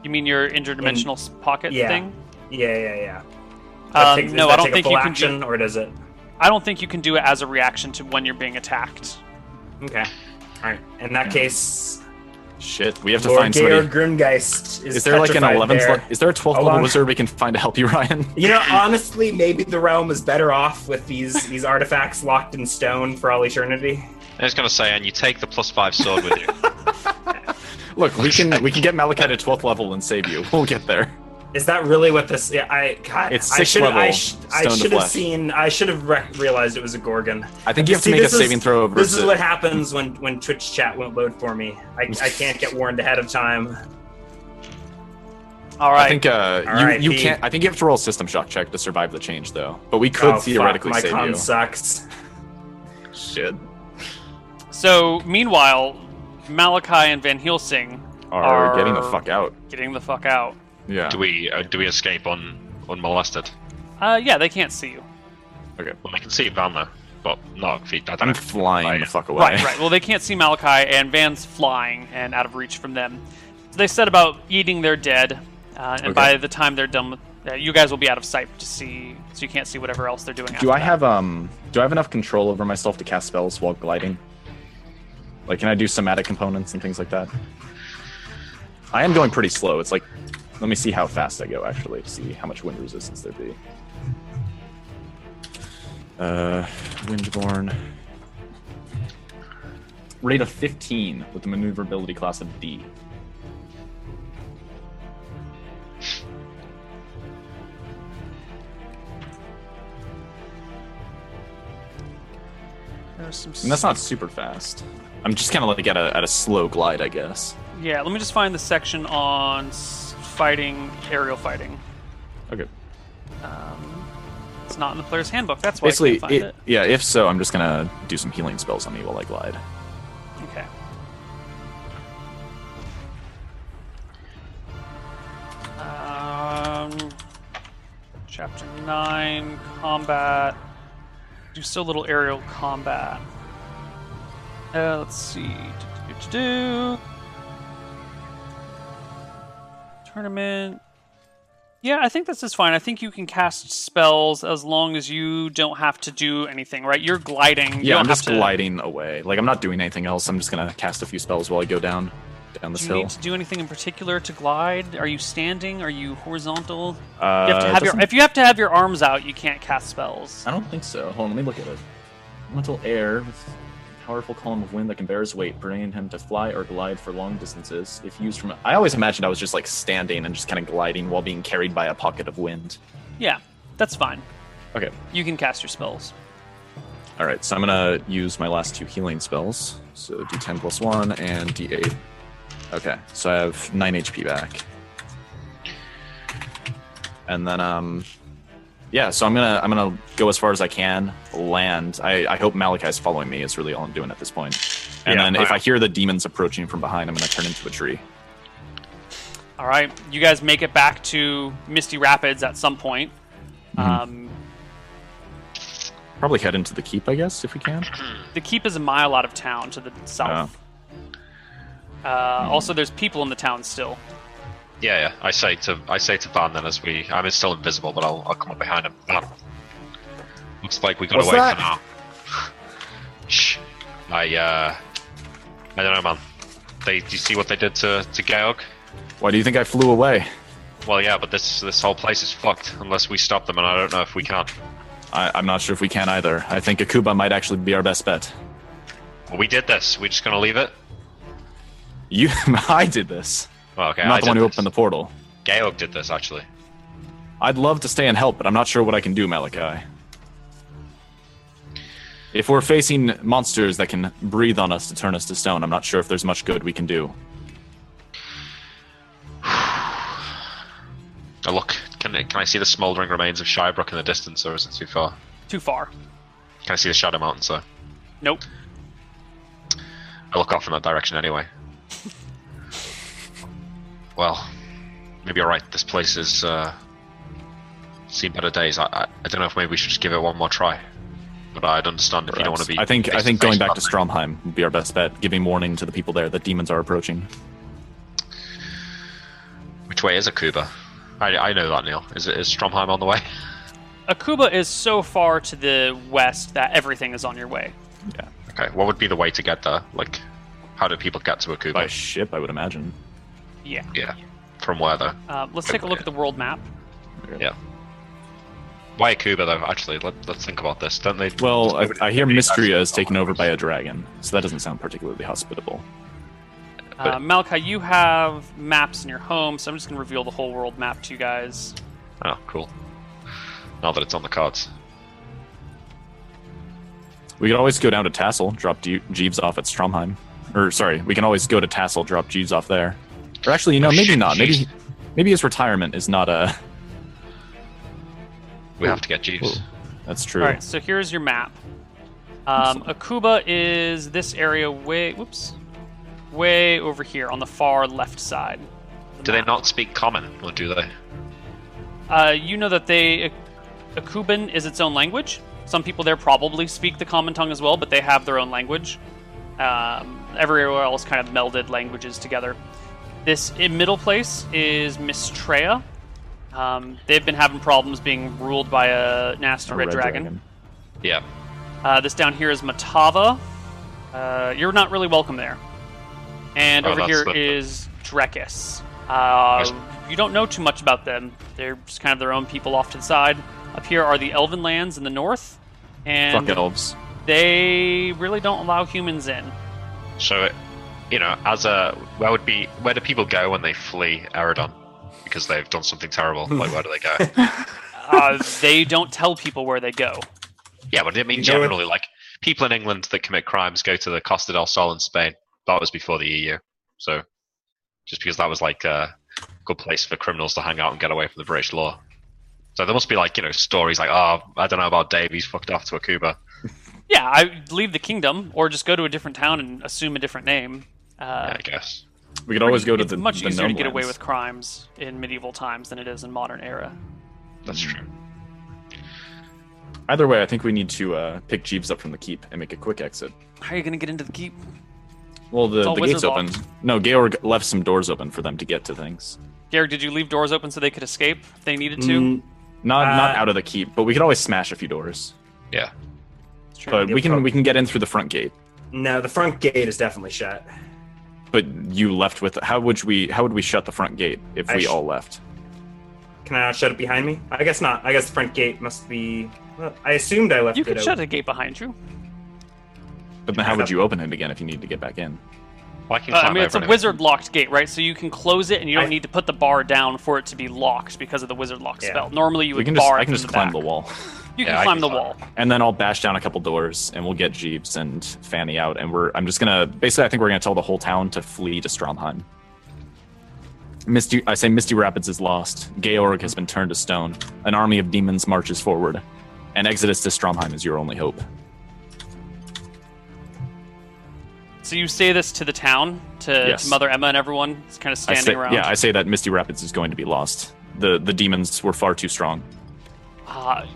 S1: You mean your interdimensional s pocket
S3: Yeah.
S1: thing?
S3: yeah, yeah, yeah. That
S1: Um,
S3: takes- does
S1: no,
S3: that
S1: I don't
S3: take a
S1: think
S3: full
S1: you can do
S3: action, or does it?
S1: I don't think you can do it as a reaction to when you're being attacked.
S3: Okay. All right. In that case,
S2: Shit, we have to
S3: Lord
S2: find somebody.
S3: Georg Grimgeist is,
S2: Is there like an
S3: petrified
S2: 11th?
S3: there.
S2: le- Is there a 12th level
S3: Along-
S2: wizard we can find to help you, Ryan?
S3: You know, honestly, maybe the realm is better off with these these artifacts locked in stone for all eternity.
S4: I'm just going to say, and you take the plus five sword with you.
S2: Look, we can we can get Malachi to twelfth level and save you. We'll get there.
S3: Is that really what this? Yeah, I. God,
S2: It's
S3: I
S2: sixth
S3: should. I,
S2: level,
S3: sh- I
S2: stone to
S3: should have
S2: flesh.
S3: seen. I should have rec realized it was a gorgon.
S2: I think you have
S3: See,
S2: to make a
S3: this is-
S2: saving throw over.
S3: This is
S2: it.
S3: what happens when when Twitch chat won't load for me. I, I can't get warned ahead of time.
S1: All
S2: I
S1: right.
S2: think uh,
S3: All
S2: you,
S3: right,
S2: you
S3: Pete.
S2: can't. I think you have to roll a system shock check to survive the change, though. But we could
S3: Oh, fuck,
S2: theoretically
S3: my
S2: save
S3: con
S2: you.
S3: sucks.
S2: Shit.
S1: so meanwhile, Malachi and Van Helsing
S2: Are
S1: Are-
S2: getting the fuck out.
S1: getting the fuck out.
S2: Yeah.
S4: Do we uh, do we escape un, unmolested?
S1: Uh, yeah, they can't see you.
S4: Well, they can see Van though, but not feet. I
S2: I'm
S4: don't know.
S2: flying
S4: Right.
S2: the fuck away.
S1: Right, right. Well, they can't see Malachi, and Van's flying and out of reach from them. So they set about eating their dead, uh, and
S2: Okay.
S1: by the time they're done with, uh, you guys will be out of sight to see, so you can't see whatever else they're doing. after
S2: Do I
S1: that.
S2: have um? Do I have enough control over myself to cast spells while gliding? Like, can I do somatic components and things like that? I am going pretty slow. It's like, let me see how fast I go actually to see how much wind resistance there be. Uh, windborne. Rate of 15 with the maneuverability class of D.
S1: There's some
S2: And that's not super fast. I'm just kind of like at a, at a slow glide, I guess.
S1: Yeah, let me just find the section on s- fighting, aerial fighting.
S2: Okay.
S1: Um, it's not in the player's handbook. That's why I
S2: Basically,
S1: can't find
S2: it,
S1: it.
S2: yeah. If so, I'm just gonna do some healing spells on me while I glide.
S1: Okay. Um, chapter 9, combat. Do so little aerial combat. Uh, let's see. Do-do-do-do-do. Tournament. Yeah, I think this is fine. I think you can cast spells as long as you don't have to do anything, right? You're gliding. you
S2: Yeah,
S1: don't
S2: I'm
S1: have
S2: just
S1: to...
S2: gliding away. Like I'm not doing anything else. I'm just gonna cast a few spells while I go down down this
S1: Do you
S2: hill.
S1: need to do anything in particular to glide? Are you standing? Are you horizontal?
S2: Uh,
S1: You have to have your,
S2: doesn't- Um,
S1: if you have to have your arms out, you can't cast spells.
S2: I don't think so. Hold on, let me look at it. Elemental air with a powerful column of wind that can bear his weight, permitting him to fly or glide for long distances. If used from, I always imagined I was just like standing and just kind of gliding while being carried by a pocket of wind.
S1: Yeah, that's fine.
S2: Okay.
S1: You can cast your spells.
S2: All right, so I'm gonna use my last two healing spells. So D10 plus one and D8. Okay, so I have nine HP back. And then, um, yeah, so I'm gonna I'm gonna go as far as I can, land. I, I hope Malachi's following me. Is really all I'm doing at this point. And
S4: Yeah,
S2: then if
S4: I-
S2: I hear the demons approaching from behind, I'm gonna turn into a tree.
S1: All right, you guys make it back to Misty Rapids at some point.
S2: Mm-hmm.
S1: Um,
S2: Probably head into the keep, I guess, if we can.
S1: the keep is a mile out of town to the
S2: Oh.
S1: south. Uh,
S2: Mm-hmm.
S1: also, there's people in the town still.
S4: Yeah, yeah. I say to I say to Van then as we I'm still invisible, but I'll, I'll come up behind him. Van. Looks like we got
S2: What's
S4: away
S2: that?
S4: for now. Shh. I uh I don't know, man. They do you see what they did to to Georg?
S2: Why do you think I flew away?
S4: Well, yeah, but this this whole place is fucked unless we stop them, and I don't know if we can.
S2: I, I'm not sure if we can either. I think Akuba might actually be our best bet.
S4: Well, we did this. We're just gonna leave it.
S2: You, I did this.
S4: Well, okay.
S2: I'm not
S4: I
S2: the one
S4: did
S2: who
S4: this.
S2: opened the portal.
S4: Georg did this actually.
S2: I'd love to stay and help, but I'm not sure what I can do, Malachi. If we're facing monsters that can breathe on us to turn us to stone, I'm not sure if there's much good we can do.
S4: Oh, look, can I- can I see the smouldering remains of Shirebrook in the distance, or is it too far?
S1: Too far.
S4: Can I see the Shadow Mountain? So
S1: Nope.
S4: I look off in that direction anyway. well, maybe you're right. This place is uh, seen better days. I, I I don't know if maybe we should just give it one more try. But I'd understand if you don't
S2: Perhaps.
S4: want to be.
S2: I think I
S4: face
S2: think
S4: face
S2: going back to
S4: with that.
S2: Stromheim would be our best bet, giving warning to the people there that demons are approaching.
S4: Which way is Akuba? I, I know that Neil. Is it is Stromheim on the way?
S1: Akuba is so far to the west that everything is on your way.
S2: Yeah,
S4: Okay, what would be the way to get there? Like, how do people get to Akuba?
S2: by ship, I would imagine.
S1: Yeah.
S4: Yeah, from where though?
S1: Uh, let's take a look at the world map.
S4: Yeah. Why Akuba though? Actually, let, let's think about this. Don't they?
S2: Well, I, I hear
S4: Maybe that's-
S2: Mystria is taken over by a dragon, so that doesn't sound particularly hospitable.
S1: Uh, Malachi, you have maps in your home, so I'm just going to reveal the whole world map to you guys.
S4: Oh, cool. Now that it's on the cards.
S2: We can always go down to Tassel, drop Je- Jeeves off at Stromheim. Or sorry, we can always go to Tassel, drop Jeeves off there. Or actually, you know,
S4: Oh,
S2: maybe
S4: shit,
S2: not. Maybe
S4: Jeeves.
S2: maybe his retirement is not a.
S4: We have to get Jeeves.
S2: That's true.
S1: All right, so here's your map. Um, Akuba is this area way, whoops, way over here on the far left side. of the
S4: Do they
S1: map.
S4: not speak common, or do they?
S1: Uh, you know that they, Akuban is its own language. Some people there probably speak the common tongue as well, but they have their own language. Um, everywhere else kind of melded languages together. This in middle place is Mistrea. Um, they've been having problems being ruled by a nasty
S2: A
S1: Oh, red, dragon.
S4: Yeah.
S1: Uh, this down here is Matava. Uh, you're not really welcome there. And
S4: Oh,
S1: over
S4: that's
S1: here
S4: the-
S1: is Drekis. Uh,
S4: Yes.
S1: you don't know too much about them. They're just kind of their own people off to the side. Up here are the Elven lands in the north, and
S2: Fuck elves.
S1: they really don't allow humans in.
S4: So, you know, as a where would be where do people go when they flee Aridon because they've done something terrible? Like where do they go?
S1: Uh, they don't tell people where they go.
S4: yeah, but I mean
S3: You know what-
S4: generally, like people in England that commit crimes go to the Costa del Sol in Spain. That was before the EU, so just because that was like a good place for criminals to hang out and get away from the British law. So there must be like you know stories like oh I don't know about Dave he's fucked off to a Cuba.
S1: Yeah, I leave the kingdom or just go to a different town and assume a different name. Uh,
S4: I guess.
S2: We could always go to
S1: it's
S2: the
S1: much
S2: the
S1: easier to
S2: gnome
S1: get away
S2: lands.
S1: with crimes in medieval times than it is in modern era.
S4: That's true.
S2: Either way, I think we need to uh, pick Jeeves up from the keep and make a quick exit.
S1: How are you going to get into the keep?
S2: Well,
S1: It's
S2: the,
S1: all
S2: the gate's
S1: wizard
S2: open. No, Georg left some doors open for them to get to things.
S1: Garrick, did you leave doors open so they could escape if they needed to?
S3: Mm,
S2: Not not
S3: Uh,
S2: out of the keep, but we could always smash a few doors.
S4: Yeah.
S1: It's true.
S2: But we
S3: Yep.
S2: can we can get in through the front gate.
S3: no, the front gate is definitely shut.
S2: But you left with how would we how would we shut the front gate if
S3: I
S2: we
S3: sh-
S2: all left?
S3: Can I not shut it behind me? I guess not. I guess the front gate must be. Well, I assumed I left
S1: you
S3: it
S1: could
S3: open.
S1: shut a gate behind you.
S2: But then how would you open it again if you need to get back in?
S4: Well, I can
S1: Uh, I
S4: climb
S1: mean, it's a
S4: over anything.
S1: wizard locked gate, right? So you can close it, and you don't
S3: I-
S1: need to put the bar down for it to be locked because of the wizard lock
S3: Yeah.
S1: spell. Normally, you
S2: We
S1: would
S2: can just
S1: bar.
S2: I
S1: it
S2: can
S1: from
S2: just climb
S1: back.
S2: the wall.
S1: You
S4: Yeah,
S1: can
S4: I
S1: climb
S4: can
S1: the
S4: climb.
S1: wall.
S2: And then I'll bash down a couple doors and we'll get Jeeves and Fanny out and we're I'm just gonna basically I think we're gonna tell the whole town to flee to Stromheim. Misty I say Misty Rapids is lost. Georg has been turned to stone. An army of demons marches forward. And Exodus to Stromheim is your only hope.
S1: So you say this to the town, to, to
S2: Yes.
S1: Mother Emma and everyone. It's kind of
S2: I
S1: standing
S2: say,
S1: around.
S2: Yeah, I say that Misty Rapids is going to be lost. The the demons were far too strong.
S1: Uh,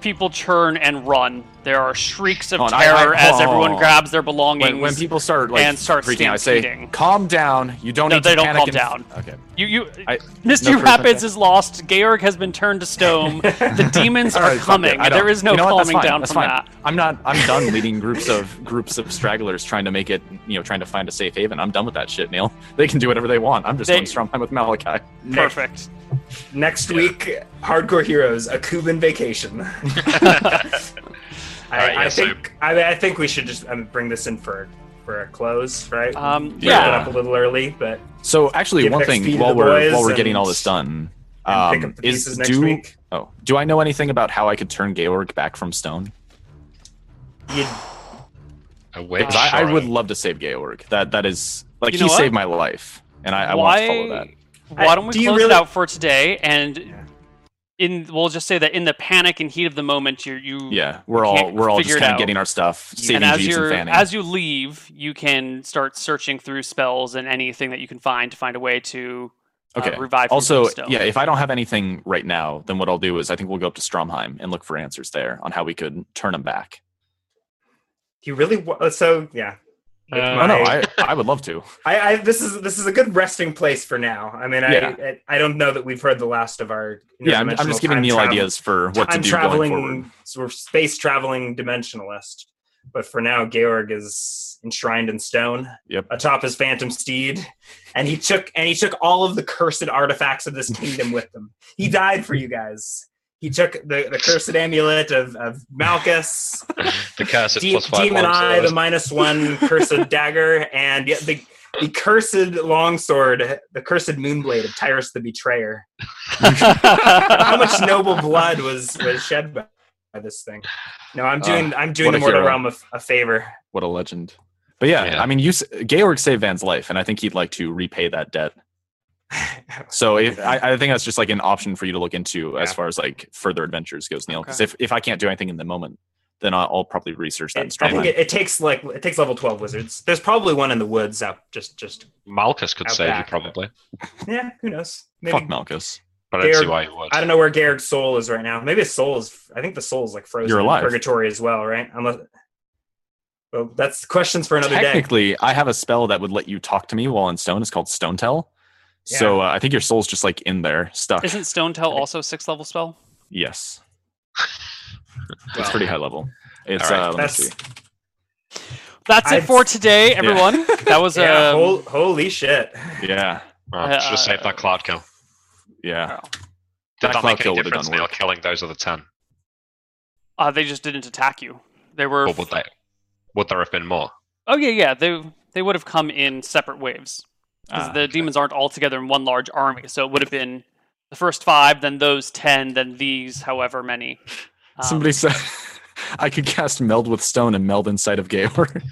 S1: people churn and run. There are shrieks of
S2: Oh, and I- I-
S1: terror as
S2: oh.
S1: everyone grabs their belongings.
S2: When, when people start like
S1: and start
S2: freaking out, I say,
S1: stampeding.
S2: "Calm down. You don't
S1: No,
S2: need
S1: they
S2: to
S1: don't
S2: panic."
S1: calm
S2: and f- Okay.
S1: You, you,
S2: I-
S1: Misty
S2: no proof,
S1: Rapids
S2: okay.
S1: is lost. Georg has been turned to stone. the demons
S2: All
S1: are
S2: right, fuck
S1: coming.
S2: it. I don't-
S1: There is no
S2: you know what? That's
S1: calming
S2: fine.
S1: down
S2: That's
S1: from
S2: fine.
S1: that.
S2: I'm not. I'm done leading groups of groups of stragglers trying to make it. You know, trying to find a safe haven. I'm done with that shit, Neil. They can do whatever they want. I'm just
S1: They-
S2: going Stromheim with Malachi.
S1: Perfect.
S3: Next week, Hardcore Heroes: A Cuban Vacation. I,
S4: Alright, yeah,
S3: I
S4: so-
S3: think. I, mean, I think we should just um, bring this in for for a close, right?
S1: Um,
S3: Wrap
S1: yeah.
S3: it up a little early, but
S2: So actually,
S3: Give
S2: one
S3: next feed
S2: thing
S3: to
S2: while
S3: the
S2: we're
S3: boys
S2: while we're getting
S3: and-
S2: all this done
S3: and pick
S2: um,
S3: up the
S2: is
S3: pieces next
S2: do
S3: week.
S2: oh do I know anything about how I could turn Georg back from
S1: Ah,
S2: stone?
S3: you,
S4: A witch.
S2: Because I, I
S4: or a-
S2: would love to save Georg. That that is like
S1: You
S2: he
S1: know what?
S2: saved my life, and I, I want to follow that.
S1: Why don't we
S3: Do you
S1: close it
S3: really-
S1: out for today? And in we'll just say that in the panic and heat of the moment, you're, you
S2: Yeah, we're all
S1: can't
S2: we're all
S1: figure
S2: just
S1: it
S2: kind
S1: out.
S2: of getting our stuff, saving
S1: and as
S2: Jeeves
S1: you
S2: and
S1: are
S2: Fanny.
S1: as you leave, you can start searching through spells and anything that you can find to find a way to uh,
S2: Okay.
S1: revive. from
S2: also,
S1: Tombstone.
S2: yeah, if I don't have anything right now, then what I'll do is I think we'll go up to Stromheim and look for answers there on how we could turn him back.
S3: you really. wa- So yeah. With
S4: Uh,
S2: oh no,
S3: my-
S2: I, I would love to.
S3: I, I this is this is a good resting place for now. I mean,
S2: Yeah.
S3: I, I I don't know that we've heard the last of our.
S2: Yeah, I'm, I'm just giving
S3: interdimensional
S2: Neil
S3: time travel-
S2: ideas for what to
S3: time
S2: do
S3: traveling,
S2: going forward.
S3: sort of space traveling dimensionalist. But for now, Georg is enshrined in stone
S2: Yep.
S3: atop his phantom steed, and he took and he took all of the cursed artifacts of this kingdom with him. He died for you guys. He took the, the cursed amulet of, of Malchus,
S4: the curse is
S3: de-
S4: plus five
S3: demon
S4: long
S3: eye,
S4: swords.
S3: the minus one cursed dagger, and yet the the cursed longsword, the cursed moonblade of Tyrus the Betrayer. How much noble blood was was shed by, by this thing? No, I'm doing I'm doing
S2: Uh, what
S3: the
S2: a
S3: mortal
S2: hero.
S3: realm a, a favor.
S2: What a legend. But yeah,
S4: Yeah.
S2: I mean, you s- Georg saved Van's life, and I think he'd like to repay that debt. So if, I, I think that's just like an option for you to look into as
S3: Yeah.
S2: far as like further adventures goes, Neil. Because if, if I can't do anything in the moment, then I'll, I'll probably research that.
S3: It,
S2: And
S3: I
S2: start
S3: think
S2: mine.
S3: it, it takes like it takes level twelve wizards. There's probably one in the woods out just just
S4: Malchus could
S3: Out
S4: save you
S3: back.
S4: probably,
S3: yeah, who knows?
S2: Fuck
S3: Maybe
S2: Malchus.
S4: but I don't see
S3: They're-
S4: why he would.
S3: I don't know where Garrick's soul is right now. Maybe his soul is I think the soul is like frozen
S2: You're
S3: in
S2: alive.
S3: purgatory as well, right? Unless well, that's questions for another day.
S2: Technically, I have a spell that would let you talk to me while in stone. It's called Stone Tell. So uh, I think your soul's just like in there, stuck.
S1: Isn't Stone Tell also sixth level spell?
S2: yes, it's
S4: Well,
S2: pretty high level. It's
S4: All right.
S2: uh, let me
S3: That's-
S2: see.
S1: That's it
S3: I've-
S1: for today, everyone. That was
S3: Yeah,
S1: um,
S3: hol- holy shit.
S2: yeah,
S4: well, should have saved that Cloud kill.
S2: yeah.
S4: Did
S2: that
S4: that
S2: Cloud
S4: make
S2: kill
S4: any
S2: would've
S4: difference?
S2: done
S4: Neil
S2: work.
S4: killing those other ten.
S1: uh, they just didn't attack you. They were
S4: Or would they? Would there have been more?
S1: Oh yeah, yeah. They they would have come in separate waves because
S2: Ah,
S1: the demons aren't all together in one large army. So it would have been the first five, then those ten, then these, however many. Um,
S2: Somebody said I could cast Meld with Stone and Meld inside of Georg.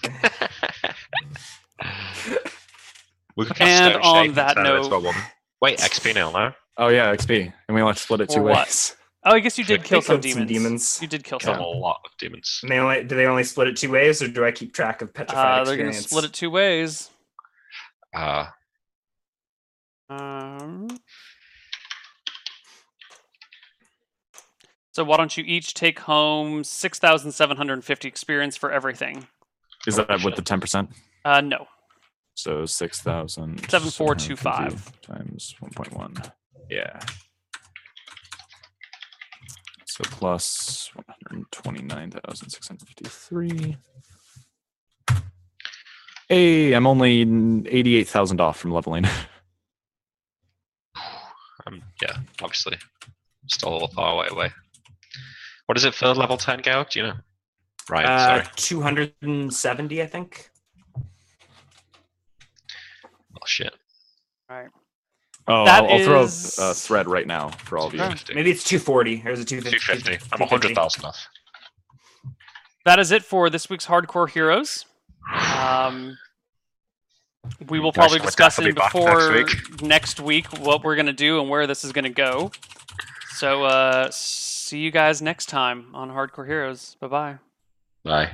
S4: We could cast
S1: And
S4: Stone
S1: on
S4: Shape
S1: that
S4: instead of this
S1: note-
S4: one. Wait, XP nil now.
S2: oh yeah, XP, and we like split it two
S1: Or what?
S2: ways.
S1: Oh, I guess you did
S3: They
S1: kill some
S3: killed
S1: demons.
S3: demons.
S1: You did kill
S4: Kill
S1: some.
S4: a lot of demons.
S3: And they only do they only split it two ways, or do I keep track of petrified
S1: Uh, they're going to
S3: experience?
S1: split it two ways.
S4: Uh,
S1: Um, so why don't you each take home six thousand seven hundred fifty experience for everything?
S2: Is that with the ten percent?
S1: Uh, no,
S2: So six thousand
S1: 7425.
S2: times one point one. Yeah. So plus one hundred twenty nine thousand six hundred fifty three. Hey, I'm only eighty eight thousand off from leveling.
S4: um, yeah, obviously, still a little far away away. What is it for level ten, Georg? Do you know? Right.
S3: Uh,
S4: sorry,
S3: 270, I think.
S4: oh, shit.
S2: Oh,
S1: That
S2: I'll, I'll throw
S1: is-
S2: a, a thread right now for all of you.
S4: 250.
S3: Maybe it's 240. Or is it 250?
S4: 250. I'm 100,000 off.
S1: that is it for this week's hardcore heroes. Um, we will
S4: Guys,
S1: probably
S4: I'm
S1: discuss
S4: definitely
S1: in
S4: back
S1: before
S4: next
S1: next week. what we're gonna do and where this is gonna go. So uh, see you guys next time on Hardcore Heroes. Bye bye.
S4: Bye.